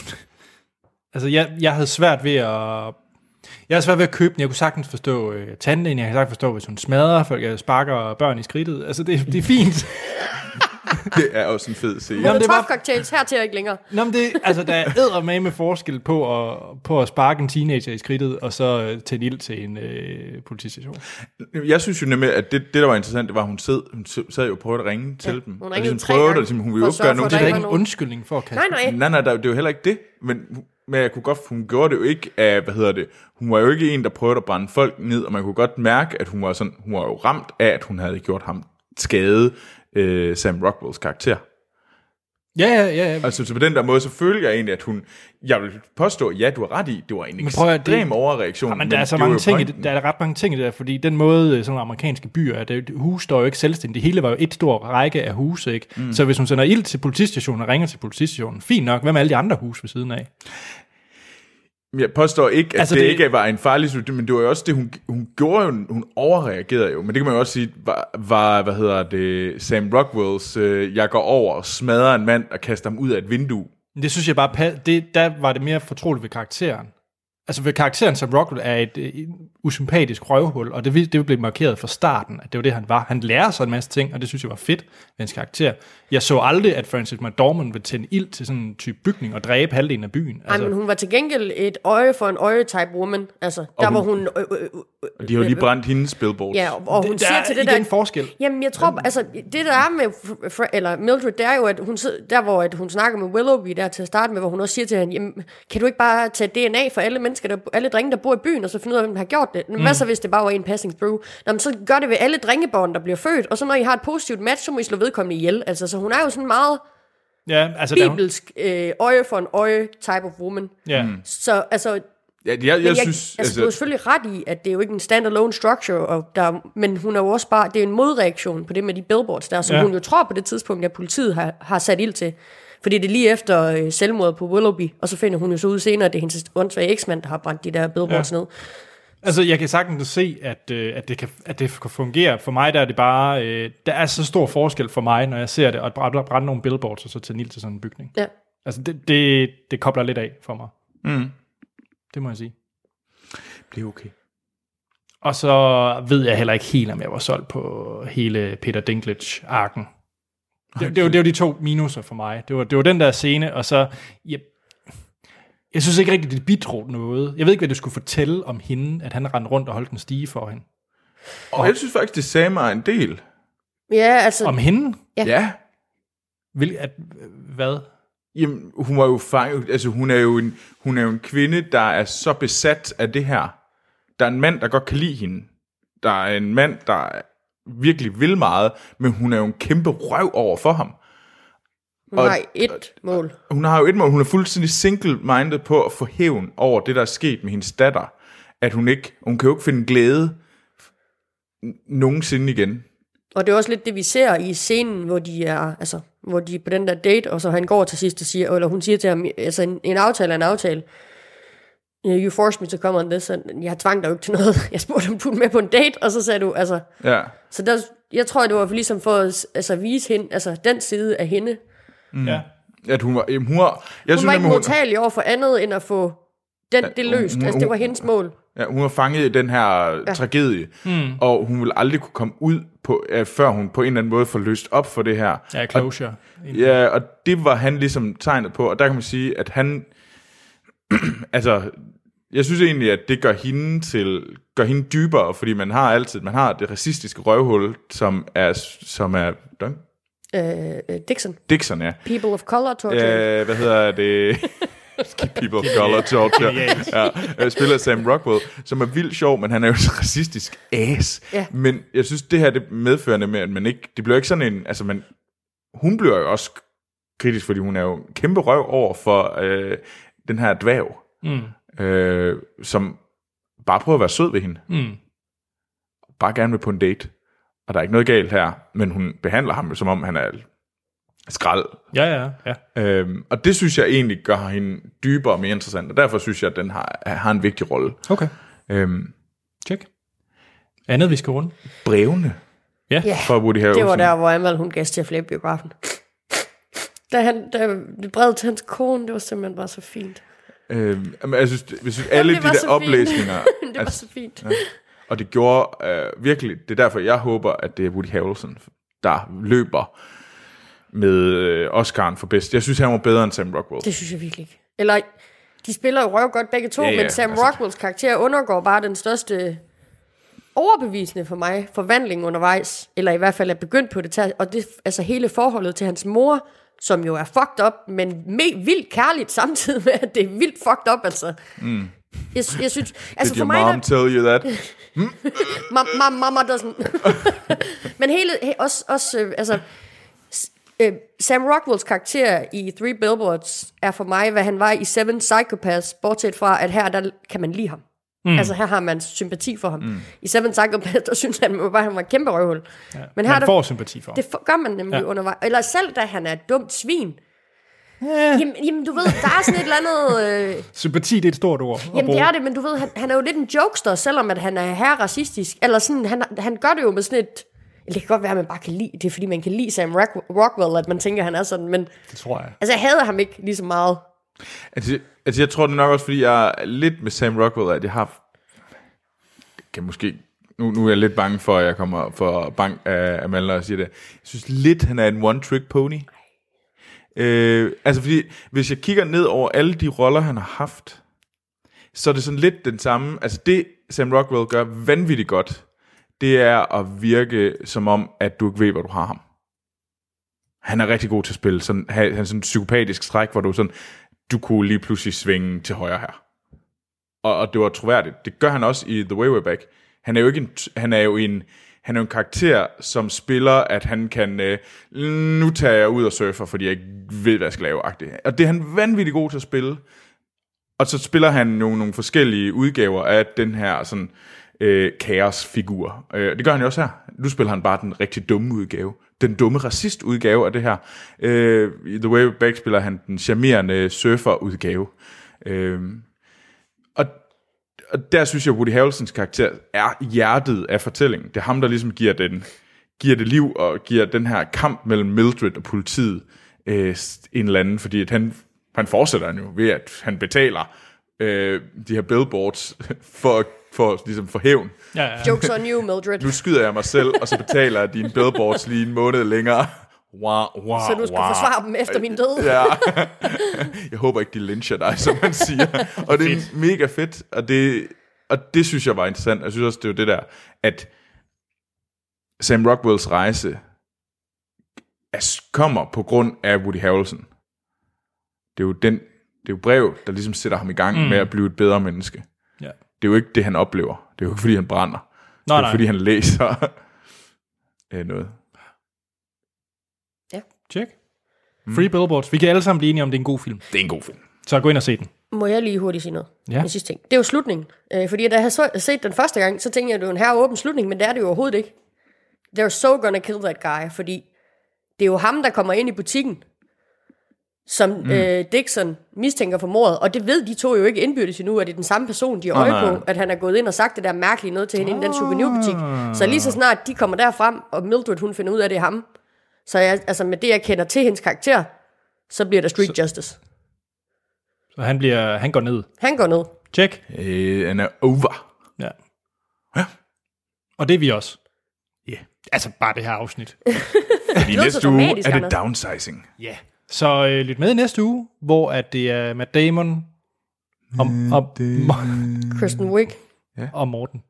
altså, jeg, jeg havde svært ved at... Jeg havde svært ved at købe den. Jeg kunne sagtens forstå øh, tanden, jeg kan sagtens forstå, hvis hun smadrer folk, jeg sparker børn i skridtet. Altså, det, det er fint.
det er også en fed scene.
Jamen, det var,
cocktails, her til ikke længere.
Nå, men det, altså, der er eddermame med forskel på at, på at sparke en teenager i skridtet, og så øh, tænde ild til en øh, politistation.
Jeg synes jo nemlig, at det, det der var interessant, det var, at hun, sad, hun sad jo og prøvede at ringe til dem. og
ringede
ligesom
tre
prøvede,
gange
og ligesom, hun
for
ville
at
jo ikke
sørge for,
gøre nogen.
at der Det er ikke ikke var en nogen. undskyldning for at kaste
Nej, nej.
Nej, nej, der, det er jo heller ikke det. Men, men jeg kunne godt, hun gjorde det jo ikke af, hvad hedder det, hun var jo ikke en, der prøvede at brænde folk ned, og man kunne godt mærke, at hun var, sådan, hun var jo ramt af, at hun havde gjort ham skade, øh, Sam Rockwells karakter.
Ja, ja, ja. ja.
Altså, så på den der måde, så føler jeg egentlig, at hun... Jeg vil påstå, ja, du har ret i, det var en
Men prøv at høre, det-
ekstrem overreaktion.
Ja, men der er så
det var
mange
jo
ting, i
pointen.
det, der er ret mange ting i det der, fordi den måde, øh, sådan nogle amerikanske byer, er, det, hus står jo ikke selvstændigt. Det hele var jo et stor række af huse, ikke?
Mm.
Mm. Så hvis hun sender ild til politistationen og ringer til politistationen, fint nok, hvad med alle de andre huse ved siden af?
Jeg påstår ikke, at altså,
Altså,
det, det
det-
ikke var en farlig situation, men det var jo også det, hun, hun gjorde jo, hun overreagerede jo, men det kan man jo også sige, var, var hvad hedder det, Sam Rockwells, øh, jeg går over og smadrer en mand og kaster ham ud af et vindue.
Men Det synes jeg bare, pa- det, der var det mere fortroligt ved karakteren. Altså ved karakteren, som Rockwell er et, øh, et usympatisk røvhul, og det, vi- det blev markeret fra starten, at det var det, han var. Han lærer sig en masse ting, og det synes jeg var fedt ved hans karakter. Jeg så aldrig, at Francis McDormand ville tænde ild til sådan en type bygning og dræbe halvdelen af byen.
Ej, men hun var til gengæld et øje for en øje-type woman. Altså, der
hun-
var hun... Øh, øh, øh,
Og de har jo lige brændt hendes billboard.
Ja, og, og hun
Der
siger
er
til det
igen
der...
forskel.
Jamen, jeg tror, altså, det der er med Fr- Fr- eller Mildred, det er jo, at hun sidder, der hvor at hun snakker med Willoughby der til at starte med, hvor hun også siger til hende, jamen, kan du ikke bare tage DNA for alle mennesker, der, alle drenge, der bor i byen, og så finde ud af, hvem der har gjort det? Men hvad
Mm.
så, hvis det bare var en passing through? Nå, men så gør det ved alle drengebørn, der bliver født, og så når I har et positivt match, så må I slå vedkommende ihjel. Altså, så hun er jo sådan meget
Ja, altså, da hun-
bibelsk øh, øje for en øje type of woman.
Ja. Mm.
Så altså,
Ja, jeg, jeg,
men
jeg synes...
altså, altså, du har selvfølgelig ret i, at det er jo ikke en standalone structure, og der, men hun er jo også bare, det er en modreaktion på det med de billboards der, som
Ja.
ja. hun jo tror på det tidspunkt, at politiet har, har sat ild til. Fordi det er lige efter øh, selvmordet på Willoughby, og så finder hun jo så ud senere, at det er hendes åndssvage eksmand, der har brændt de der billboards ja. ned.
Altså, jeg kan sagtens se, at, øh, at, det kan, at det kan fungere. For mig der er det bare, øh, der er så stor forskel for mig, når jeg ser det, og at brænde, brænde nogle billboards og så tage nil til sådan en bygning.
Ja.
Altså, det, det, det kobler lidt af for mig.
Mm.
Det må jeg sige.
Det er okay.
Og så ved jeg heller ikke helt, om jeg var solgt på hele Peter Dinklage-arken. Det, det, var, det var de to minuser for mig. Det var, det var den der scene, og så... Jeg, jeg synes ikke rigtigt, det bidrog noget. Jeg ved ikke, hvad det skulle fortælle om hende, at han rendte rundt og holdt en stige for hende.
Og jeg synes faktisk, det sagde mig en del.
Ja, altså...
Om hende?
Ja.
Ja.
Vil, at, hvad?
Jamen, hun var jo fanget, altså hun er jo, en, hun er jo en kvinde, der er så besat af det her. Der er en mand, der godt kan lide hende. Der er en mand, der virkelig vil meget, men hun er jo en kæmpe røv over for ham.
Hun
Og-
har et mål.
Hun har jo et mål, hun er fuldstændig single-minded på at få hævn over det, der er sket med hendes datter. At hun ikke, hun kan jo ikke finde glæde n- nogensinde igen.
Og det er også lidt det, vi ser i scenen, hvor de er, altså, hvor de er på den der date, og så han går til sidst og siger, eller hun siger til ham, altså en, en aftale er en aftale. Øh, You forced me to come on this, and jeg tvang dig jo ikke til noget. Jeg spurgte, om du ville med på en date, og så sagde du, altså...
Ja.
Så der, jeg tror, det var ligesom for at s- altså, vise hende, altså den side af hende.
Mm.
ja.
At hun var, jamen, hun var, jeg
hun
synes,
var ikke
nemlig,
modtagelig over for andet, end at få den, det løst.
hun-
Altså, det
hun-
var hendes mål.
Ja, hun var fanget i den her
Ja.
ja. tragedie,
Mm.
og hun vil aldrig kunne komme ud, på, uh, før hun på en eller anden måde får løst op for det her.
Ja, closure.
Og, ja, og det var han ligesom tegnet på, og der kan man sige, at han... altså, jeg synes egentlig, at det gør hende, til, gør hende dybere, fordi man har altid man har det racistiske røvhul, som er, som er Dun-
Øh, øh, Dixon.
Dixon, ja.
People of color torture.
Øh, hvad hedder det? Skip People of Color Torture.
Genialt.
ja. øh, Spiller Sam Rockwell, som er vildt sjov, men han er jo så racistisk ass.
Ja.
Men jeg synes, det her det medførende med, at man ikke... Det bliver ikke sådan en... Altså, man, hun bliver jo også kritisk, fordi hun er jo en kæmpe røv over for øh, den her dværg,
Mm.
øh, som bare prøver at være sød ved hende.
Mm.
Bare gerne vil på en date. Og der er ikke noget galt her, men hun behandler ham jo, som om han er skrald.
Ja, ja, ja.
Øhm, og det synes jeg egentlig gør hende dybere og mere interessant, og derfor synes jeg, at den har, har en vigtig rolle.
Okay.
Øhm,
Check. Andet, vi skal runde?
Brevene.
Ja.
Ja,
For Woody Harrelson.
det var der, hvor Amal hun gav til at biografen. Da han da det brede til hans kone, det var simpelthen bare så fint.
Øhm, men jeg synes, jeg synes alle
Jamen, det var
de
så
der
fint.
oplæsninger...
Det var så fint.
Ja. Og det gjorde øh, virkelig... Det er derfor, jeg håber, at det er Woody Harrelson, der løber med øh, Oscar'en for bedst. Jeg synes, han var bedre end Sam Rockwell.
Det synes jeg virkelig ikke. Eller, de spiller jo røv godt begge to,
Ja,
ja,
ja,
ja, men Sam altså.
altså-
Rockwells karakter undergår bare den største overbevisende for mig forvandling undervejs, eller i hvert fald er begyndt på det, tær- og det altså hele forholdet til hans mor, som jo er fucked up, men me- vildt kærligt samtidig med, at det er vildt fucked up, altså.
Mm.
Jeg, sy- jeg synes, altså
Did
for
your
mig, der,
mom tell you that?
Ma- ma- mamma doesn't. Men hele, he- også, også øh, altså, s- øh, Sam Rockwells karakter i Three Billboards er for mig, hvad han var i Seven Psychopaths, bortset fra, at her der kan man lide ham.
Mm.
Mm. Altså her har man sympati for ham.
Mm.
Mm. I Seven Psychopaths, der synes han jo bare, at han var et kæmpe røvhul. Ja.
man får sympati for ham.
Det for, gør man nemlig
Ja.
ja. undervejs. Eller selv da han er et dumt svin. Yeah. Jamen, jamen, du ved, der er sådan et eller andet... Øh,
Sympati, det er et stort ord. at
Jamen
bruge.
det er det, men du ved, han, han er jo lidt en jokester, selvom at han er her racistisk. Eller sådan, han, han gør det jo med sådan et... eller Det kan godt være, at man bare kan lide det, er, fordi man kan lide Sam Rock- Rockwell, at man tænker, at han er sådan, men...
Det tror jeg.
Altså, jeg hader ham ikke lige så meget.
Altså, altså, jeg tror det er nok også, fordi jeg er lidt med Sam Rockwell, at jeg har... Det kan måske... Nu, nu er jeg lidt bange for, at jeg kommer for bank af Amanda og siger det. Jeg synes lidt, han er en one-trick pony. Øh, altså, fordi hvis jeg kigger ned over alle de roller, han har haft, så er det sådan lidt den samme... Altså, det Sam Rockwell gør vanvittigt godt, det er at virke som om, at du ikke ved, hvor du har ham. Han er rigtig god til at spille. Sådan, han han er sådan en psykopatisk stræk, hvor du sådan, du kunne lige pludselig svinge til højre her. Og, og det var troværdigt. Det gør han også i The Way Way Back. Han er jo ikke en, t- han er jo en, han er jo en karakter, som spiller, at han kan, øh, nu tager jeg ud og surfer, fordi jeg ikke ved, hvad jeg skal lave. -agtigt. Og det er han vanvittigt god til at spille. Og så spiller han nogle, nogle forskellige udgaver af den her sådan, øh, kaosfigur. Øh, det gør han jo også her. Nu spiller han bare den rigtig dumme udgave. Den dumme racist-udgave af det her. Øh, I The Way Back spiller han den charmerende surfer-udgave. Øh, og, og der synes jeg, Woody Harrelsons karakter er hjertet af fortællingen. Det er ham, der ligesom giver, den, giver det liv og giver den her kamp mellem Mildred og politiet øh, en eller anden, fordi at han, han fortsætter den jo ved, at han betaler øh, de her billboards for, for, ligesom for hævn.
Ja, ja.
Jokes on you, Mildred.
Nu skyder jeg mig selv, og så betaler jeg dine billboards lige en måned længere. Wow, wow,
Så du skal
wow.
forsvare dem efter min død.
Ja. Jeg håber ikke, de lyncher dig, som man siger. Og det er mega fedt, og det, og det synes jeg var interessant. Jeg synes også, det er jo det der, at Sam Rockwells rejse er, kommer på grund af Woody Harrelson. Det er jo, den, det er jo brev, der ligesom sætter ham i gang
Mm.
mm. med at blive et bedre menneske.
Ja.
Det er jo ikke det, han oplever. Det er jo ikke, fordi han brænder. det er jo
nej.
fordi han læser øh, noget.
Check. Free Billboards. Vi kan alle sammen blive enige om, det er en god film.
Det er en god film.
Så gå ind og se den.
Må jeg lige hurtigt sige noget?
Ja.
En sidste ting. Det er jo slutningen. Øh, fordi da jeg havde så, set den første gang, så tænkte jeg, at det var en her åben slutning, men det er det jo overhovedet ikke. They're so gonna kill that guy, fordi det er jo ham, der kommer ind i butikken, som mm.
Mm.
øh, Dixon mistænker for mordet, og det ved de to jo ikke indbyrdes endnu, at det er den samme person, de har
Åh,
øje
nej.
på, at han er gået ind og sagt det der mærkelige noget til hende oh. i den souvenirbutik.
Ah.
Så lige så snart de kommer derfrem, og Mildred hun finder ud af, at det er ham, så jeg, altså med det, jeg kender til hendes karakter, så bliver der street så. justice.
Så han, bliver, han går ned.
Han går ned.
Check.
Øh, han er over.
Ja. Og det er vi også. Ja. Yeah. Altså bare det her afsnit.
Fordi næste uge er det downsizing.
Ja. Så øh, lyt med i næste uge, hvor at det er Matt Damon og, og,
Kristen Wiig.
og Morten.